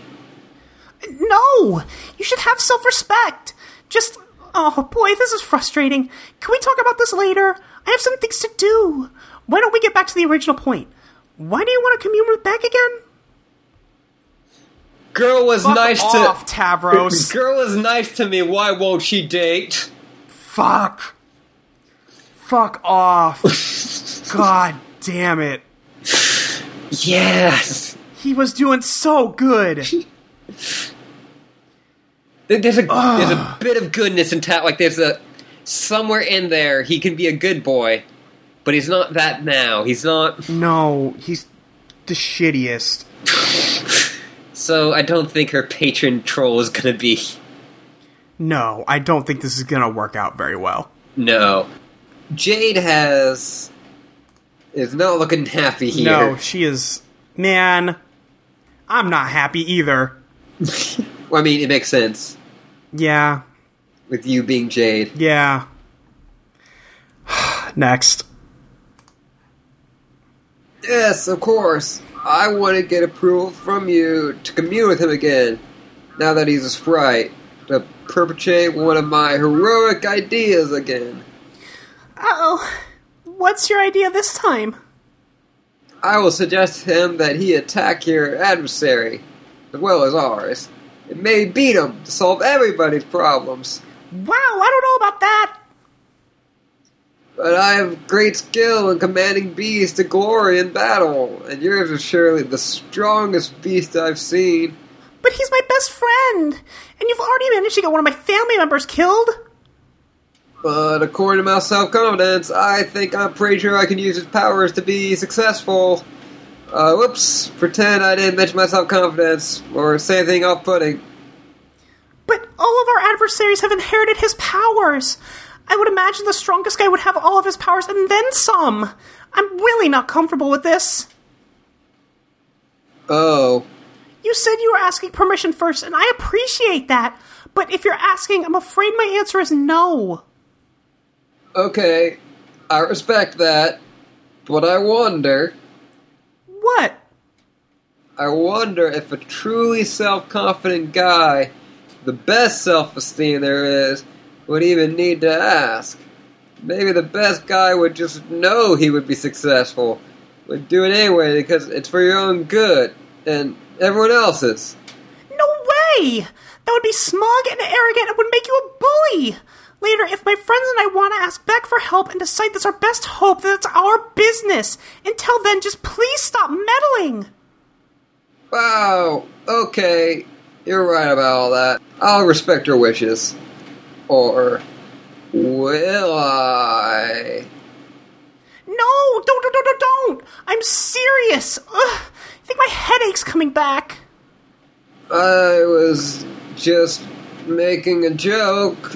No! You should have self respect! Just. Oh boy, this is frustrating. Can we talk about this later? I have some things to do. Why don't we get back to the original point? Why do you want to commune with Beck again? Girl was Fuck nice off, to Tavros. girl was nice to me. Why won't she date? Fuck. Fuck off. God damn it. Yes. He was doing so good. There- There's a Ah. there's a bit of goodness in Tat. Like there's a somewhere in there he can be a good boy, but he's not that now. He's not. No, he's the shittiest. So I don't think her patron troll is gonna be. No, I don't think this is gonna work out very well. No, Jade has is not looking happy here. No, she is. Man, I'm not happy either. Well, I mean it makes sense Yeah, with you being Jade. yeah. Next. Yes, of course. I want to get approval from you to commune with him again, now that he's a sprite, to perpetrate one of my heroic ideas again. Uh oh. What's your idea this time? I will suggest to him that he attack your adversary, as well as ours, and maybe beat him to solve everybody's problems. Wow, I don't know about that. But I have great skill in commanding beasts to glory in battle, and yours is surely the strongest beast I've seen. But he's my best friend. And you've already managed to get one of my family members killed. But according to my self confidence, I think I'm pretty sure I can use his powers to be successful. Uh, whoops, pretend I didn't mention my self confidence, or say anything off putting. But all of our adversaries have inherited his powers. I would imagine the strongest guy would have all of his powers and then some. I'm really not comfortable with this. Oh. You said you were asking permission first, and I appreciate that. But if you're asking, I'm afraid my answer is no. Okay, I respect that, but I wonder. What? I wonder if a truly self confident guy, the best self esteem there is, would even need to ask. Maybe the best guy would just know he would be successful, would do it anyway because it's for your own good and everyone else's. No way! That would be smug and arrogant and would make you a bully! Later, if my friends and I want to ask back for help and decide that's our best hope, then it's our business. Until then, just please stop meddling! Wow, okay, you're right about all that. I'll respect your wishes. Or will I? No! Don't, don't, don't, don't, don't! I'm serious! Ugh, I think my headache's coming back. I was just making a joke.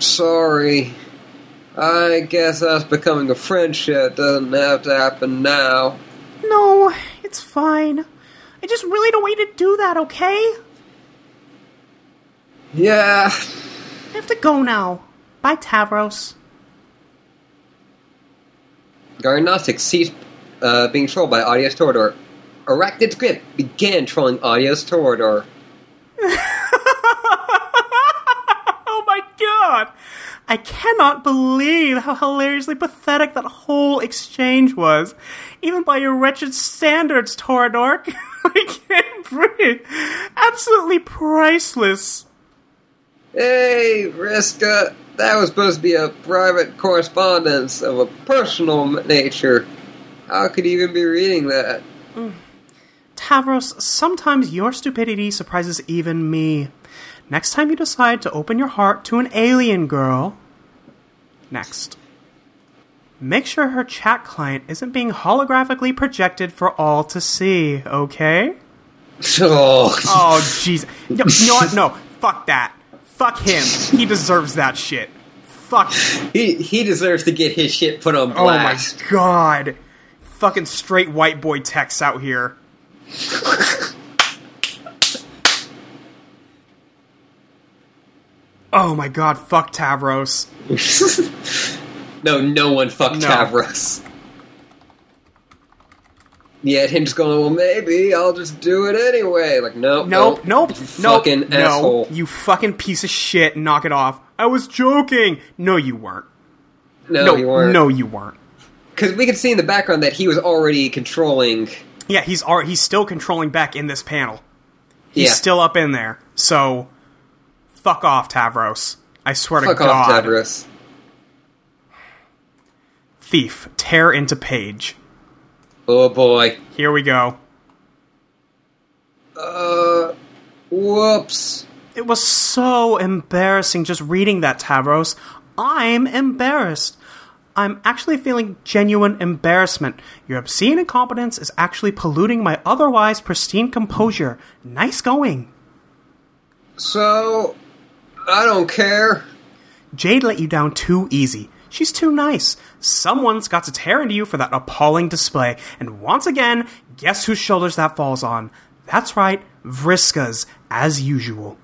Sorry. I guess us becoming a friendship doesn't have to happen now. No, it's fine. I just really don't want you to do that, okay? Yeah. I have to go now. Bye, Tavros. Garnostic ceased uh, being trolled by Audios Torador. Arachnid's grip began trolling Audios Torador. Oh my god! I cannot believe how hilariously pathetic that whole exchange was. Even by your wretched standards, Toradork. I can't breathe. Absolutely priceless. Hey, Riska, that was supposed to be a private correspondence of a personal nature. How could you even be reading that? Tavros, sometimes your stupidity surprises even me. Next time you decide to open your heart to an alien girl. Next. Make sure her chat client isn't being holographically projected for all to see, okay? Oh, Oh, jeez. No, you know what? No, fuck that. Fuck him. He deserves that shit. Fuck. he, he deserves to get his shit put on Oh my blast. god. Fucking straight white boy texts out here. oh my god, fuck Tavros. no, no one fucked No. Tavros. Yet him just going, well, maybe I'll just do it anyway. Like, nope, Nope, nope, nope. you fucking no, asshole. you fucking piece of shit. Knock it off. I was joking. No, you weren't. no, No, you weren't. no, you weren't. because we could see in the background that he was already controlling. Yeah, he's ar- he's still controlling back in this panel. He's yeah, still up in there. So, fuck off, Tavros. I swear fuck to God. off, Tavros. Thief, tear into page. Oh boy. Here we go. Uh. Whoops. It was so embarrassing just reading that, Tavros. I'm embarrassed. I'm actually feeling genuine embarrassment. Your obscene incompetence is actually polluting my otherwise pristine composure. Nice going. So. I don't care. Jade let you down too easy. She's too nice. Someone's got to tear into you for that appalling display. And once again, guess whose shoulders that falls on? That's right, Vriska's, as usual.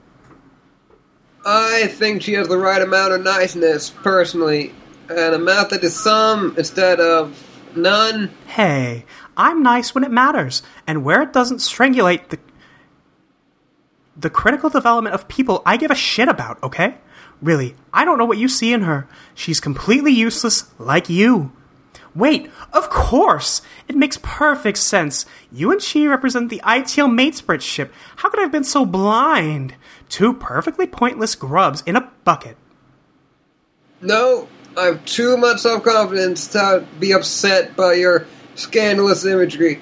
I think she has the right amount of niceness, personally. An amount that is some instead of none. Hey, I'm nice when it matters, and where it doesn't strangulate the the critical development of people I give a shit about, okay? Really, I don't know what you see in her. She's completely useless like you. Wait, of course! It makes perfect sense. You and she represent the ITL Matesprit ship. How could I have been so blind? Two perfectly pointless grubs in a bucket. No, I have too much self confidence to be upset by your scandalous imagery.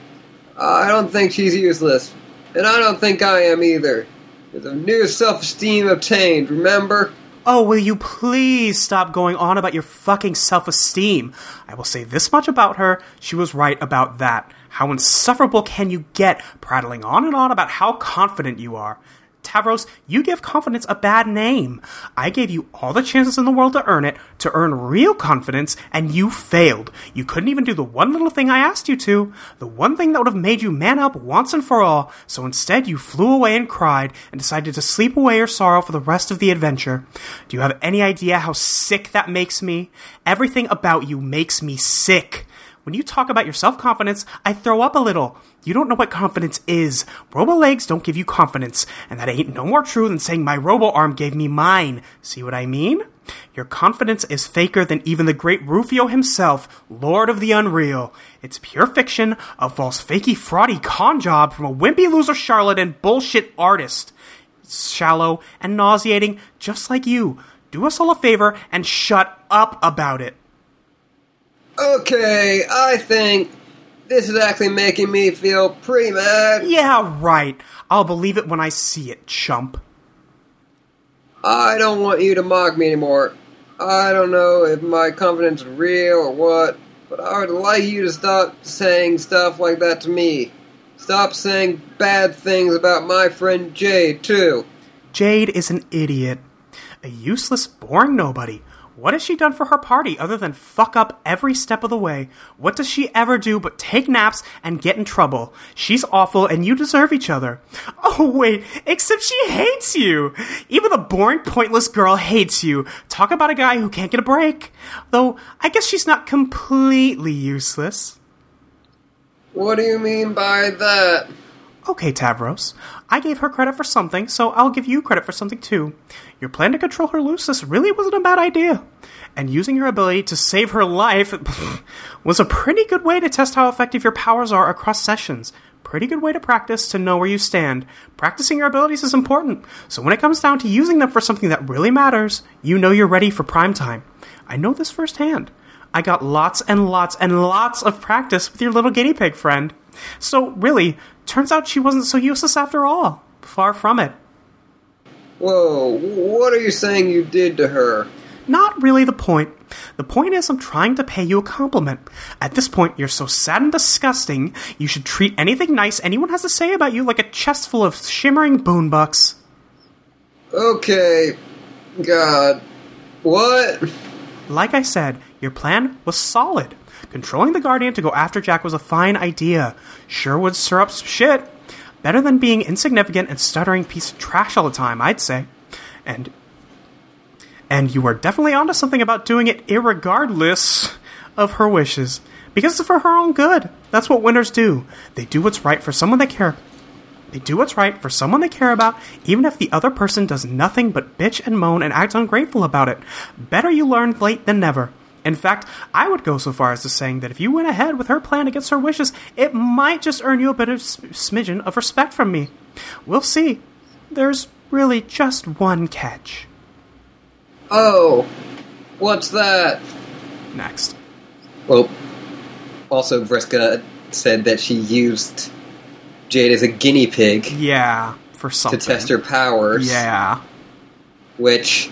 I don't think she's useless, and I don't think I am either. There's a new self esteem obtained, remember? Oh, will you please stop going on about your fucking self esteem? I will say this much about her. She was right about that. How insufferable can you get prattling on and on about how confident you are? Tavros, you give confidence a bad name. I gave you all the chances in the world to earn it, to earn real confidence, and you failed. You couldn't even do the one little thing I asked you to, the one thing that would have made you man up once and for all. So instead, you flew away and cried and decided to sleep away your sorrow for the rest of the adventure. Do you have any idea how sick that makes me? Everything about you makes me sick. When you talk about your self confidence, I throw up a little. You don't know what confidence is. Robo legs don't give you confidence, and that ain't no more true than saying my robo arm gave me mine. See what I mean? Your confidence is faker than even the great Rufio himself, Lord of the Unreal. It's pure fiction, a false, fakey, fraudy con job from a wimpy loser charlatan bullshit artist. It's shallow and nauseating, just like you. Do us all a favor and shut up about it. Okay, I think this is actually making me feel pretty mad. Yeah, right. I'll believe it when I see it, chump. I don't want you to mock me anymore. I don't know if my confidence is real or what, but I would like you to stop saying stuff like that to me. Stop saying bad things about my friend Jade, too. Jade is an idiot. A useless, boring nobody. What has she done for her party other than fuck up every step of the way? What does she ever do but take naps and get in trouble? She's awful and you deserve each other. Oh, wait, except she hates you! Even the boring, pointless girl hates you. Talk about a guy who can't get a break. Though, I guess she's not completely useless. What do you mean by that? Okay, Tavros. I gave her credit for something, so I'll give you credit for something too. Your plan to control her looseness really wasn't a bad idea. And using your ability to save her life was a pretty good way to test how effective your powers are across sessions. Pretty good way to practice to know where you stand. Practicing your abilities is important, so when it comes down to using them for something that really matters, you know you're ready for prime time. I know this firsthand. I got lots and lots and lots of practice with your little guinea pig friend. So, really, turns out she wasn't so useless after all. Far from it. Whoa, what are you saying you did to her? Not really the point. The point is, I'm trying to pay you a compliment. At this point, you're so sad and disgusting, you should treat anything nice anyone has to say about you like a chest full of shimmering boonbucks. Okay, God. What? Like I said, your plan was solid. Controlling the Guardian to go after Jack was a fine idea. Sure would stir up some shit. Better than being insignificant and stuttering piece of trash all the time, I'd say. And and you were definitely onto something about doing it irregardless of her wishes. Because it's for her own good. That's what winners do. They do what's right for someone they care they do what's right for someone they care about, even if the other person does nothing but bitch and moan and act ungrateful about it. Better you learn late than never. In fact, I would go so far as to saying that if you went ahead with her plan against her wishes, it might just earn you a bit of s- smidgen of respect from me. We'll see. There's really just one catch. Oh, what's that? Next. Well, also Vriska said that she used Jade as a guinea pig Yeah, for to something. test her powers. Yeah. Which,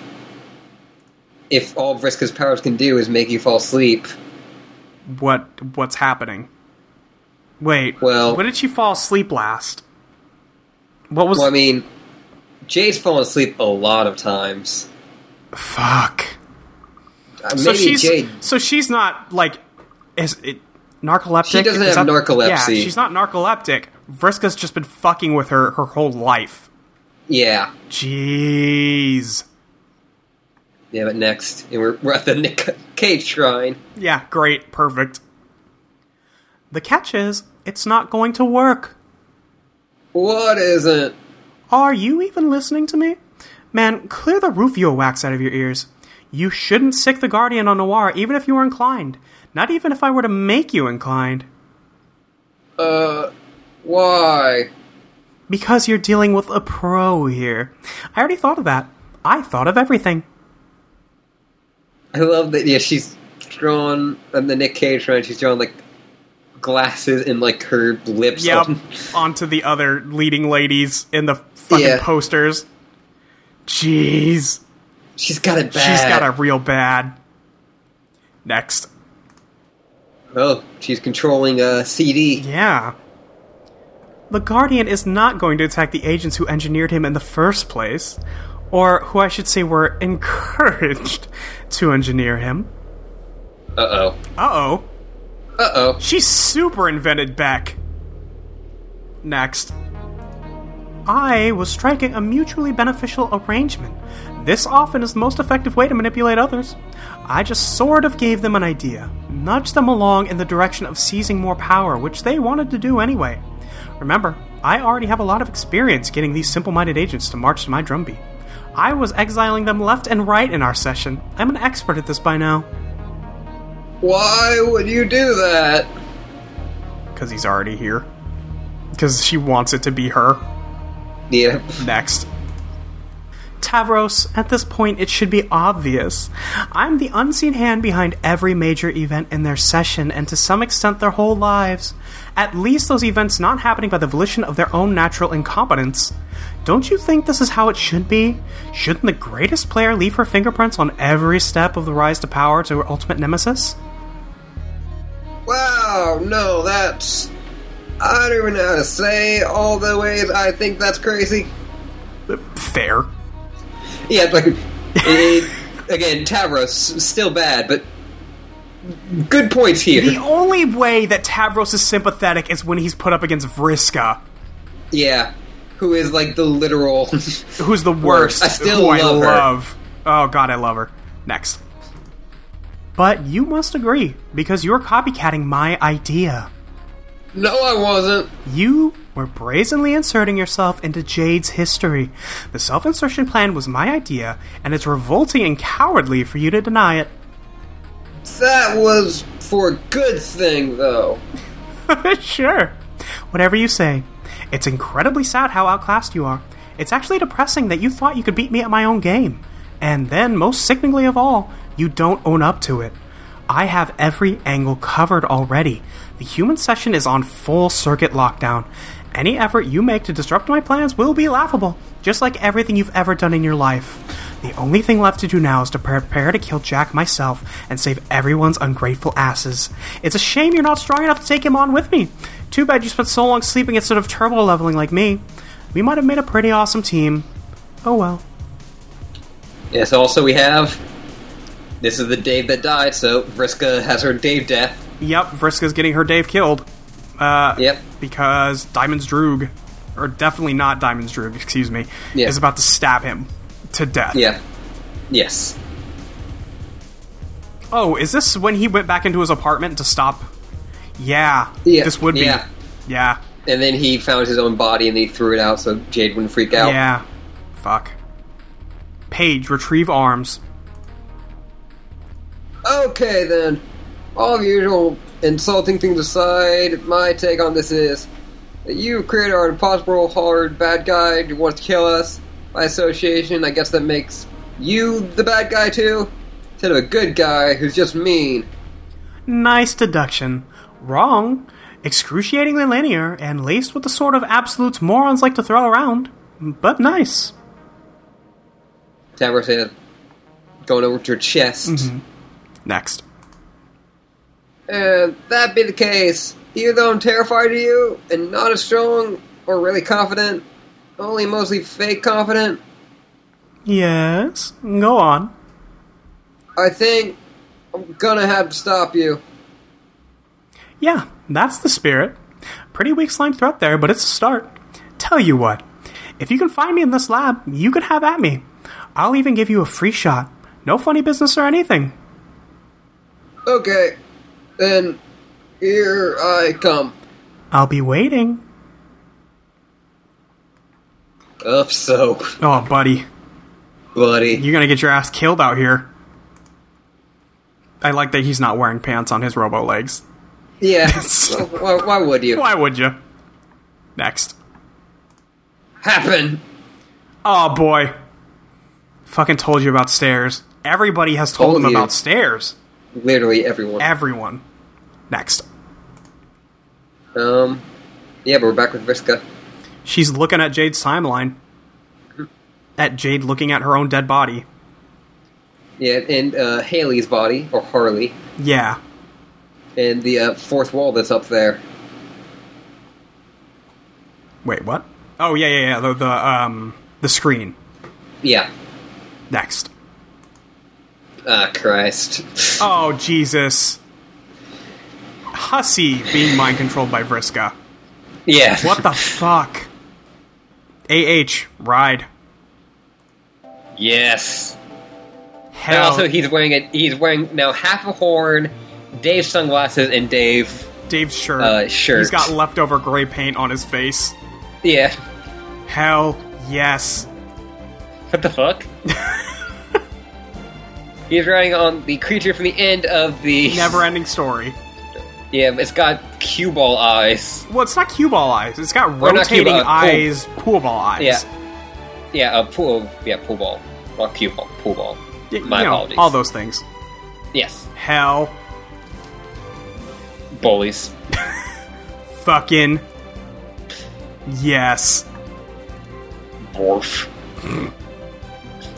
if all Vriska's powers can do is make you fall asleep, What what's happening? Wait. Well- when did she fall asleep last? What was well, I mean, Jade's fallen asleep a lot of times. fuck? Uh, Maybe So she's Jade. so she's not like is it narcoleptic? She doesn't Is have narcolepsy. Yeah, she's not narcoleptic. Vriska's just been fucking with her her whole life. Yeah. Jeez. Yeah, but next. And we're, we're at the Nick Cage Shrine. Yeah, great, perfect. The catch is, it's not going to work. What isn't? Are you even listening to me? Man, clear the Rufio wax out of your ears. You shouldn't sick the Guardian on Noir, even if you were inclined. Not even if I were to make you inclined. Uh, why? Because you're dealing with a pro here. I already thought of that. I thought of everything. I love that. Yeah, she's drawn on the Nick Cage Shrine. She's drawn like glasses and like her lips. Yep. on- Onto the other leading ladies in the fucking Yeah. posters. Jeez. She's got it bad. She's got a real bad. Next. Oh, she's controlling a CD. Yeah. The Guardian is not going to attack the agents who engineered him in the first place, or who I should say were encouraged to engineer him. Uh oh. Uh oh. Uh oh. She super invented Beck. Next. I was striking a mutually beneficial arrangement. This often is the most effective way to manipulate others. I just sort of gave them an idea, nudged them along in the direction of seizing more power, which they wanted to do anyway. Remember, I already have a lot of experience getting these simple minded agents to march to my drumbeat. I was exiling them left and right in our session. I'm an expert at this by now. Why would you do that? because he's already here. Because she wants it to be her Yeah. next. Tavros, at this point, it should be obvious. I'm the unseen hand behind every major event in their session, and to some extent, their whole lives. At least those events not happening by the volition of their own natural incompetence. Don't you think this is how it should be? Shouldn't the greatest player leave her fingerprints on every step of the rise to power to her ultimate nemesis? Wow. No, that's. I don't even know how to say all the ways I think that's crazy. Fair. Yeah, it's like it, again, Tavros still bad, but good points here. The only way that Tavros is sympathetic is when he's put up against Vriska, yeah, who is like the literal? who's the worst. I still who love her. I love. Oh god, I love her. Next. But you must agree because you're copycatting my idea. no, I wasn't. You were brazenly inserting yourself into Jade's history. The self-insertion plan was my idea, and it's revolting and cowardly for you to deny it. That was for a good thing, though. sure. Whatever you say. It's incredibly sad how outclassed you are. It's actually depressing that you thought you could beat me at my own game. And then, most sickeningly of all, you don't own up to it. I have every angle covered already. The human session is on full circuit lockdown. Any effort you make to disrupt my plans will be laughable, just like everything you've ever done in your life. The only thing left to do now is to prepare to kill Jack myself and save everyone's ungrateful asses. It's a shame you're not strong enough to take him on with me. Too bad you spent so long sleeping instead of turbo leveling like me. We might have made a pretty awesome team. Oh well. Yes. Also, we have. This is the Dave that died, so Vriska has her Dave death. Yep, Vriska's getting her Dave killed. Yep. because Diamond's Droog, or definitely not Diamond's Droog, excuse me, Yeah. is about to stab him to death. Yeah. Yes. Oh, is this when he went back into his apartment to stop? Yeah. Yeah, This would be. yeah. Yeah. And then he found his own body and he threw it out so Jade wouldn't freak out. Yeah. Fuck. Page, retrieve arms. Okay then. All the usual insulting things aside, my take on this is that you created our impossible hard bad guy who wants to kill us. By association, I guess that makes you the bad guy too, instead of a good guy who's just mean. Nice deduction. Wrong. Excruciatingly linear and laced with the sort of absolutes morons like to throw around, but nice. That was it. Going over to her chest. Next. Uh, that be the case. Even though I'm terrified of you, and not as strong or really confident, only mostly fake confident, Yes, go on. I think I'm gonna have to stop you. Yeah, that's the spirit. Pretty weak slime threat there, but it's a start. Tell you what, if you can find me in this lab, you can have at me. I'll even give you a free shot. No funny business or anything. Okay, then here I come. I'll be waiting. Up so, Oh, buddy, buddy. you're gonna get your ass killed out here. I like that he's not wearing pants on his robo legs. Yeah, why, why would you? Why would you? Next. Happen! Oh boy. Fucking told you about stairs. Everybody has told, Told him you. about stairs. Literally everyone. Everyone. Next. Um, yeah, but we're back with Vriska. She's looking at Jade's timeline. At Jade looking at her own dead body. Yeah, and uh, Haley's body, or Harley, Yeah. and the uh, fourth wall that's up there. Wait, what? Oh yeah, yeah, yeah. The the um the screen. Yeah. Next. Ah, Christ. Oh Jesus. Hussy being mind controlled by Vriska. yeah. What the fuck? AH, ride. Yes. And Hell. also, he's wearing a he's wearing now half a horn, Dave's sunglasses, and Dave. Dave's shirt. Uh, shirt. He's got leftover gray paint on his face. Yeah. Hell yes. What the fuck? he's riding on the creature from the end of the Never ending story. Yeah, it's got cue ball eyes. Well, it's not cue ball eyes. It's got Or not cue rotating ball, pool. eyes, pool ball eyes. Yeah. Yeah, a pool. Yeah, pool ball. Not cue ball. Pool ball. Y- My you know, apologies. all those things. Yes, Hell, bullies. fucking, yes. Barf.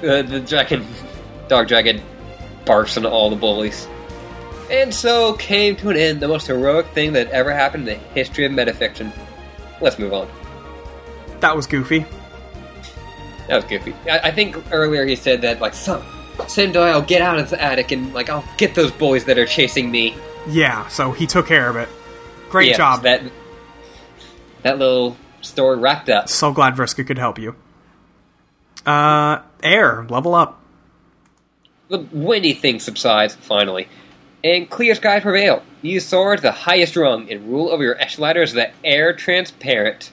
the, the dragon, dog dragon, barfs on all the bullies. And so came to an end the most heroic thing that ever happened in the history of metafiction. Let's move on. That was goofy. That was goofy. I, I think earlier he said that, like, some, someday I'll get out of the attic and, like, I'll get those boys that are chasing me. Yeah. So he took care of it. Great Yeah, job. That, that little story wrapped up. so glad Vriska could help you. Uh, air level up. The windy thing subsides, finally, and clear skies prevail. You soar to the highest rung and rule over your echelon as the air transparent.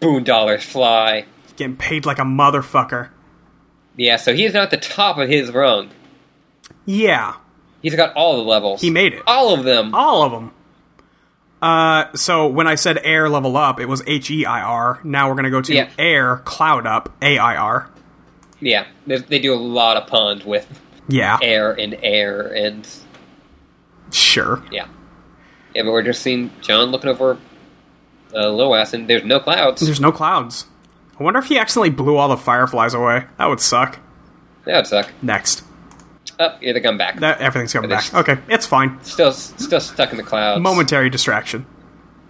Boondollars fly. Getting paid like a motherfucker. Yeah, so he's not at the top of his rung. Yeah. He's got all the levels. He made it. All of them. All of them. Uh, so when I said air level up, it was H E I R. Now we're gonna go to Yeah. air cloud up A I R. Yeah, they, they do a lot of puns with Yeah, air and air and sure. yeah. Yeah, but we're just seeing John looking over uh, Loas, and there's no clouds. There's no clouds. I wonder if he accidentally blew all the fireflies away. That would suck. That would suck. Next, Up, here they come back. that everything's coming It is. back. Okay, it's fine. Still, still stuck in the clouds. Momentary distraction.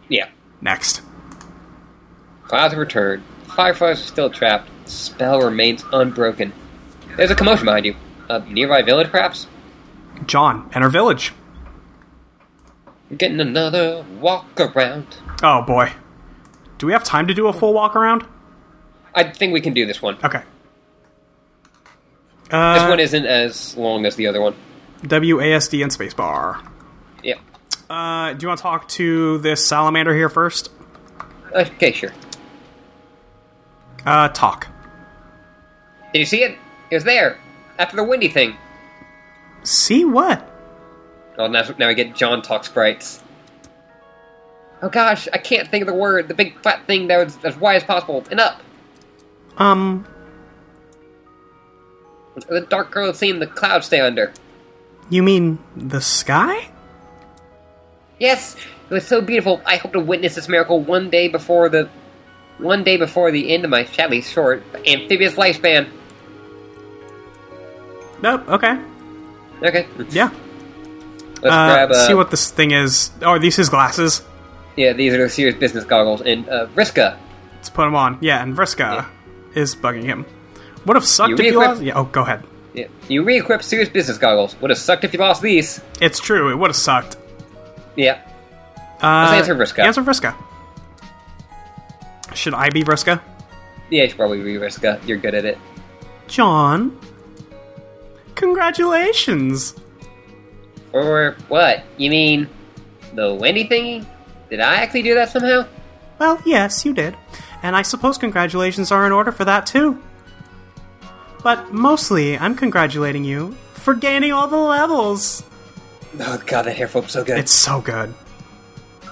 Yeah. Next, Clouds have returned. Fireflies are still trapped. The spell remains unbroken. There's a commotion behind you. A nearby village, perhaps? John and her village. Getting another walk around. Oh boy, do we have time to do a full walk around? I think we can do this one. Okay. This Uh, one isn't as long as the other one. WASD and spacebar. Yeah. Uh, do you want to talk to this salamander here first? Okay, sure. Uh, talk. Did you see it? It was there. After the windy thing. See what? Oh, now, now we get John talk sprites. Oh gosh, I can't think of the word. The big flat thing that was as wide as possible and up. Um, The dark girl had seen the clouds stay under. you mean the sky? Yes, it was so beautiful. I hope to witness this miracle one day before the one day before the end of my sadly short amphibious lifespan. Nope. Okay. Okay, Yeah. let's Uh, grab. Uh, see what this thing is. Oh, are these his glasses. Yeah, these are the serious business goggles. And uh, Riska, Let's put him on. Yeah, and Vriska is bugging him. Would have sucked You if you re-equip- lost. Yeah. Oh, go ahead. yeah, you re-equip serious business goggles. Would have sucked if you lost these. It's true. It would have sucked. Yeah, Uh, answer Vriska. Answer Vriska. Should I be Vriska? yeah, you should probably be Riska. You're good at it. John. Congratulations. Or what? You mean the Wendy thingy? Did I actually do that somehow? Well, yes, you did. And I suppose congratulations are in order for that, too. But mostly, I'm congratulating you for gaining all the levels. Oh god, that hair flip's so good. It's so good.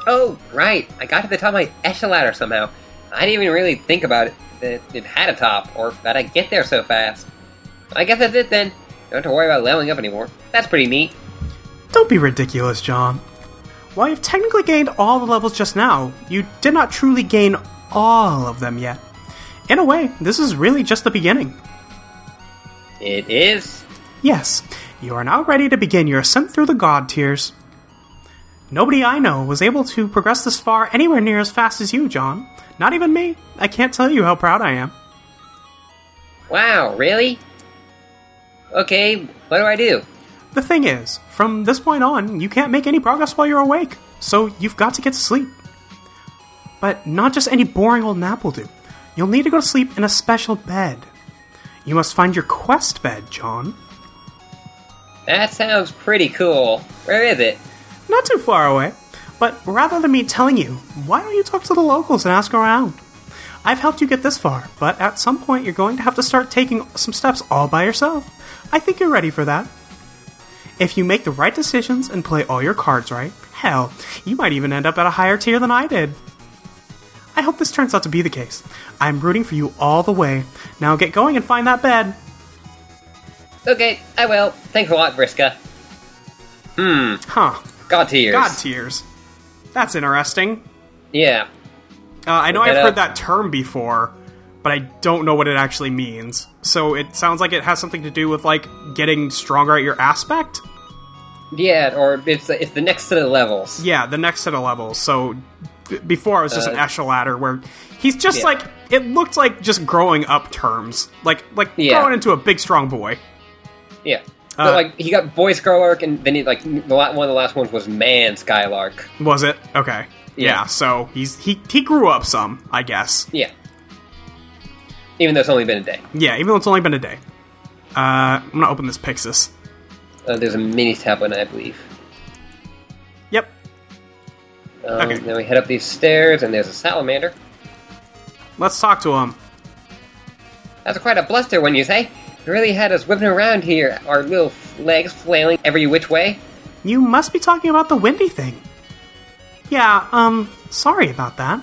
Oh, right. I got to the top of my echelon ladder somehow. I didn't even really think about it that it had a top, or that I get there so fast. I guess that's it then. Don't have to worry about leveling up anymore. That's pretty neat. Don't be ridiculous, John. While you've technically gained all the levels just now, you did not truly gain all of them yet. In a way, this is really just the beginning. It is. Yes, you are now ready to begin your ascent through the god tiers. Nobody I know was able to progress this far anywhere near as fast as you, John. Not even me. I can't tell you how proud I am. Wow, really? Okay, what do I do? The thing is, from this point on, you can't make any progress while you're awake, so you've got to get to sleep. But not just any boring old nap will do. You'll need to go to sleep in a special bed. You must find your quest bed, John. That sounds pretty cool. Where is it? Not too far away. But rather than me telling you, why don't you talk to the locals and ask around? I've helped you get this far, but at some point you're going to have to start taking some steps all by yourself. I think you're ready for that. If you make the right decisions and play all your cards right, hell, you might even end up at a higher tier than I did. I hope this turns out to be the case. I'm rooting for you all the way. Now get going and find that bed. Okay, I will. Thanks a lot, Briska. Huh. God tears. God tears. That's interesting. yeah. Uh, I know Look I've it heard up. that term before, but I don't know what it actually means. So it sounds like it has something to do with like getting stronger at your aspect. Yeah, or it's, it's the next set of levels. Yeah, the next set of levels. So b- before it was just an Eshel ladder where he's just Uh, Yeah. like it looked like just growing up terms, like like Yeah. growing into a big strong boy. Yeah. Uh, but, like he got boy Skylark, and then he like the la- one of the last ones was man Skylark. Was it okay? Yeah. yeah so he's he he grew up some, I guess. Yeah. Even though it's only been a day, Yeah, even though it's only been a day. Uh, I'm gonna open this Pixis. uh, there's a mini tablet, I believe. Yep. Um, Okay. Then we head up these stairs, and there's a salamander. Let's talk to him. That's quite a bluster when you say. It really had us whipping around here, our little f- legs flailing every which way. You must be talking about the windy thing. Yeah, um, sorry about that.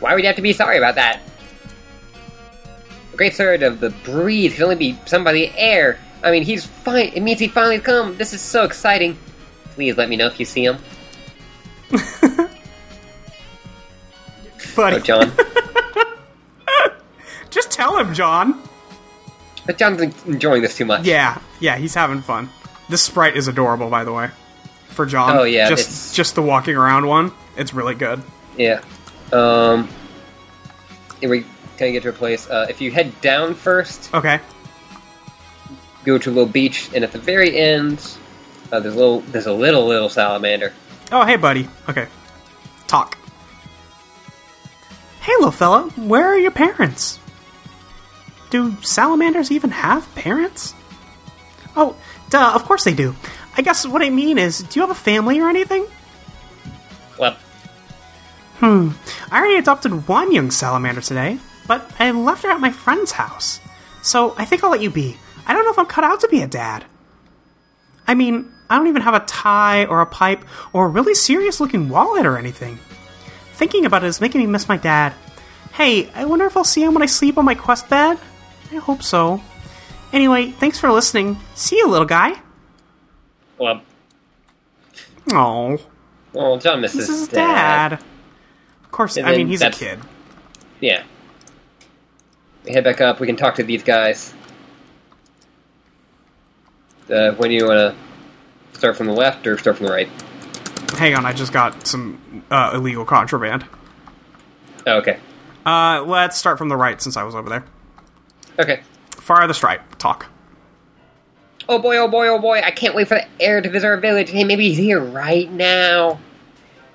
Why would you have to be sorry about that? A great third of the breeze can only be some by the air. I mean, he's fine. It means he finally come. This is so exciting. Please let me know if you see him. Buddy, Oh, John. just tell him, John. But John's en- enjoying this too much. Yeah, yeah, he's having fun. This sprite is adorable, by the way. For John. Oh, yeah, Just it's- just the walking around one. It's really good. Yeah. Um. Here we kind of get to a place. Uh, if you head down first, Okay. go to a little beach, and at the very end, uh, there's a little, there's a little, little salamander. Oh, hey, buddy. Okay. Talk. Hey, little fella, where are your parents? Do salamanders even have parents? Oh, duh, of course they do. I guess what I mean is, do you have a family or anything? Well, I already adopted one young salamander today, but I left her at my friend's house. So I think I'll let you be. I don't know if I'm cut out to be a dad. I mean, I don't even have a tie or a pipe or a really serious looking wallet or anything. Thinking about it is making me miss my dad. Hey, I wonder if I'll see him when I sleep on my quest bed? I hope so. Anyway, thanks for listening. See you, little guy. well. Oh, Well, John misses this is his dad. Of course, And I then mean he's a that's- kid. Yeah. We head back up. We can talk to these guys. Uh, when do you want to start from the left or start from the right? Hang on, I just got some uh, illegal contraband. Oh, okay. Uh, let's start from the right since I was over there. Okay. Farthest right. Talk. Oh boy, oh boy, oh boy, I can't wait for the heir to visit our village. Hey, maybe he's here right now.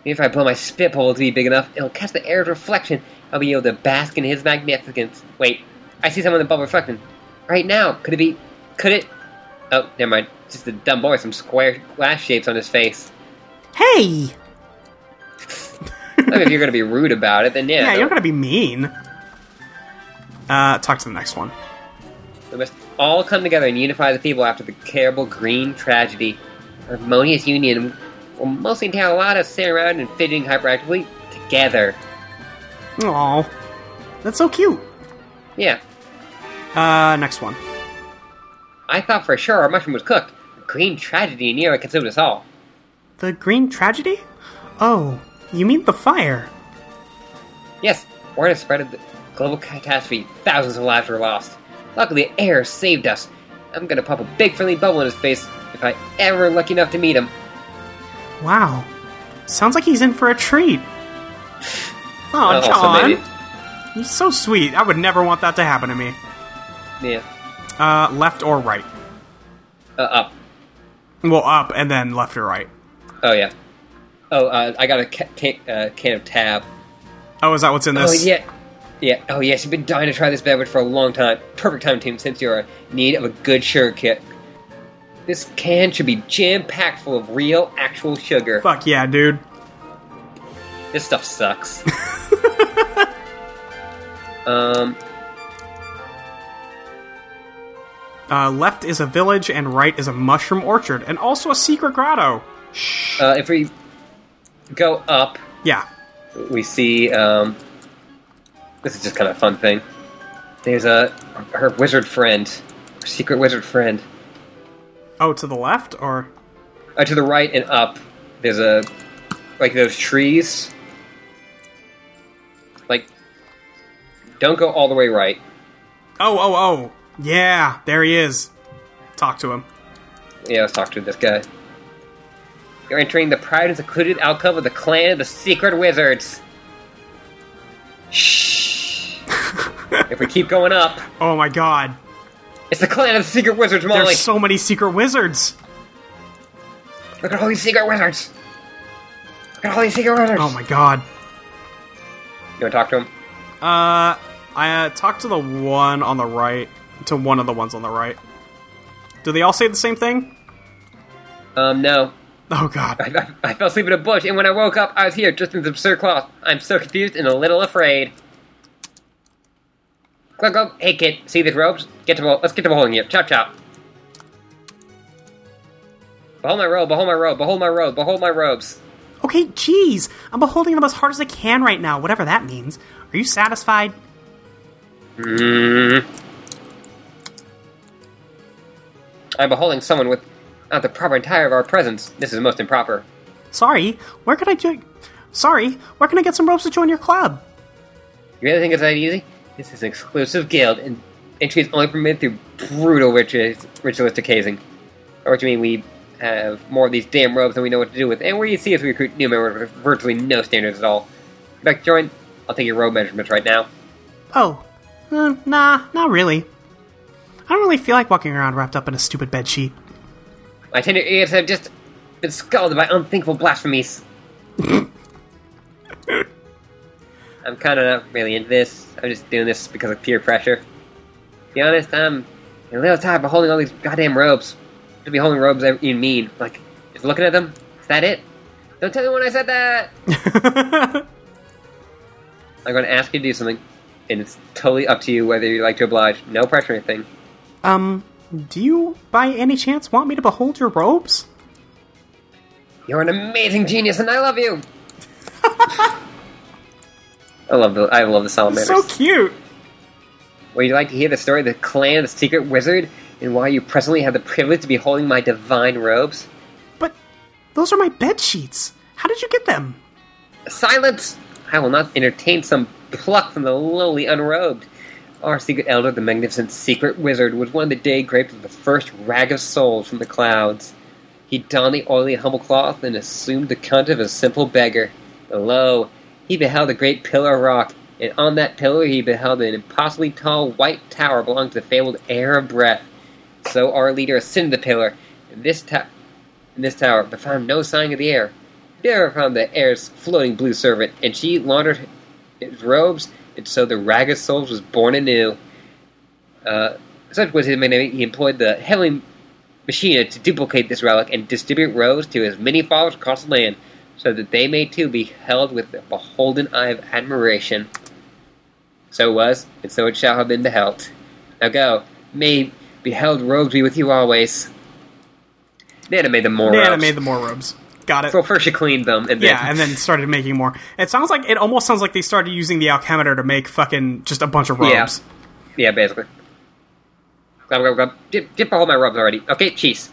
Maybe if I blow my spit bubble to be big enough, it'll catch the air's reflection. I'll be able to bask in his magnificence. Wait, I see someone in the bubble reflecting. Right now, could it be. Could it. Oh, never mind. Just a dumb boy with some square glass shapes on his face. Hey! I mean, if you're gonna be rude about it, then yeah. Yeah, no- you're gonna be mean. Uh, talk to the next one. We must all come together and unify the people after the terrible green tragedy. Harmonious union will mostly entail a lot of sitting around and fidgeting hyperactively together. Aw, that's so cute. Yeah, Uh, next one. I thought for sure our mushroom was cooked. Green tragedy nearly consumed us all. The green tragedy? Oh, you mean the fire? Yes, word has spread of the global catastrophe. Thousands of lives were lost. Luckily, the air saved us. I'm gonna pop a big friendly bubble in his face if I ever lucky enough to meet him. Wow, sounds like he's in for a treat. Oh, Also, John, maybe- you're so sweet. I would never want that to happen to me. Yeah, Uh, left or right? uh, up. Well, up and then left or right. Oh yeah. Oh, uh, I got a ca- can, uh, can of tab. Oh, is that what's in Oh this? yeah, yeah. Oh yes, you've been dying to try this beverage for a long time. Perfect time, team, since you're in need of a good sugar kick. This can should be jam packed full of real, actual sugar. Fuck yeah, dude. This stuff sucks. um, Uh, left is a village and right is a mushroom orchard and also a secret grotto. uh, if we go up, Yeah. we see. Um, this is just kind of a fun thing. There's a her wizard friend, her secret wizard friend. Oh, to the left or? Uh, to the right and up, there's a like those trees. Like, don't go all the way right. Oh, oh, oh. Yeah, there he is. Talk to him. Yeah, let's talk to this guy. You're entering the private and secluded alcove of the clan of the secret wizards. Shh. if we keep going up, Oh my god. it's the clan of the secret wizards, Molly. There's so many secret wizards. Look at all these secret wizards. Look at all these secret wizards. Oh my god. You want to talk to him? Uh, I uh, talked to the one on the right. To one of the ones on the right. Do they all say the same thing? Um, no. Oh god. I, I fell asleep in a bush, and when I woke up, I was here, just in this absurd cloth. I'm so confused and a little afraid. Glug glug. Hey, kid. See these robes? Get to ball. Let's get to beholding you. Chop chop. Behold my robe. Behold my robe. Behold my robe. Behold my robes. Okay, jeez. I'm beholding them as hard as I can right now, whatever that means. Are you satisfied? Mm. I'm beholding someone with not the proper attire of our presence. This is most improper. Sorry, where can I join? Sorry, where can I get some ropes to join your club? You really think it's that easy? This is an exclusive guild, and entry is only permitted through brutal rituals, ritualistic hazing. Or what do you mean we have more of these damn robes than we know what to do with, and where you see us recruit new members with virtually no standards at all. You'd like to join? I'll take your robe measurements right now. Oh, uh, nah, not really. I don't really feel like walking around wrapped up in a stupid bedsheet. My tender ears have just been scalded by unthinkable blasphemies. I'm kind of not really into this. I'm just doing this because of peer pressure. To be honest, I'm a little tired of holding all these goddamn robes. To be holding robes, I- you mean like just looking at them? Is that it? Don't tell anyone I said that. I'm going to ask you to do something, and it's totally up to you whether you like to oblige. No pressure or anything. Um, do you by any chance want me to behold your robes? You're an amazing genius, and I love you. I love the I love the salamanders. So cute! Would you like to hear the story of the clan of the secret wizard and why you presently have the privilege to be holding my divine robes? But Those are my bed sheets. How did you get them? Silence! I will not entertain some pluck from the lowly unrobed. Our secret elder, the magnificent secret wizard, was one of the day graped with the first rag of souls from the clouds. He donned the oily humble cloth and assumed the cunt of a simple beggar. And lo, he beheld a great pillar of rock, and on that pillar he beheld an impossibly tall white tower belonging to the fabled heir of breath. So our leader ascended the pillar, and this tower in this tower, but found no sign of the heir. Never found the heir's floating blue servant, and she laundered his robes, and so the rag of souls was born anew. Uh, such was his name. He employed the heavenly machina to duplicate this relic and distribute robes to his many followers across the land, so that they may too be held with the beholden eye of admiration. So it was, and so it shall have been beheld. Now go, may beheld robes be with you always. Nana made them more Nana robes. made the more robes. Got it. So first she cleaned them, and then yeah, and then started making more. It sounds like it almost sounds like they started using the alchemeter to make fucking just a bunch of Yeah. robes. yeah, basically. Glub, glub, glub. Dip, dip all my rubs already. Okay, cheese.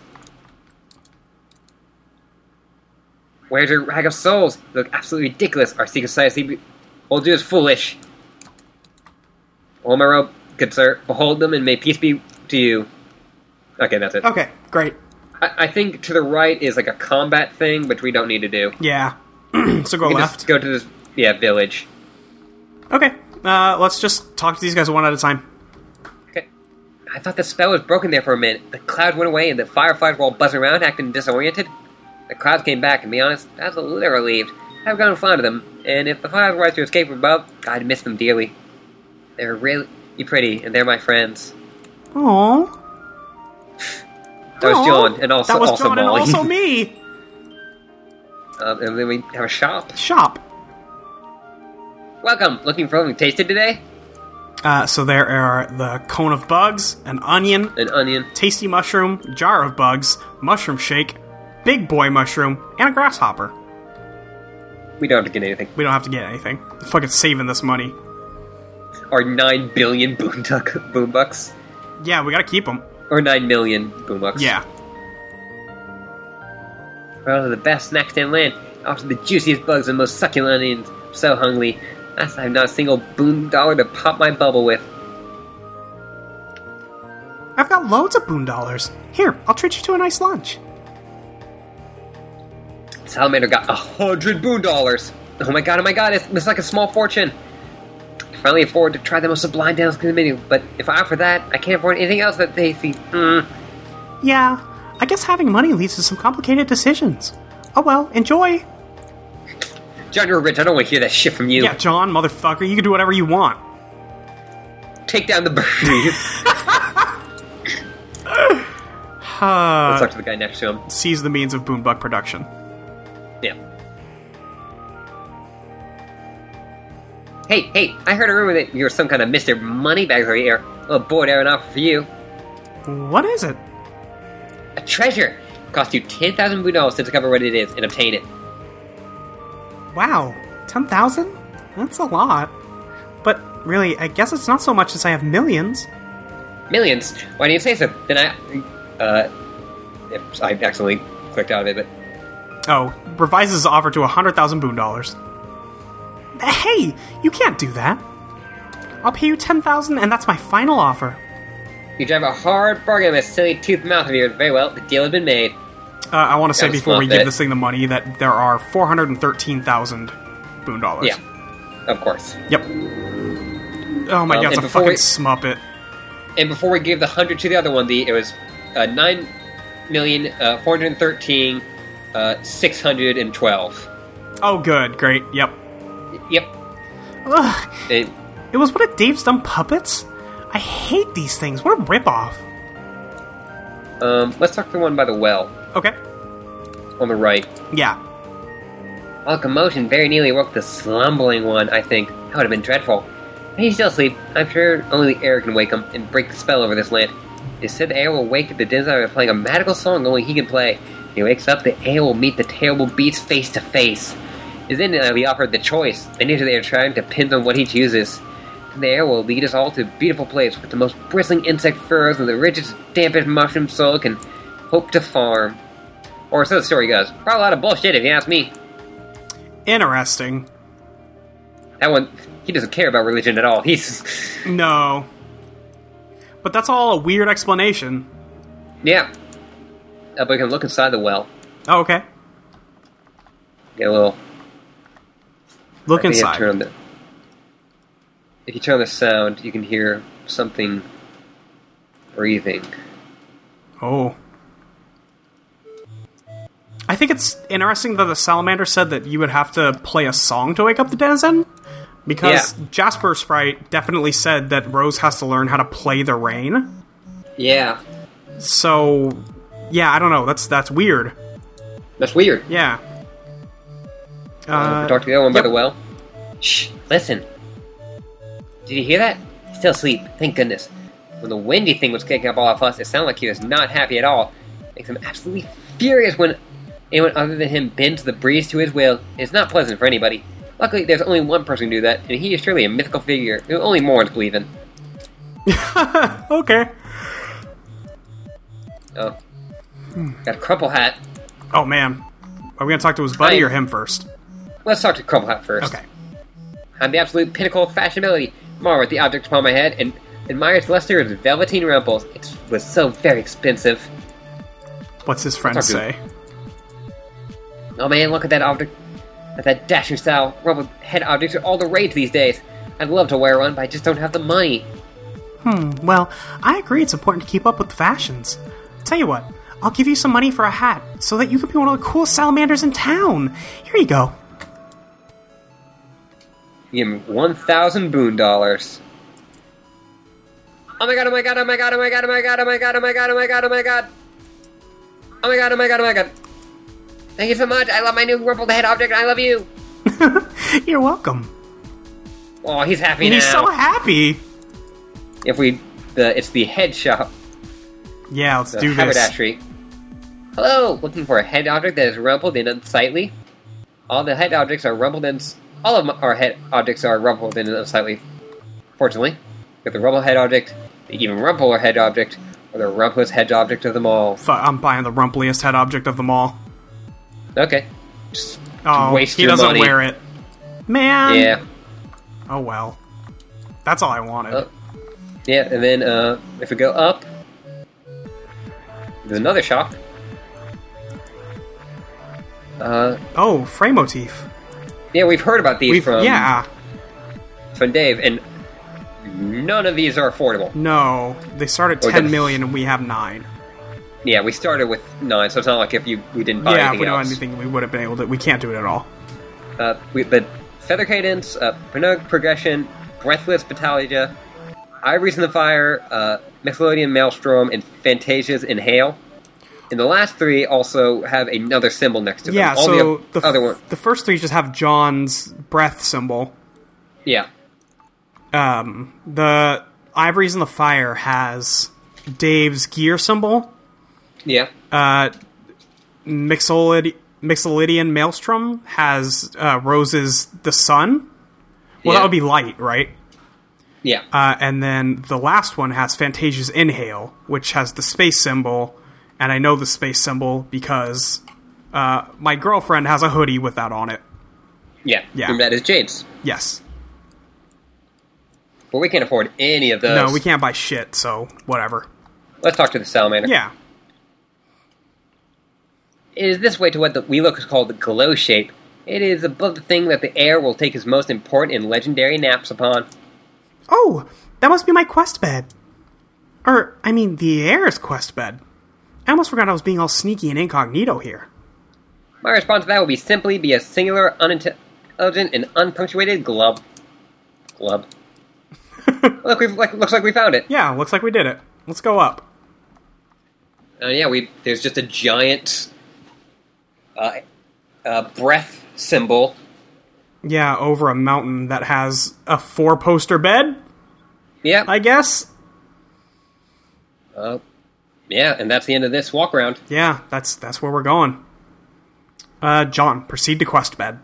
Where's your rag of souls? You look absolutely ridiculous. Our secret society will do is foolish. All my robe, good sir. Behold them, and may peace be to you. Okay, that's it. Okay, great. I, I think to the right is like a combat thing, which we don't need to do. Yeah. so go We can left. Just go to this, yeah, village. Okay. Uh, let's just talk to these guys one at a time. Okay. I thought the spell was broken there for a minute. The cloud went away and the fireflies were all buzzing around, acting disoriented. The clouds came back, and to be honest, I was a little relieved. I've gotten fond of them, and if the flies were to escape from above, I'd miss them dearly. They're really pretty, and they're my friends. Aww. That was John, and also Oh, that was also John Molly. and also me. um, and then we have a shop. Shop. Welcome. Looking for something tasted today? Uh, so there are the cone of bugs, an onion, An onion. tasty mushroom, jar of bugs, mushroom shake, big boy mushroom, and a grasshopper. We don't have to get anything. We don't have to get anything. Fucking saving this money. Or nine billion boom duck boom bucks, Yeah, we gotta keep them. or nine million boom bucks. Yeah. Well, the best snacks in land, after the juiciest bugs and most succulent onions. I'm so hungry. Last I have not a single boom dollar to pop my bubble with. I've got loads of boon dollars. Here, I'll treat you to a nice lunch. Salamander got a hundred boon dollars. Oh my god, oh my god, it's, it's like a small fortune. I finally afford to try the most sublime dance in the menu, but if I offer that, I can't afford anything else that they see. Mm. Yeah, I guess having money leads to some complicated decisions. Oh well, enjoy. John, you're rich. I don't want to hear that shit from you. Yeah, John, motherfucker, you can do whatever you want. Take down the bird. Let's Uh, talk to the guy next to him. seize the means of Boonbuck production. Yeah. Hey, hey, I heard a rumor that you're some kind of Mr. Moneybag over here. Well, boy, I have an offer for you. What is it? A treasure! Cost you 10,000 blue dollars to discover what it is and obtain it. Wow, 10,000? That's a lot. But really, I guess it's not so much as I have millions. Millions? Why didn't you say so? Then I. Uh. oops, I accidentally clicked out of it, but. Oh, revises his offer to 100,000 boon dollars. Hey, you can't do that. I'll pay you 10,000 and that's my final offer. You drive a hard bargain with a silly tooth mouth of yours. Very well, the deal has been made. Uh, I want to say Gotta before we swap give it. this thing the money that there are 413,000 boon dollars. Yeah. Of course. Yep. Oh my Um, god, it's and a before fucking we- smuppet. And before we give the hundred to the other one, the it was uh, nine million uh, four hundred thirteen uh, six hundred and twelve. Oh, good, great, yep. Yep. Ugh, It, it was one of Dave's dumb puppets? I hate these things. What a ripoff. um, let's talk to the one by the well Okay. on the right. Yeah. All commotion very nearly woke the slumbering one. I think that would have been dreadful. But he's still asleep. I'm sure only the air can wake him and break the spell over this land. They said the air will wake at the desire of playing a magical song only he can play. When he wakes up, the air will meet the terrible beats face to face. Is then I'll be offered the choice, and into their trying depends on what he chooses. The air will lead us all to a beautiful place with the most bristling insect furs and the richest, dampest mushroom soil can hope to farm. Or so the story goes. Probably a lot of bullshit if you ask me. Interesting. That one, he doesn't care about religion at all. He's, No. But that's all a weird explanation. yeah. Uh, but we can look inside the well. Oh, okay. Get a little. Look I think I turn inside. on the- if you turn on the sound, you can hear something breathing. Oh. I think it's interesting that the salamander said that you would have to play a song to wake up the denizen. Because Yeah. Jasper Sprite definitely said that Rose has to learn how to play the rain. Yeah, So, yeah, I don't know. That's that's weird. that's weird. Yeah. Talk to the other one by Uh, yep. the well. Shh, listen. Did you hear that? He's still asleep, thank goodness. When the windy thing was kicking up all of us, it sounded like he was not happy at all. Makes him absolutely furious when anyone other than him bends the breeze to his will. It's not pleasant for anybody. Luckily, there's only one person who do that, and he is surely a mythical figure who only Morons believe in. Okay. Oh. Hmm. Got a crumple hat. Oh man, are we gonna talk to his buddy Hi. or him first? Let's talk to crumple hat first. Okay. I'm the absolute pinnacle of fashionability. Marvel at the object upon my head and admires Lester's velveteen rumples. It was so very expensive. What's his friend Talk to- say? Oh man, look at that object. At that dashing style. Rumpled head objects are all the rage these days. I'd love to wear one, but I just don't have the money. Hmm, Well, I agree it's important to keep up with the fashions. Tell you what, I'll give you some money for a hat so that you can be one of the coolest salamanders in town. Here you go. Give him 1,000 boon dollars. Oh my god, oh my god, oh my god, oh my god, oh my god, oh my god, oh my god, oh my god, oh my god. Oh my god, oh my god, oh my god. Thank you so much. I love my new rumpled head object and I love you. You're welcome. Oh, he's happy And now. he's so happy. if we the it's the head shop Yeah, let's the do this. haberdashery hello looking for a head object that is rumpled and unsightly all the head objects are rumpled and s- all of m- our head objects are rumpled and unsightly fortunately we have the rumpled head object the even rumpler head object or the rumplest head object of them all Fu- I'm buying the rumpliest head object of them all. okay just Oh, waste he your doesn't money. wear it. Man. yeah Oh well. That's all I wanted. Oh. yeah and then uh if we go up there's another shop uh oh, frame motif. yeah we've heard about these We've, from yeah. from Dave, and none of these are affordable. No, they start at We're ten gonna- million, and we have nine. Yeah, we started with nine, so it's not like if you we didn't buy yeah, Oh, anything if we don't have else. anything, we would have been able to. We can't do it at all. Uh, we, but feather cadence, uh, Pinug progression, breathless battalia, ivories in the fire, uh, Mixolydian maelstrom, and Fantasia's inhale. And the last three also have another symbol next to them. Yeah, All so the, the, o- other f- one, the first three just have John's breath symbol. yeah, Um, the Ivories in the Fire has Dave's gear symbol. yeah, Uh, Mixolid- Mixolydian Maelstrom has uh, Rose's the sun. Well, Yeah. that would be light, right? yeah, Uh, and then the last one has Fantasia's Inhale, which has the space symbol. And I know the space symbol because uh, my girlfriend has a hoodie with that on it. yeah. yeah. And that is Jade's, Yes. but we can't afford any of those. No, we can't buy shit, so whatever. Let's talk to the salamander. Yeah. It is this way to what the, we look is called the glow shape. It is above the thing that the air will take his most important and legendary naps upon. Oh, that must be my quest bed. Or, I mean, the air's quest bed. I almost forgot I was being all sneaky and incognito here. My response to that would be simply be a singular, unintelligent, and unpunctuated glub. Glub. Look, we've, like, looks like we found it. Yeah, looks like we did it. Let's go up. Uh, yeah, we there's just a giant uh, uh, breath symbol. Yeah, over a mountain that has a four poster bed, Yeah, I guess. uh, yeah, and that's the end of this walk around. Yeah, that's that's where we're going. Uh, John, proceed to quest bed.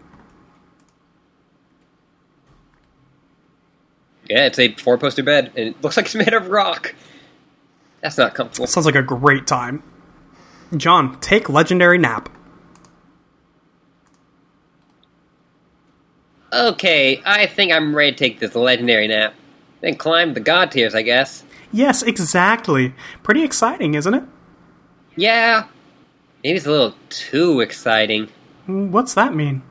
Yeah, it's a four poster bed, and it looks like it's made of rock. That's not comfortable. Sounds like a great time. John, take legendary nap. Okay, I think I'm ready to take this legendary nap. Then climb the god tiers, I guess. Yes, exactly. Pretty exciting, isn't it? Yeah, maybe it's a little too exciting. What's that mean?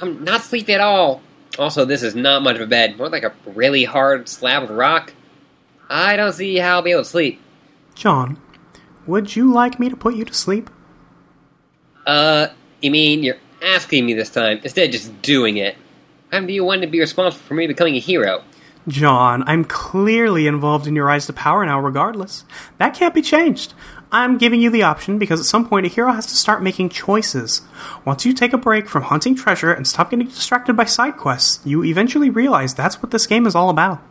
I'm not sleepy at all. Also, this is not much of a bed, more like a really hard slab of rock. I don't see how I'll be able to sleep. John, would you like me to put you to sleep? Uh, you mean you're asking me this time instead of just doing it? I'm the one to be responsible for me becoming a hero. John, I'm clearly involved in your rise to power now, regardless. That can't be changed. I'm giving you the option because at some point a hero has to start making choices. Once you take a break from hunting treasure and stop getting distracted by side quests, you eventually realize that's what this game is all about.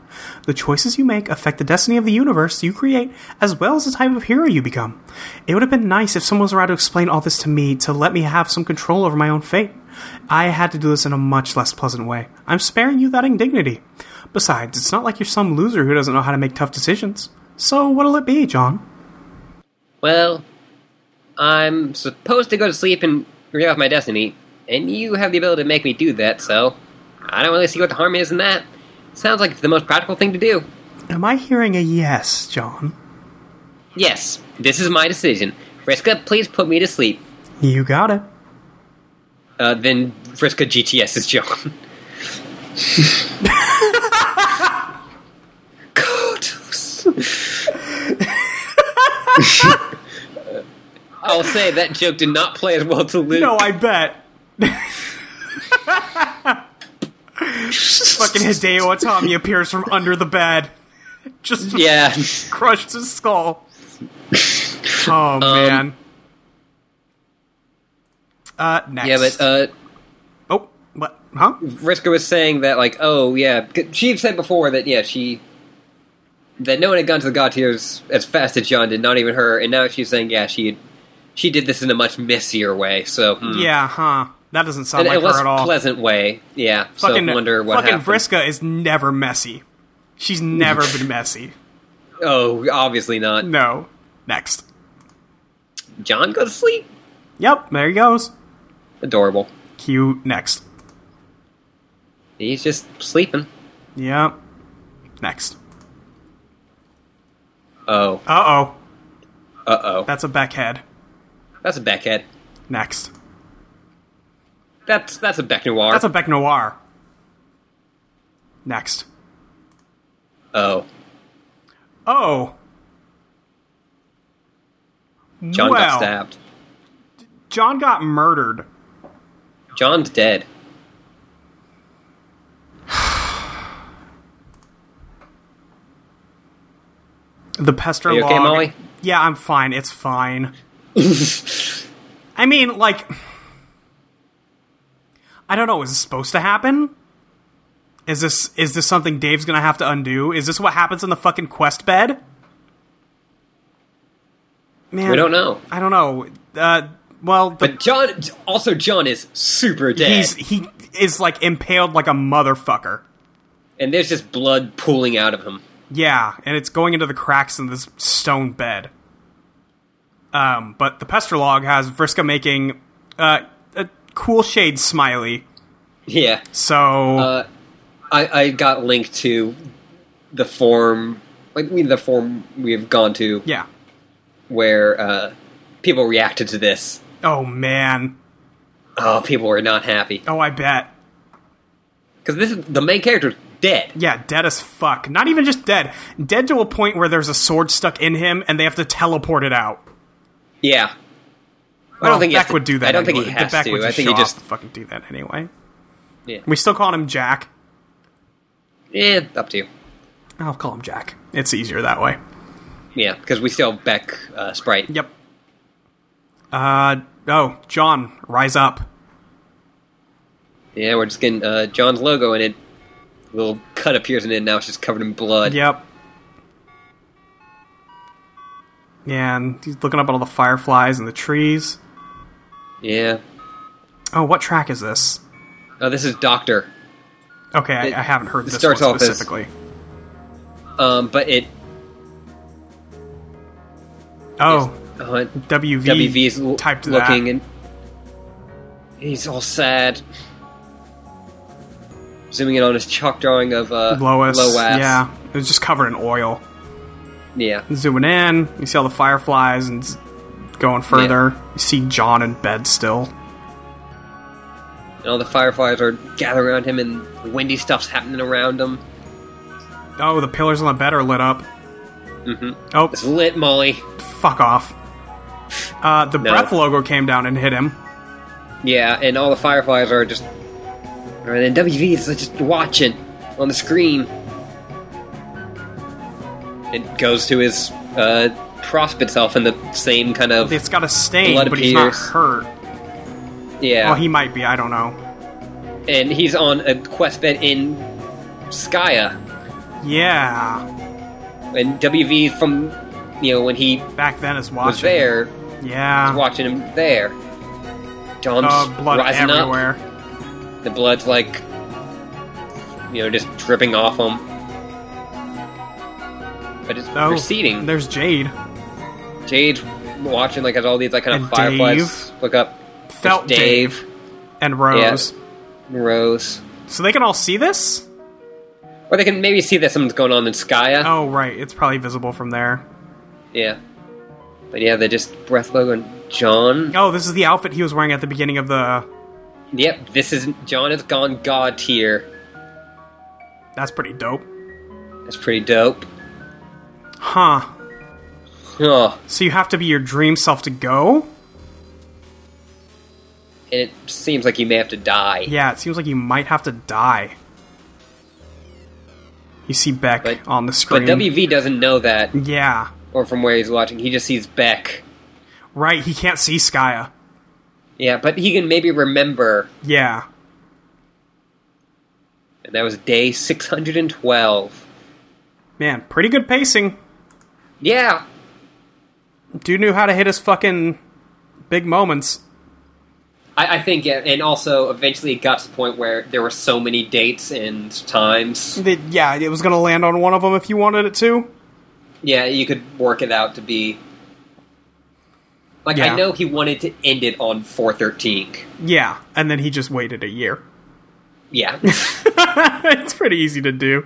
The choices you make affect the destiny of the universe you create, as well as the type of hero you become. It would have been nice if someone was around to explain all this to me to let me have some control over my own fate. I had to do this in a much less pleasant way. I'm sparing you that indignity. Besides, it's not like you're some loser who doesn't know how to make tough decisions. So what'll it be, John? Well, I'm supposed to go to sleep and realize my destiny, and you have the ability to make me do that, so I don't really see what the harm is in that. Sounds like it's the most practical thing to do. Am I hearing a yes, John? Yes, this is my decision. Friska, please put me to sleep. You got it. Uh, then Friska GTS is John. Kodos. I'll say that joke did not play as well to Luke. No, I bet. Fucking Hideo Itami appears from under the bed. Just yeah. crushed his skull. Oh Um, man. Uh, next. Yeah, but uh, Mm-hmm. oh, what? Huh? Riska was saying that, like, oh, yeah. 'cause She had said before that, yeah, she. That no one had gone to the God tiers as fast as John did, not even her, and now she's saying, yeah, she she did this in a much messier way, so. hmm. Yeah, huh? That doesn't sound In a like less her at all. pleasant way, yeah. Fucking, so I wonder what fucking happened. Vriska is never messy. She's never been messy. oh, obviously not. No. Next. John go to sleep? Yep, there he goes. Adorable. Cue next. He's just sleeping. Yep. Next. Oh, Uh oh. uh oh. That's a Beckhead. That's a Beckhead. Next. That's that's a Beck Noir. That's a Beck Noir. Next. oh. Oh. John well, got stabbed. John got murdered. John's dead. The pester Are you log. okay, Molly? Yeah, I'm fine. It's fine. I mean, like, I don't know. Is this supposed to happen? Is this is this something Dave's gonna have to undo? Is this what happens in the fucking quest bed? Man, We don't know. I don't know. Uh, well, the, But John, also John is super dead, he's he is like impaled like a motherfucker. and there's just blood pooling out of him. Yeah, and it's going into the cracks in this stone bed. Um, but the pester log has Vriska making uh, a cool shade smiley. Yeah, So uh, I, I got linked to the form, like we the form we have gone to, yeah. where uh, people reacted to this. Oh man. Oh, people were not happy Oh, I bet. because this is the main character's dead. Yeah, dead as fuck. Not even just dead. Dead to a point where there's a sword stuck in him, and they have to teleport it out. Yeah, I don't think he has Beck to- would do that. I don't think anyway. he has Beck to. Would I just think show he off just- to fucking do that anyway. Yeah. We still call him Jack. eh, up to you. I'll call him Jack. It's easier that way. Yeah, because we still have Beck uh, Sprite. Yep. Uh oh, John, rise up. Yeah, we're just getting uh, John's logo in it. Little cut appears in it. Now it's just covered in blood. Yep. Yeah, and he's looking up at all the fireflies and the trees. Yeah. Oh, what track is this? Oh, this is Doctor. Okay, I, It- I haven't heard it this starts one off as- specifically. Um, but it oh, Uh, WV, WV's l- typed that. looking and he's all sad. Zooming in on his chalk drawing of uh, Lois. Loas. Yeah, it was just covered in oil. yeah. Zooming in, you see all the fireflies, and z- going further, you see John in bed still. And all the fireflies are gathered around him, and windy stuff's happening around him. Oh, the pillars on the bed are lit up. It's Mm-hmm. lit, Molly. Oh, fuck off. Uh, the No. breath logo came down and hit him. Yeah, and all the fireflies are just. And then WV is just watching on the screen. It goes to his uh, prospect self in the same kind of. It's got a stain, Blood but he's not appears. hurt. Yeah. Well, he might be. I don't know. and he's on a quest bed in Skya. Yeah, And WV from, you know, when he back then is watching. was there, Yeah. watching him there. Dom's Uh, blood rising everywhere. up. The blood's like, you know, just dripping off him. But it's Oh, receding. There's Jade. Jade's watching like as all these like kind of And fireflies look up. There's Felt Dave, and Rose. Rose, So they can all see this? or they can maybe see that something's going on in Skya. Oh, right. It's probably visible from there. Yeah, but yeah, they're just breath logo and John. Oh, this is the outfit he was wearing at the beginning of the. Yep, this is John has gone god tier. That's pretty dope. That's pretty dope. Huh. Oh, So you have to be your dream self to go? and it seems like you may have to die. Yeah, it seems like you might have to die. You see Beck But- on the But screen. WV doesn't know that, yeah. or from where he's watching, he just sees Beck. Right, he can't see Skya. Yeah, but he can maybe remember, Yeah. and that was day 612. Man, pretty good pacing. Yeah, Dude knew how to hit his fucking big moments. I, I think, yeah, and also eventually it got to the point where there were so many dates and times. That- yeah, it was gonna land on one of them if you wanted it to. Yeah, you could work it out to be. Like, Yeah. I know he wanted to end it on 413. Yeah, and then he just waited a year. Yeah. it's pretty easy to do.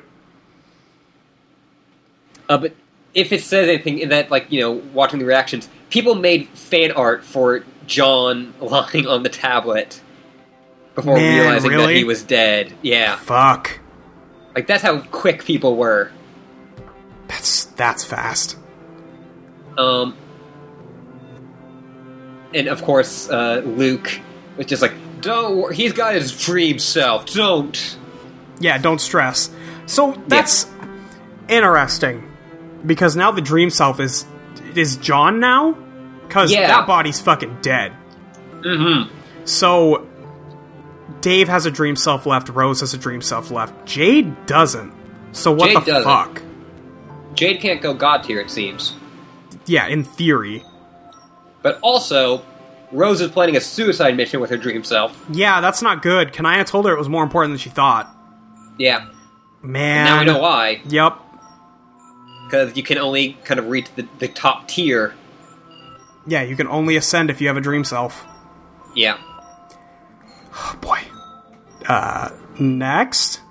Uh, but if it says anything in that, like, you know, watching the reactions, people made fan art for John lying on the tablet before Man, realizing that really? he was dead. Yeah. Fuck. Like, that's how quick people were. That's that's fast. Um, and of course, uh, Luke was just like, don't wor- he's got his dream self, don't. Yeah, don't stress. So that's interesting because now the dream self is is John now because Yeah. that body's fucking dead. Mm-hmm. So Dave has a dream self left. Rose has a dream self left. Jade doesn't. So what Jade the doesn't. fuck? Jade can't go god tier, it seems. Yeah, in theory. But also, Rose is planning a suicide mission with her dream self. Yeah, that's not good. Kanaya told her it was more important than she thought. Yeah. Man. Now we know why. Yep. because you can only kind of reach the, the top tier. Yeah, you can only ascend if you have a dream self. Yeah. Oh boy. Uh, next.